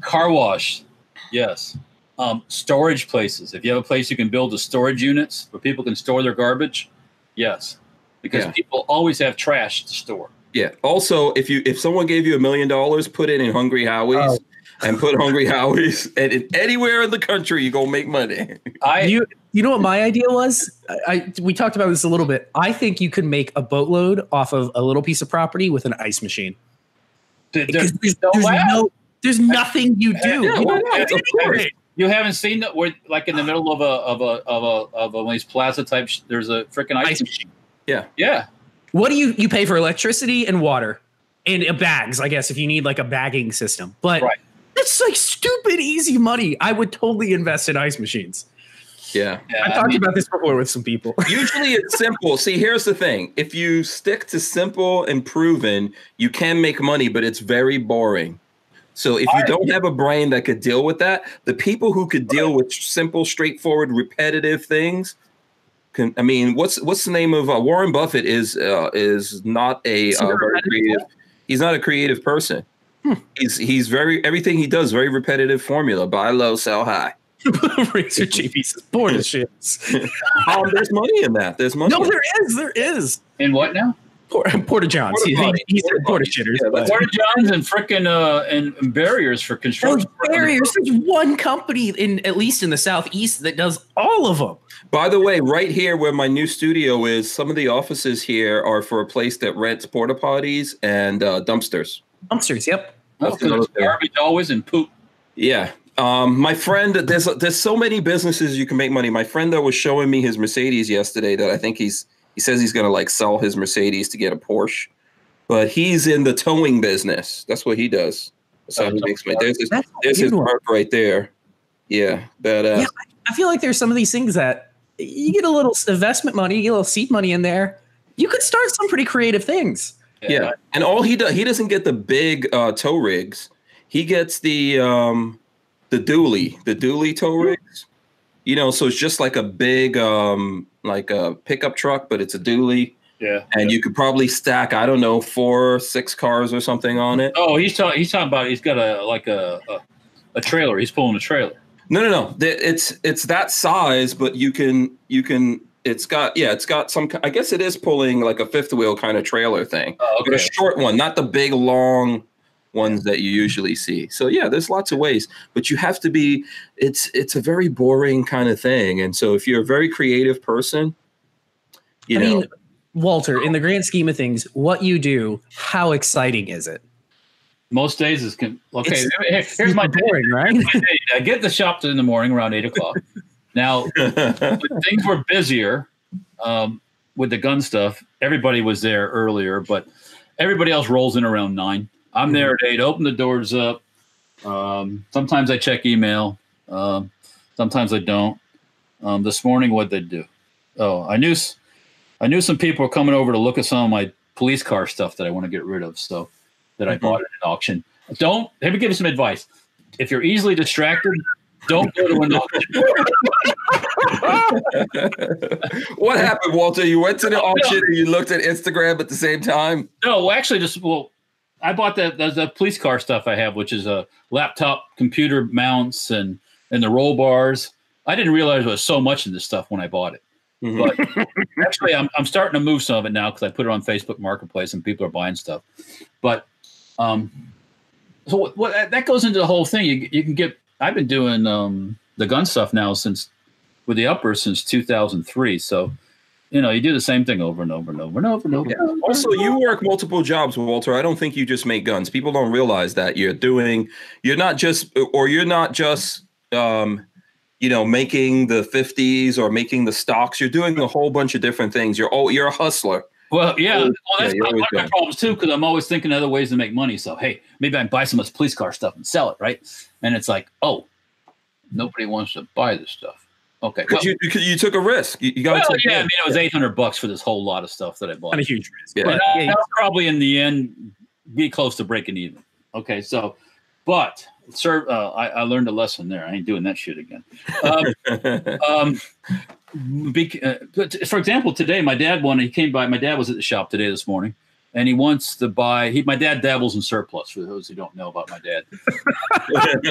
Car wash, yes. Um, storage places. If you have a place you can build the storage units where people can store their garbage, yes. Because
Yeah.
people always have trash to store.
Yeah. Also, if you if someone gave you a million dollars, put it in Hungry Howie's and put Hungry Howie's and in, anywhere in the country, you gonna make money.
I
you you know what my idea was? I, I we talked about this a little bit. I think you could make a boatload off of a little piece of property with an ice machine.
th- there-
Because there's,
no
there's
way.
no there's nothing you do.
Yeah,
You
why
know,
not? Of course.
you haven't seen that where like in the middle of a of a of a of a one of these plaza type sh- there's a freaking ice,
Ice
machine.
Yeah.
Yeah.
what do you you pay for electricity and water and uh, bags i guess if you need like a bagging system but
Right.
that's like stupid easy money i would totally invest in ice machines
Yeah.
yeah
i've
I
talked
mean,
about this before with some people
Usually it's simple. See, here's the thing. If you stick to simple and proven, you can make money, but it's very boring. So if you don't have a brain that could deal with that, the people who could deal with simple, straightforward, repetitive things can I mean, what's what's the name of uh, Warren Buffett is uh, is not a
Is he
uh,
a Hmm.
very
repetitive
creative. He's not a creative person. He's he's very everything he does very repetitive formula. Buy low, sell high.
razor jb's is bored as shit
Oh, there's money in that. There's money.
no
in
there is there is
in what now?
Por- porta johns
Porta
He-
potties.
he's a porta
Porta
shitters
Yeah, that's-
but-
Porta Johns and freaking uh and, and barriers for
those
construction.
Oh, barriers there's one company in at least in the southeast that does all of them
By the way, right here where my new studio is, some of the offices here are for a place that rents porta potties and uh, dumpsters.
dumpsters yep
Oh, 'cause there's garbage always and poop.
Yeah. Um, my friend, there's there's so many businesses you can make money. My friend that was showing me his Mercedes yesterday that I think he's he says he's gonna like sell his Mercedes to get a Porsche, but he's in the towing business. That's what he does. So he makes money. There's his,
that's a
there's his
good one.
mark right there. Yeah, that uh,
Yeah. I feel like there's some of these things that you get a little investment money, you get a little seed money in there. You could start some pretty creative things.
Yeah, and all he does, he doesn't get the big uh, tow rigs. He gets the um, the dually, the dually tow rigs. you know, so it's just like a big, um, like a pickup truck, but it's a dually,
Yeah.
and you could probably stack, I don't know, four, six cars or something on it.
Oh, he's talking. He's talking about. He's got a like a, a a trailer. He's pulling a trailer.
No, no, no. Th- It's it's that size, but you can you can. It's got yeah, it's got some. ki- I guess it is pulling like a fifth wheel kind of trailer thing,
Oh,
but a short one, not the big long ones that you usually see. So yeah, there's lots of ways, but you have to be. It's it's a very boring kind of thing, and so if you're a very creative person, you
I
know,
mean, Walter, in the grand scheme of things, what you do, how exciting is it?
Most days is con- okay.
It's-
here- here's my day.
boring, right?
I get the shop in the morning around eight o'clock. now when things were busier um, with the gun stuff. Everybody was there earlier, but everybody else rolls in around nine. I'm there at eight. Open the doors up. Um, sometimes I check email. Um, sometimes I don't. Um, this morning, what they do? Oh, I knew, s- I knew some people were coming over to look at some of my police car stuff that I want to get rid of. So that I
Mhm.
bought at an auction. Don't. Let me give you some advice. If you're easily distracted, don't go to an auction.
what happened, Walter? You went to the
No.
auction and you looked at Instagram at the same time.
No, well, actually, just well, I bought that the, the police car stuff I have, which is a laptop, computer mounts, and and the roll bars. I didn't realize there was so much in this stuff when I bought it.
Mhm.
But actually, I'm I'm starting to move some of it now because I put it on Facebook Marketplace and people are buying stuff. But um, so what, what that goes into the whole thing. You you can get. I've been doing um the gun stuff now since with the upper since 2003. So. You know, you do the same thing over and over and over and over and over.
Yeah. Also, you work multiple jobs, Walter. I don't think you just make guns. People don't realize that you're doing. You're not just, or you're not just, um, you know, making the fifties or making the stocks. You're doing a whole bunch of different things. You're oh, you're a hustler.
Well, yeah,
Always-
well, that's
yeah, you're always
my- one of my
done.
problems too, because I'm always thinking of other ways to make money. So, hey, maybe I can buy some of this police car stuff and sell it, right? And it's like, oh, nobody wants to buy this stuff. Okay, well,
Because you, because you took a risk. You, you got
well,
to take.
yeah, I
Yeah,
mean, it was 800 bucks for this whole lot of stuff that I bought.
Not a huge risk.
yeah.
But
Yeah,
I-
yeah.
I'll probably in the end be close to breaking even. Okay, so, but sir, uh, I, I learned a lesson there. I ain't doing that shit again. Um, um, bec- uh, but for example, today my dad wanted. He came by. My dad was at the shop today this morning, and he wants to buy. He my dad dabbles in surplus. For those who don't know about my dad,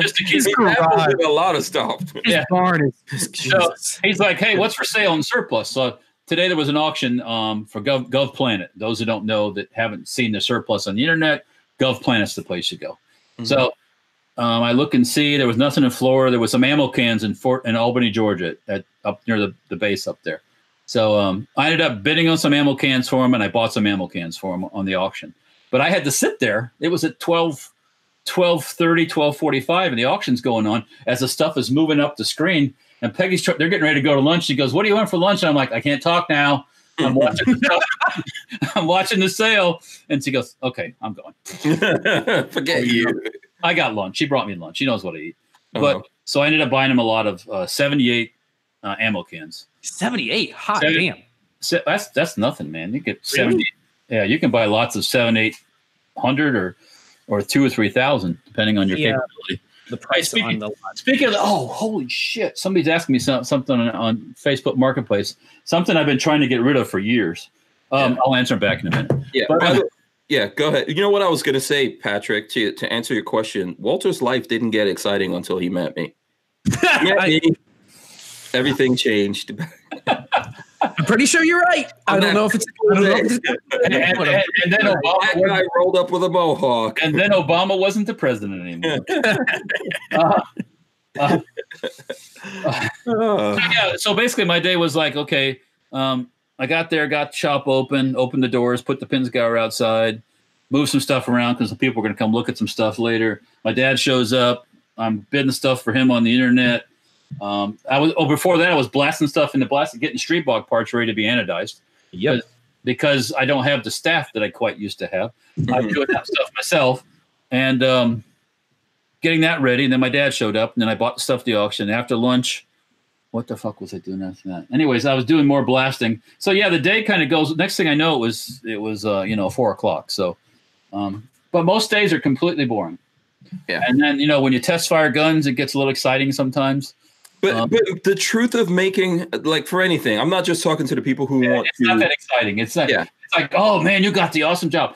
just in case.
He dabbles in a lot of stuff.
Yeah.
Barn is-
Jesus. He's like, hey, what's for sale in surplus? So today there was an auction um, for Gov Gov Planet. Those who don't know that haven't seen the surplus on the internet, Gov Planet's the place you go. So um, I look and see there was nothing in Florida. There was some ammo cans in Fort in Albany, Georgia, at up near the, the base up there. So um, I ended up bidding on some ammo cans for him, and I bought some ammo cans for him on the auction. But I had to sit there. It was at 12, 12.30, 12.45, and the auction's going on as the stuff is moving up the screen. And Peggy's, tr- they're getting ready to go to lunch. She goes, what do you want for lunch? And I'm like, I can't talk now. I'm watching, I'm watching the sale. And she goes, okay, I'm going.
Forget you.
I got lunch. She brought me lunch. She knows what I eat.
Oh,
But so I ended up buying him a lot of uh, 78 uh, ammo cans.
78. Hot
Seventy-
damn.
So that's that's nothing, man. You get 70. Yeah, you can buy lots of seven, eight hundred or or two or three thousand, depending on your
Yeah.
capability.
The price
speaking-
on the
Speaking of, oh, holy shit! Somebody's asking me some, something on, on Facebook Marketplace. Something I've been trying to get rid of for years. Um, I'll answer back in a minute.
Yeah.
But-
by the- yeah, go ahead. You know what I was going to say, Patrick, to, to answer your question, Walter's life didn't get exciting until he met me. He met
I,
me, everything changed.
am pretty sure you're right. I don't know if it's. I don't know if it's
And, and- and- and then
that
Obama,
guy
wasn't-
rolled up with a mohawk.
and then Obama wasn't the president anymore. Uh,
Uh,
yeah. So basically, my day was like, okay, um, I got there, got the shop open, opened the doors, put the pins guy outside, moved some stuff around because the people were going to come look at some stuff later. My dad shows up. I'm bidding stuff for him on the internet. Um, I was oh before that I was blasting stuff in the blast, getting street bog parts ready to be anodized
Yep.
because I don't have the staff that I quite used to have. I'm
mhm.
doing that stuff myself and um, getting that ready. And then my dad showed up, and then I bought the stuff at the auction. After lunch, what the fuck was I doing after that? Anyways, I was doing more blasting. So yeah, the day kind of goes. Next thing I know, it was it was uh, you know four o'clock. So, um, but most days are completely boring.
Yeah.
And then you know when you test fire guns, it gets a little exciting sometimes.
But
Um,
but the truth of making like for anything, I'm not just talking to the people who want
It's
to.
not that exciting. It's not.
Yeah.
It's like, oh man, you got the awesome job.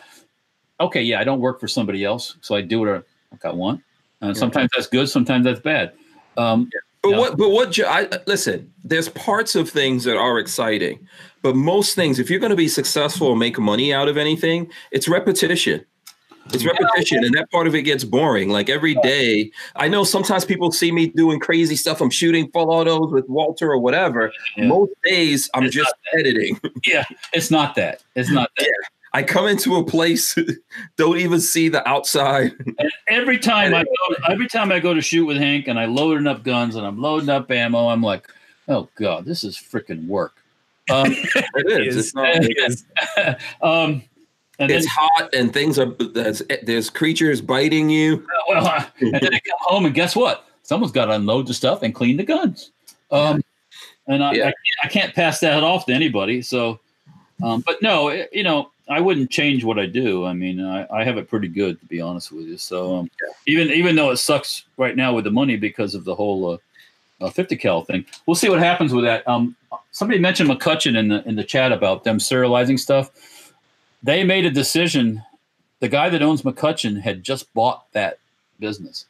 Okay, yeah, I don't work for somebody else, so I do what I- I got one. Uh, Sometimes that's good. Sometimes that's bad. Um,
But
Yeah.
what? But what? jo- I, listen, there's parts of things that are exciting, but most things, if you're going to be successful and make money out of anything, it's repetition. It's repetition, and that part of it gets boring. Like every day, I know sometimes people see me doing crazy stuff. I'm shooting photos with Walter or whatever.
Yeah.
Most days, I'm
It's
just editing.
it's not that. It's not that.
I come into a place, don't even see the outside.
Every time I go, every time I go to shoot with Hank, and I loading up guns and I'm loading up ammo, I'm like, oh god, this is freaking work. Um,
It is. It's not.
um, and then
It's hot, and things are. There's, there's creatures biting you.
well, uh, and then I come home and guess what? Someone's got to unload the stuff and clean the guns. Um, and I, I,
Yeah.
can't, I can't pass that off to anybody. So, um, but no, it- you know, I wouldn't change what I do. I mean, I, I have it pretty good to be honest with you. So, um, even even though it sucks right now with the money because of the whole uh, uh, 50 cal thing, we'll see what happens with that. Um, somebody mentioned McCutcheon in the in the chat about them serializing stuff. They made a decision. The guy that owns McCutcheon had just bought that business.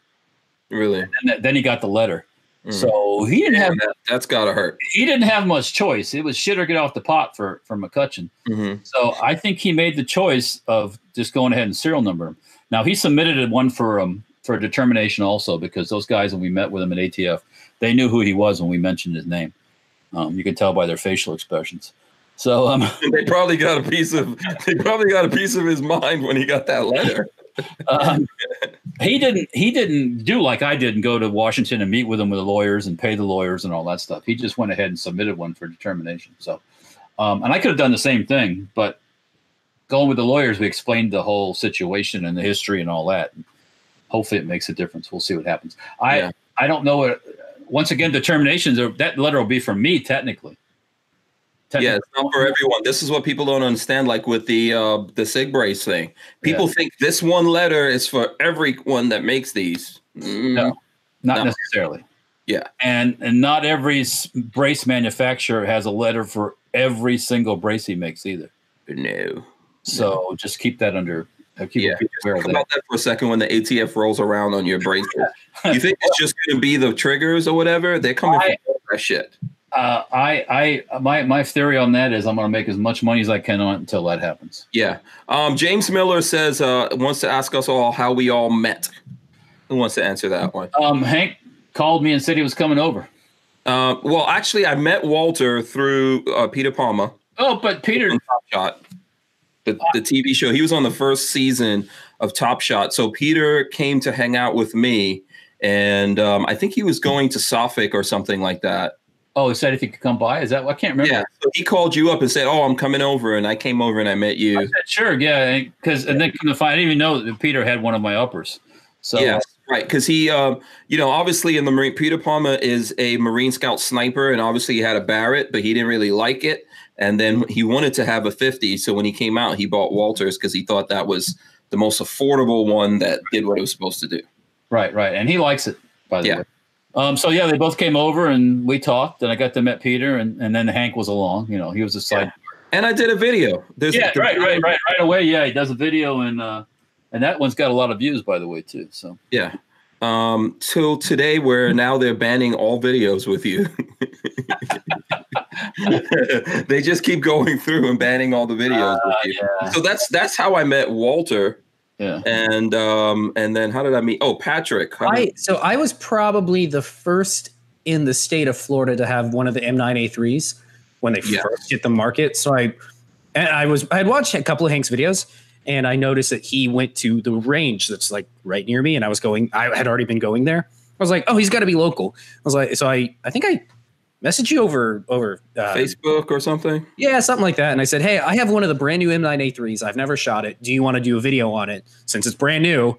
Really.
And th- then he got the letter.
Mm.
So he didn't have
And that, that's gotta hurt.
he didn't have much choice. It was shit or get off the pot for for McCutcheon.
Mhm.
So I think he made the choice of just going ahead and serial number him. Now he submitted one for um for determination also because those guys when we met with him at ATF, they knew who he was when we mentioned his name. Um, you can tell by their facial expressions. So um,
They probably got a piece of they probably got a piece of his mind when he got that letter.
um, he didn't he didn't do like I did and go to Washington and meet with them with the lawyers and pay the lawyers and all that stuff. He just went ahead and submitted one for determination. So, um, and I could have done the same thing, but going with the lawyers, we explained the whole situation and the history and all that. Hopefully, it makes a difference. We'll see what happens. I
Yeah.
I don't know. What, once again, determinations are that letter will be from me technically.
Yeah,
Technically,
it's not for everyone. This is what people don't understand. Like with the uh the sig brace thing, people think this one letter is for everyone that makes these. Mm,
No. not
No.
necessarily.
Yeah.
and and not every s- brace manufacturer has a letter for every single brace he makes either.
no.
So just keep that under uh, keep
Yeah.
yeah. aware of
Think
that.
about that for a second when the ATF rolls around on your braces. you think it's just gonna be the triggers or whatever? They're coming
I-
for all that shit.
Uh, I I my my theory on that is I'm going to make as much money as I can on it until that happens.
Yeah. Um James Miller says uh wants to ask us all how we all met. Who wants to answer that one?
Um, Hank called me and said he was coming over.
Uh, well, actually, I met Walter through uh, Peter Palma
Oh, but Peter,
on Top Shot, the, the TV show. He was on the first season of Top Shot. So Peter came to hang out with me, and um, I think he was going to Suffolk or something like that.
oh, he said if he could come by. Is that I can't remember.
Yeah. So he called you up and said, "Oh, I'm coming over," and I came over and I met
I
you.
said, sure, yeah, because and then come to find, I didn't even know that Peter had one of my uppers. So
yeah, right. Because he, um, you know, obviously in the Marine, Peter Palma is a Marine Scout sniper, and obviously he had a Barrett, but he didn't really like it. And then he wanted to have a 50. So when he came out, he bought Walters because he thought that was the most affordable one that did what it was supposed to do.
Right, right. And he likes it, by the
Yeah.
way. Um, so yeah, they both came over and we talked, and I got to meet Peter, and, and then Hank was along. You know, he was a side.
And I did a video. There's
Yeah, right, right, right, right away. Yeah, he does a video, and uh, and that one's got a lot of views, by the way, too. So
Yeah. Um, till today, where now they're banning all videos with you. they just keep going through and banning all the
Uh.
videos with you. So that's that's how I met Walter.
yeah,
and um and then how did I meet? Oh, Patrick. How did-
I so I was probably the first in the state of Florida to have one of the M9A3s when they
Yeah.
first hit the market. So I and I was I had watched a couple of Hank's videos and I noticed that he went to the range that's like right near me and I was going I had already been going there. I was like, "Oh, he's got to be local." I was like, so I I think I messaged you over over uh,
Facebook or something.
yeah, something like that. And I said, Hey, I have one of the brand new M9A3s. I've never shot it. Do you want to do a video on it since it's brand new?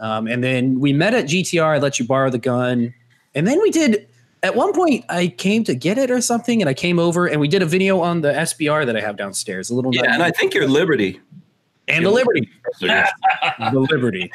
Um, and then we met at GTR. I let you borrow the gun. And then we did, at one point, I came to get it or something. And I came over and we did a video on the SBR that I have downstairs, a little.
Yeah, and I think you're Liberty.
and the liberty. The liberty.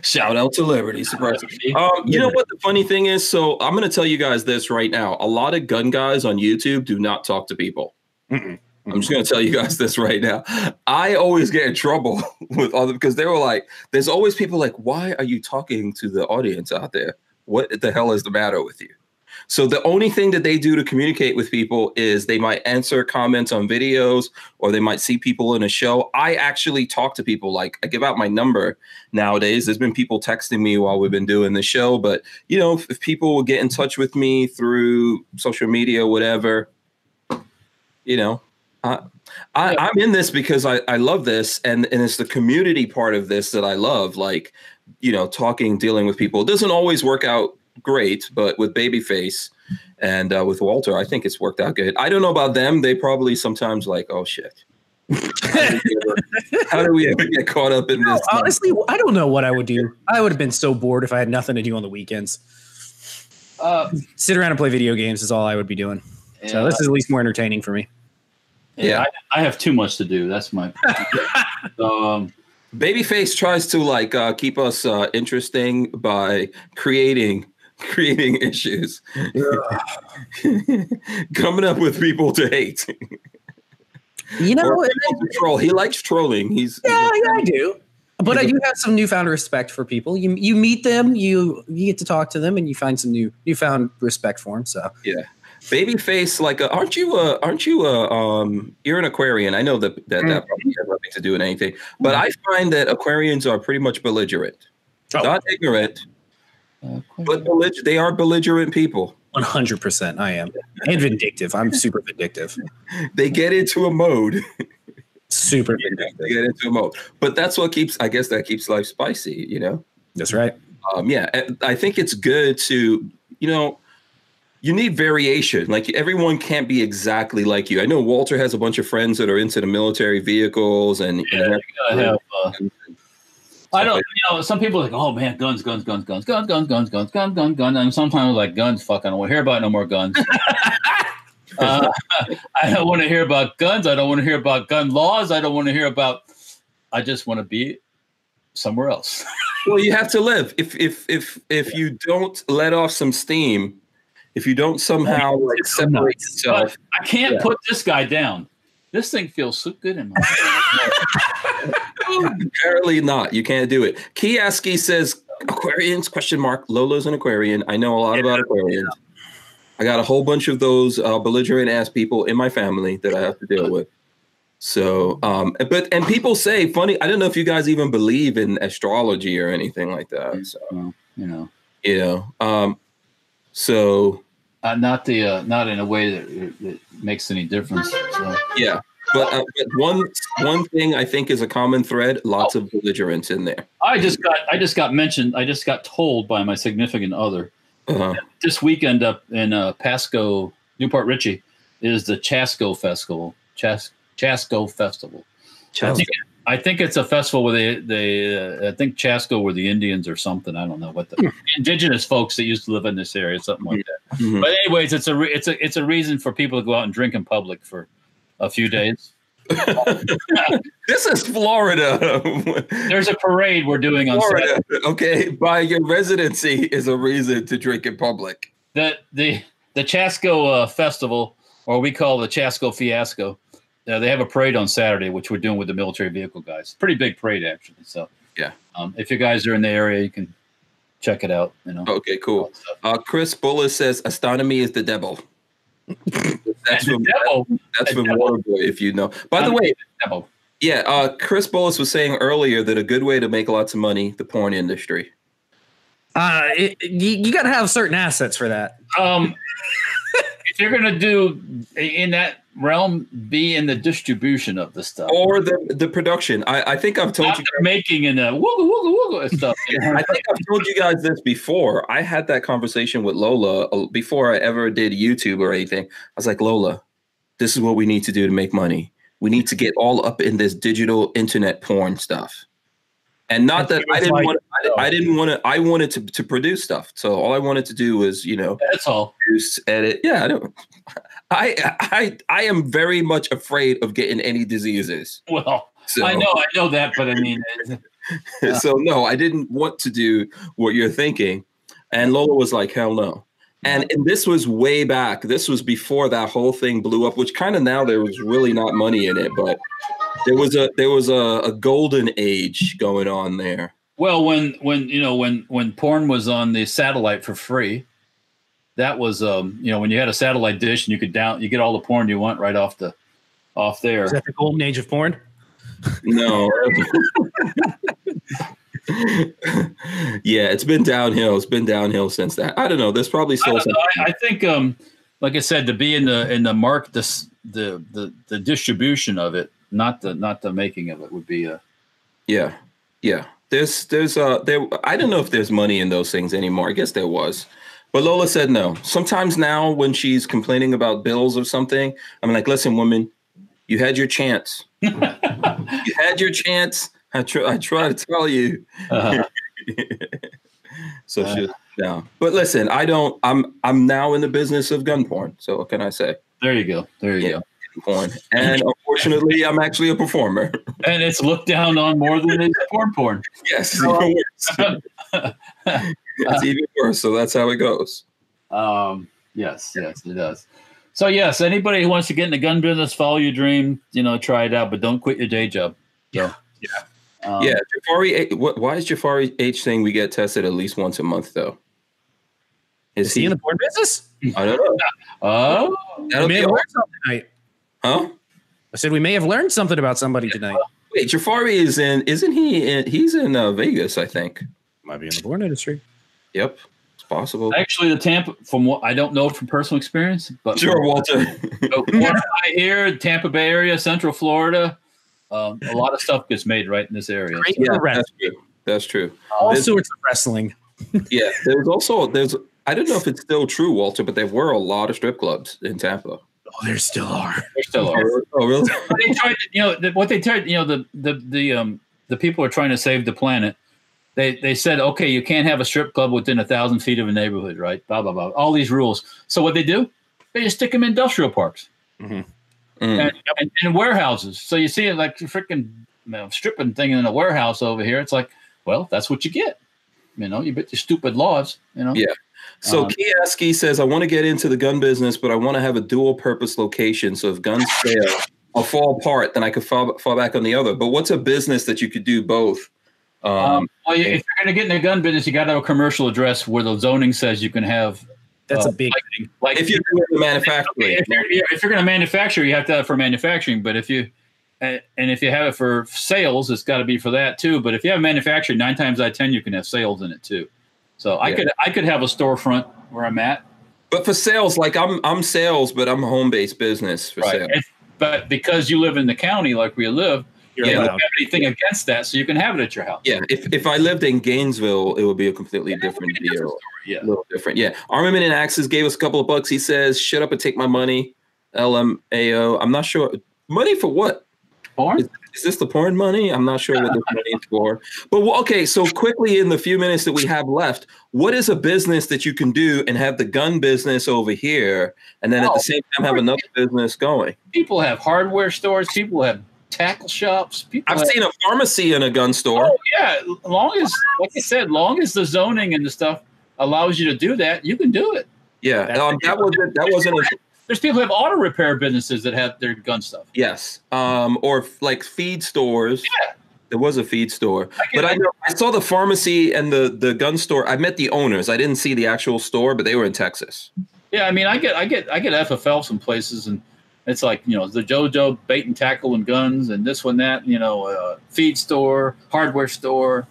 Shout out to Liberty. Surprise. Um, you know what the funny thing is? So I'm going to tell you guys this right now. A lot of gun guys on YouTube do not talk to people.
Mm-mm.
I'm just going to tell you guys this right now. I always get in trouble with other because they were like, there's always people like, why are you talking to the audience out there? What the hell is the matter with you? So the only thing that they do to communicate with people is they might answer comments on videos or they might see people in a show. I actually talk to people like I give out my number nowadays. There's been people texting me while we've been doing the show, but you know, if, if people will get in touch with me through social media, whatever, you know, I, I, I'm in this because I, I love this and, and it's the community part of this that I love. Like, you know, talking, dealing with people. It doesn't always work out great, but with Babyface and uh, with Walter, I think it's worked out good. I don't know about them. They probably sometimes like, oh shit. How do we ever, how do we ever get caught up in
No, uh,
this?
honestly, I don't know what I would do. I would have been so bored if I had nothing to do on the weekends.
Uh,
Sit around and play video games is all I would be doing. So
yeah,
this is at least more entertaining for me.
Yeah.
I, I have too much to do. That's my. so, um,
Babyface tries to like uh, keep us uh, interesting by creating creating issues, coming up with people to hate.
You know,
Or
it-
people to troll. He likes trolling. He's
yeah, yeah, I do. But I do have some newfound respect for people. You you meet them, you you get to talk to them, and you find some new newfound respect for them. So
Babyface, like, uh, aren't you? Uh, aren't you? Uh, um, you're an Aquarian. I know that that,
Mm-hmm.
that probably has nothing to do with anything, but I find that Aquarians are pretty much belligerent,
Oh.
not ignorant, but belliger- they are belligerent people.
one hundred percent, I am and vindictive. I'm super vindictive,
They get into a mode.
super
they
vindictive.
get into a mode, but that's what keeps. I guess that keeps life spicy. You know.
That's right.
um, yeah, and I think it's good to, you know, you need variation. Like everyone can't be exactly like you. I know Walter has a bunch of friends that are into the military vehicles and, and
I have. Uh, I don't. You know, some people are like, oh man, guns, guns, guns, guns, guns, guns, guns, guns, guns, guns, guns. And sometimes I'm like guns. Fuck, I don't want to hear about no more guns. uh, I don't want to hear about guns. I don't want to hear about gun laws. I don't want to hear about. I just want to be somewhere else.
well, you have to live. If if if if you don't let off some steam, if you don't somehow like
so
separate
nuts.
yourself,
I can't
Yeah.
put this guy down. This thing feels so good in my.
apparently not. You can't do it. Kiaski says Aquarians question mark. Lolo's an Aquarian. I know a lot about Aquarians. I got a whole bunch of those uh, belligerent ass people in my family that I have to deal with. So, um, but and people say funny. I don't know if you guys even believe in astrology or anything like
Mm.
that. So,
you know,
you know, um, so
uh, not the uh, not in a way that, that makes any difference. So.
yeah. But, uh, but one one thing I think is a common thread: lots of belligerence in there.
I just got I just got mentioned. I just got told by my significant other
Uh,
this weekend up in uh, Pasco, Newport Richie, is the Chasco Festival. Chas- Chasco Festival. I think, I think it's a festival where they they uh, I think Chasco were the Indians or something. I don't know what the indigenous folks that used to live in this area, something like that.
Mhm.
But anyways, it's a re- it's a it's a reason for people to go out and drink in public for a few days.
This is Florida.
There's a parade we're doing on Saturday.
Florida, okay, by your residency is a reason to drink in public.
the the the Chasco uh, festival, or we call the Chasco Fiasco. Uh, they have a parade on Saturday, which we're doing with the military vehicle guys. Pretty big parade, actually. So
Yeah.
um, if you guys are in the area, you can check it out. You know,
Okay, Oh, cool.
So-
Uh, Chris Buller says astronomy is the devil. that's
the
from
devil,
that's
the
from
devil.
Waterboy, if you know. By the way,
devil.
yeah, uh, Chris Bullis was saying earlier that a good way to make lots of money, the porn industry.
Uh, it, you you got to have certain assets for that.
Um, if you're gonna do in that realm, be in the distribution of the stuff,
Or the the production. I, I think I've told
not
Oh, you
the making and the wooga wooga wooga stuff.
I think I've told you guys this before. I had that conversation with Lola uh, before I ever did YouTube or anything. I was like, Lola, this is what we need to do to make money. We need to get all up in this digital internet porn stuff. And not that I
It's
didn't
like-
want I I didn't want to. I wanted to, to produce stuff. So all I wanted to do was, you know,
That's all.
produce, edit. Yeah, I don't. I I I am very much afraid of getting any diseases.
Well,
So,
I know, I know that, but I mean,
so no, I didn't want to do what you're thinking. And Lola was like, hell no. And, and this was way back. This was before that whole thing blew up, which kind of now there was really not money in it, but there was a there was a, a golden age going on there.
well, when when you know when when porn was on the satellite for free, that was um you know when you had a satellite dish and you could down you get all the porn you want right off the off there.
Is that the golden age of porn?
No. yeah, it's been downhill. It's been downhill since that. I don't know. There's probably
I,
still
don't
some.
know. I, I think, um, like I said, to be in the in the mark, this the the the distribution of it, not the not the making of it, would be a
Yeah, yeah. There's there's uh there. I don't know if there's money in those things anymore. I guess there was, but Lola said no. Sometimes now when she's complaining about bills or something, I'm like, listen, woman, you had your chance. you had your chance. I try I try to tell you.
uh,
So she no. But listen, I don't. I'm I'm now in the business of gun porn. So what can I say?
there you go, there you
Yeah.
go,
Porn. And unfortunately, I'm actually a performer.
and it's looked down on more than it's porn porn.
Yes, it's even worse. it's even worse. So that's how it goes.
Um, yes, yes, it does. So yes, anybody who wants to get in the gun business, follow your dream, you know, try it out, but don't quit your day job. So, yeah, Um,
yeah, Jafari. H- wh- Why is Jafari H saying we get tested at least once a month though? Is,
Is
he?
he in the porn business?
I don't know.
Oh,
That'll
we
be
may have
all-
learned something tonight.
huh?
I said we may have learned something about somebody tonight.
Wait, Jafari is in. Isn't he? In, he's in uh, Vegas, I think.
Might be in the porn industry.
Yep, it's possible.
actually, the Tampa from what I don't know from personal experience, but
Sure, Walter.
But from what I hear, Tampa Bay area, Central Florida, um, a lot of stuff gets made right in this area.
Great
yeah,
for wrestling.
that's true. That's true.
All
This-
sorts of wrestling.
Yeah, there's also there's. I don't know if it's still true, Walter, but there were a lot of strip clubs in Tampa.
Oh, there still are.
There still are.
Oh, really?
But they tried, to, you know, the, what they tried, you know, the the the um the people are trying to save the planet. They they said, okay, you can't have a strip club within a thousand feet of a neighborhood, right? Blah blah blah. All these rules. So what they do? They just stick them in industrial parks
Mm.
and, and, and warehouses. So you see, like freaking you know, stripping thing in a warehouse over here. It's like, well, that's what you get. You know, you bet your stupid laws. You know.
Yeah. So
Um,
Kieski says, I want to get into the gun business, but I want to have a dual purpose location. So if guns fail or fall apart, then I could fall, fall back on the other. But what's a business that you could do both? Um,
Um, well, you, if you're going to get in the gun business, you got to have a commercial address where the zoning says you can have.
That's
uh,
a big.
like, like
if you're doing the
okay,
manufacturing,
if you're, yeah, if you're going to manufacture, you have to have it for manufacturing. But if you and and if you have it for sales, it's got to be for that too. But if you have manufacturing, nine times out of ten, you can have sales in it too. So I
Yeah.
could I could have a storefront where I'm at,
but for sales, like I'm I'm sales, but I'm home based business for sale.
And- but because you live in the county like we live,
You're
Yeah,
you don't
allowed.
have anything against that, so you can have it at your house.
Yeah, if, if I lived in Gainesville, it would be a completely
it would
different
be a
deal.
different story, yeah.
a little different. Yeah, Armament and Axes gave us a couple of bucks. He says, "Shut up and take my money." LMAO. I'm not sure money for what.
Born?
is this the porn money? I'm not sure what this money is for. But wh- okay, so quickly in the few minutes that we have left, what is a business that you can do and have the gun business over here, and then at
Oh,
the same time have another business going?
People have hardware stores. People have tackle shops. People
I've
have-
seen a pharmacy in a gun store.
Oh yeah, long as like I said, long as the zoning and the stuff allows you to do that, you can do it.
yeah,
That's-
um, that wasn't that wasn't a,
There's people who have auto repair businesses that have their gun stuff.
yes, um, or f- like feed stores.
Yeah.
There was a feed store,
get
but I
it.
know I saw the pharmacy and the the gun store. I met the owners. I didn't see the actual store, but they were in Texas.
Yeah, I mean, I get, I get, I get FFL some places, and it's like you know the JoJo bait and tackle and guns, and this one that you know uh, feed store, hardware store.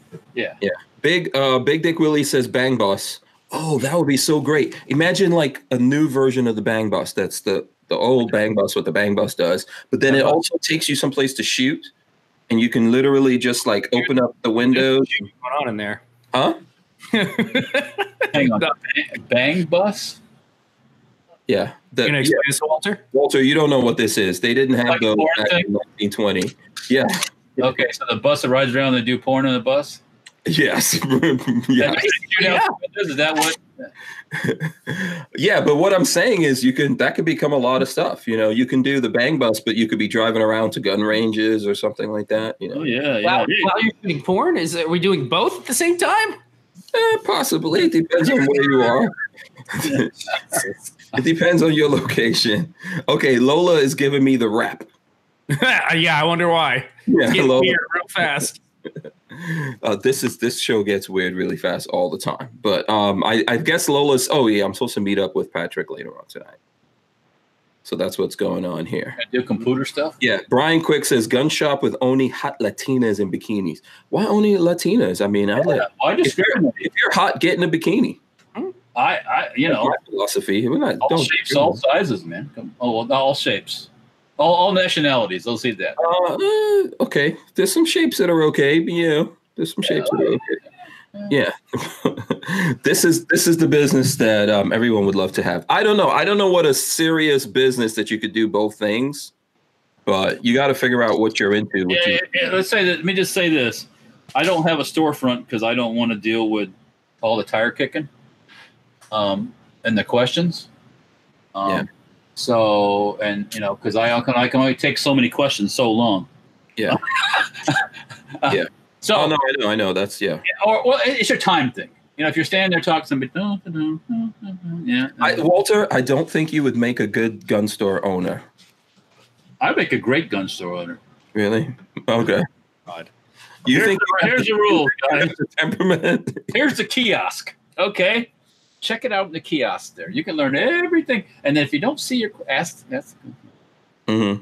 Big uh Big Dick Willie says Bang Bus. Oh, that would be so great. Imagine like a new version of the Bang Bus. That's the the old Bang Bus, what the Bang Bus does. But then it also takes you someplace to shoot, and you can literally just like open up the windows.
going on in there.
Huh?
Hang on, bang, bang bus.
Yeah. The-
You gonna
yeah,
explain this, Walter?
Walter, you don't know what this is. They didn't have
Like
those
porn
back in 1920. Yeah.
Okay, so the bus that rides around, they do porn on the bus.
Yes. yeah.
You know, Is that what?
yeah, but what I'm saying is you can that could become a lot of stuff. You know, you can do the bang bus, but you could be driving around to gun ranges or something like that. You
Oh
know,
yeah, yeah.
Wow, while you're shooting porn, is are we doing both at the same time?
Eh, possibly it depends on where you are. it depends on your location. Okay, Lola is giving me the rap.
yeah, I wonder why.
Yeah,
Get
Lola.
weird real fast.
Uh, this is this show gets weird really fast all the time. But um, I, I guess Lola's. Oh yeah, I'm supposed to meet up with Patrick later on tonight. So that's what's going on here.
I do computer stuff.
Yeah, Brian Quick says gun shop with only hot Latinas in bikinis. Why only Latinas? I mean, I like
Why
if you're,
discriminate?
if you're hot, get in a bikini.
I, I, you
That's
know,
my philosophy. We're not
all
don't
shapes, all sizes, man. Come, oh, well, not all shapes, all, all nationalities. They'll see that.
Uh, eh, okay, there's some shapes that are okay, but you know, there's some shapes that are okay. Yeah, this is this is the business that um, everyone would love to have. I don't know. I don't know what a serious business that you could do both things, but you got to figure out what you're into. What
Yeah,
you,
yeah, yeah. Let's say that. Let me just say this: I don't have a storefront because I don't want to deal with all the tire kicking, um, and the questions. Um,
Yeah.
So and you know because I can I can only take so many questions so long.
Yeah. Yeah.
So
Oh no, I know, I know. That's yeah.
or well, it- it's your time thing. You know, if you're standing there talking to somebody, "Dun, dun, dun, dun, dun, dun," yeah,
I, Walter, I don't think you would make a good gun store owner.
I make a great gun store owner.
Really? Okay.
God.
You
here's
think
the, here's the rule,
you
guys.
have the temperament?
Here's the kiosk. Okay, check it out in the kiosk. There, you can learn everything. And then if you don't see your ask, that's
hmm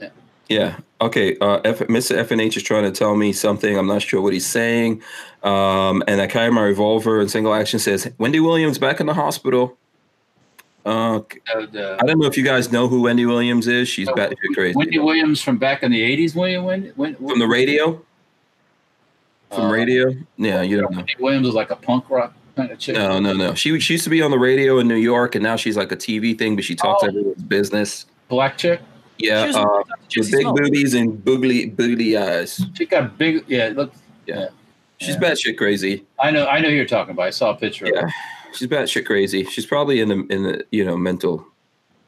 Yeah.
Yeah. Okay. Uh, F- Mr. FNH is trying to tell me something. I'm not sure what he's saying. Um, and I carry my revolver in single action. Says Wendy Williams back in the hospital. Uh,
uh, the,
I don't know if you guys know who Wendy Williams is. She's
Oh,
back she's crazy
Wendy Williams from back in the '80s. William, Wendy, Wen-
from the radio. From
Uh,
radio. Yeah, you don't know.
Wendy Williams was like a punk rock kind of chick.
No, no, no. She she used to be on the radio in New York, and now she's like a TV thing, but she talks
Oh.
everyone's business.
Black chick.
Yeah,
She was-
uh, with
Jesse
big
Smollett.
booties and boogly boogly eyes.
She got big. Yeah, look.
She's
Yeah.
batshit crazy.
I know. I know who you're talking about. I saw a picture. of
Yeah.
her.
She's batshit crazy. She's probably in the in the you know mental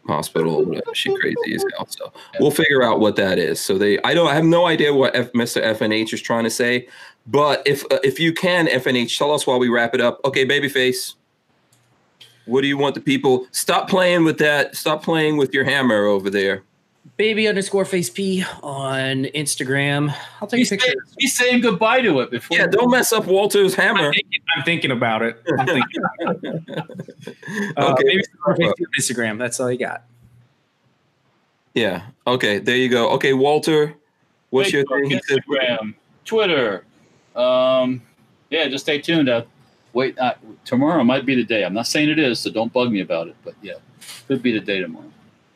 hospital. or whatever. She crazy as hell. So we'll figure out what that is. So they, I don't, I have no idea what F, Mr. FNH is trying to say, but if uh, if you can, FNH, tell us while we wrap it up. Okay, babyface. What do you want the people? Stop playing with that. Stop playing with your hammer over there.
Baby underscore face P on Instagram. I'll take
He's,
a
saying,
picture.
he's saying goodbye to it before.
Yeah, don't mess up Walter's hammer.
I'm thinking about it. I'm thinking
Uh,
Okay.
Baby underscore face P on Instagram. That's all you got.
Yeah. Okay. There you go. Okay, Walter. What's your
Facebook,
thing? He says-
Instagram, Twitter. Um, yeah, just stay tuned. Uh, wait, uh, tomorrow might be the day. I'm not saying it is, so don't bug me about it. But yeah, could be the day tomorrow.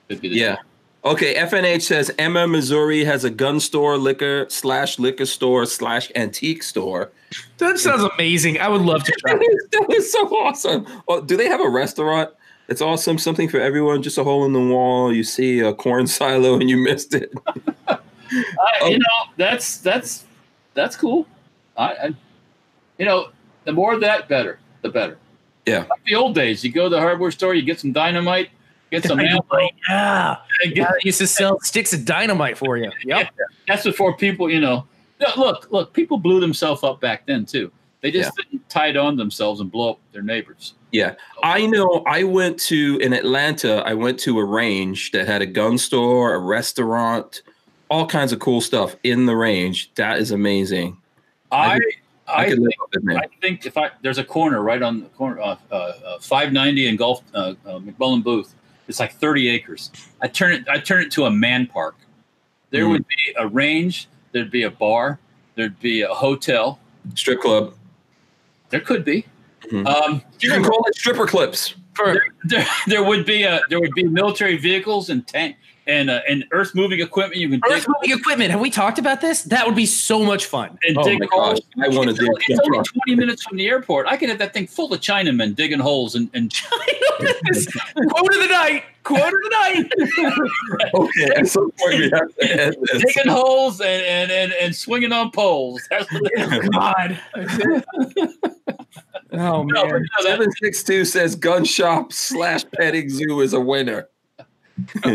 Could be the
Yeah.
Day.
Okay, FNH says Emma, Missouri has a gun store, liquor slash liquor store slash antique store.
That sounds amazing. I would love to try.
That is, that is so awesome. Oh, do they have a restaurant? It's awesome. Something for everyone. Just a hole in the wall. You see a corn silo and you missed it.
I,
Oh.
You know, that's that's that's cool. I, I, you know, the more of that, better. The better.
Yeah.
Like the old days, you go to the hardware store, you get some dynamite, get some ammo,
Yeah.
and
Yeah,
get
I used to sell sticks of dynamite for you. Yep.
that's before people, you know. No, Look, look, people blew themselves up back then too. They just didn't tie it on themselves and blow up their neighbors.
Yeah. I know I went to in Atlanta, I went to a range that had a gun store, a restaurant, all kinds of cool stuff in the range. That is amazing. I
I,
could-
I,
could
think,
live up in there.
I think if I there's a corner right on the corner, uh, uh, uh, 590 and Golf uh, uh, McMullen Booth. It's like 30 acres. I turn it, I turn it to a man park. There
Mm.
would be a range. There'd be a bar. There'd be a hotel.
Strip club.
There could be.
Mhm.
Um,
You can call it stripper clips.
there, there would be a there would be military vehicles and tank and uh, and earth moving equipment. You can dig,
Earth moving equipment. Have we talked about this? That would be so much fun.
and
Oh
dig
my
holes.
gosh, I want to
It's, only-
dig
it's only
that
twenty minutes from the airport. I could have that thing full of Chinamen digging holes and and
Quote of the night. Quote of the night.
Okay, at some point we have to end this.
digging holes and and and, and swinging on poles. That's what they
God. oh
no,
man.
but no, that,
Seven six two says gun shop slash petting zoo is a winner.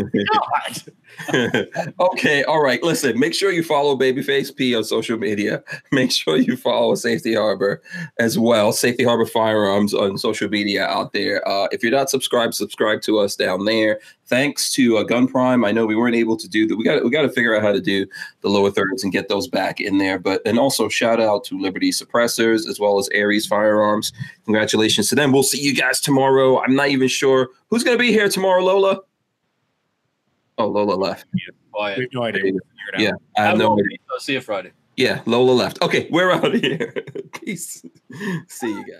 okay, all right. Listen, make sure you follow Babyface P on social media. Make sure you follow Safety Harbor as well. Safety Harbor Firearms on social media out there. Uh, if you're not subscribed, subscribe to us down there. Thanks to uh, Gun Prime. I know we weren't able to do that. We got we got to figure out how to do the lower thirds and get those back in there. But and also shout out to Liberty Suppressors as well as Aries Firearms. Congratulations to them. We'll see you guys tomorrow. I'm not even sure who's gonna be here tomorrow. Lola. Oh, Lola left.
We
quiet.
have no idea. We'll figure it out.
Yeah. I
I
have no
will
idea.
be. So see you Friday.
Yeah, Lola left. Okay, we're out of here. Peace. See you guys.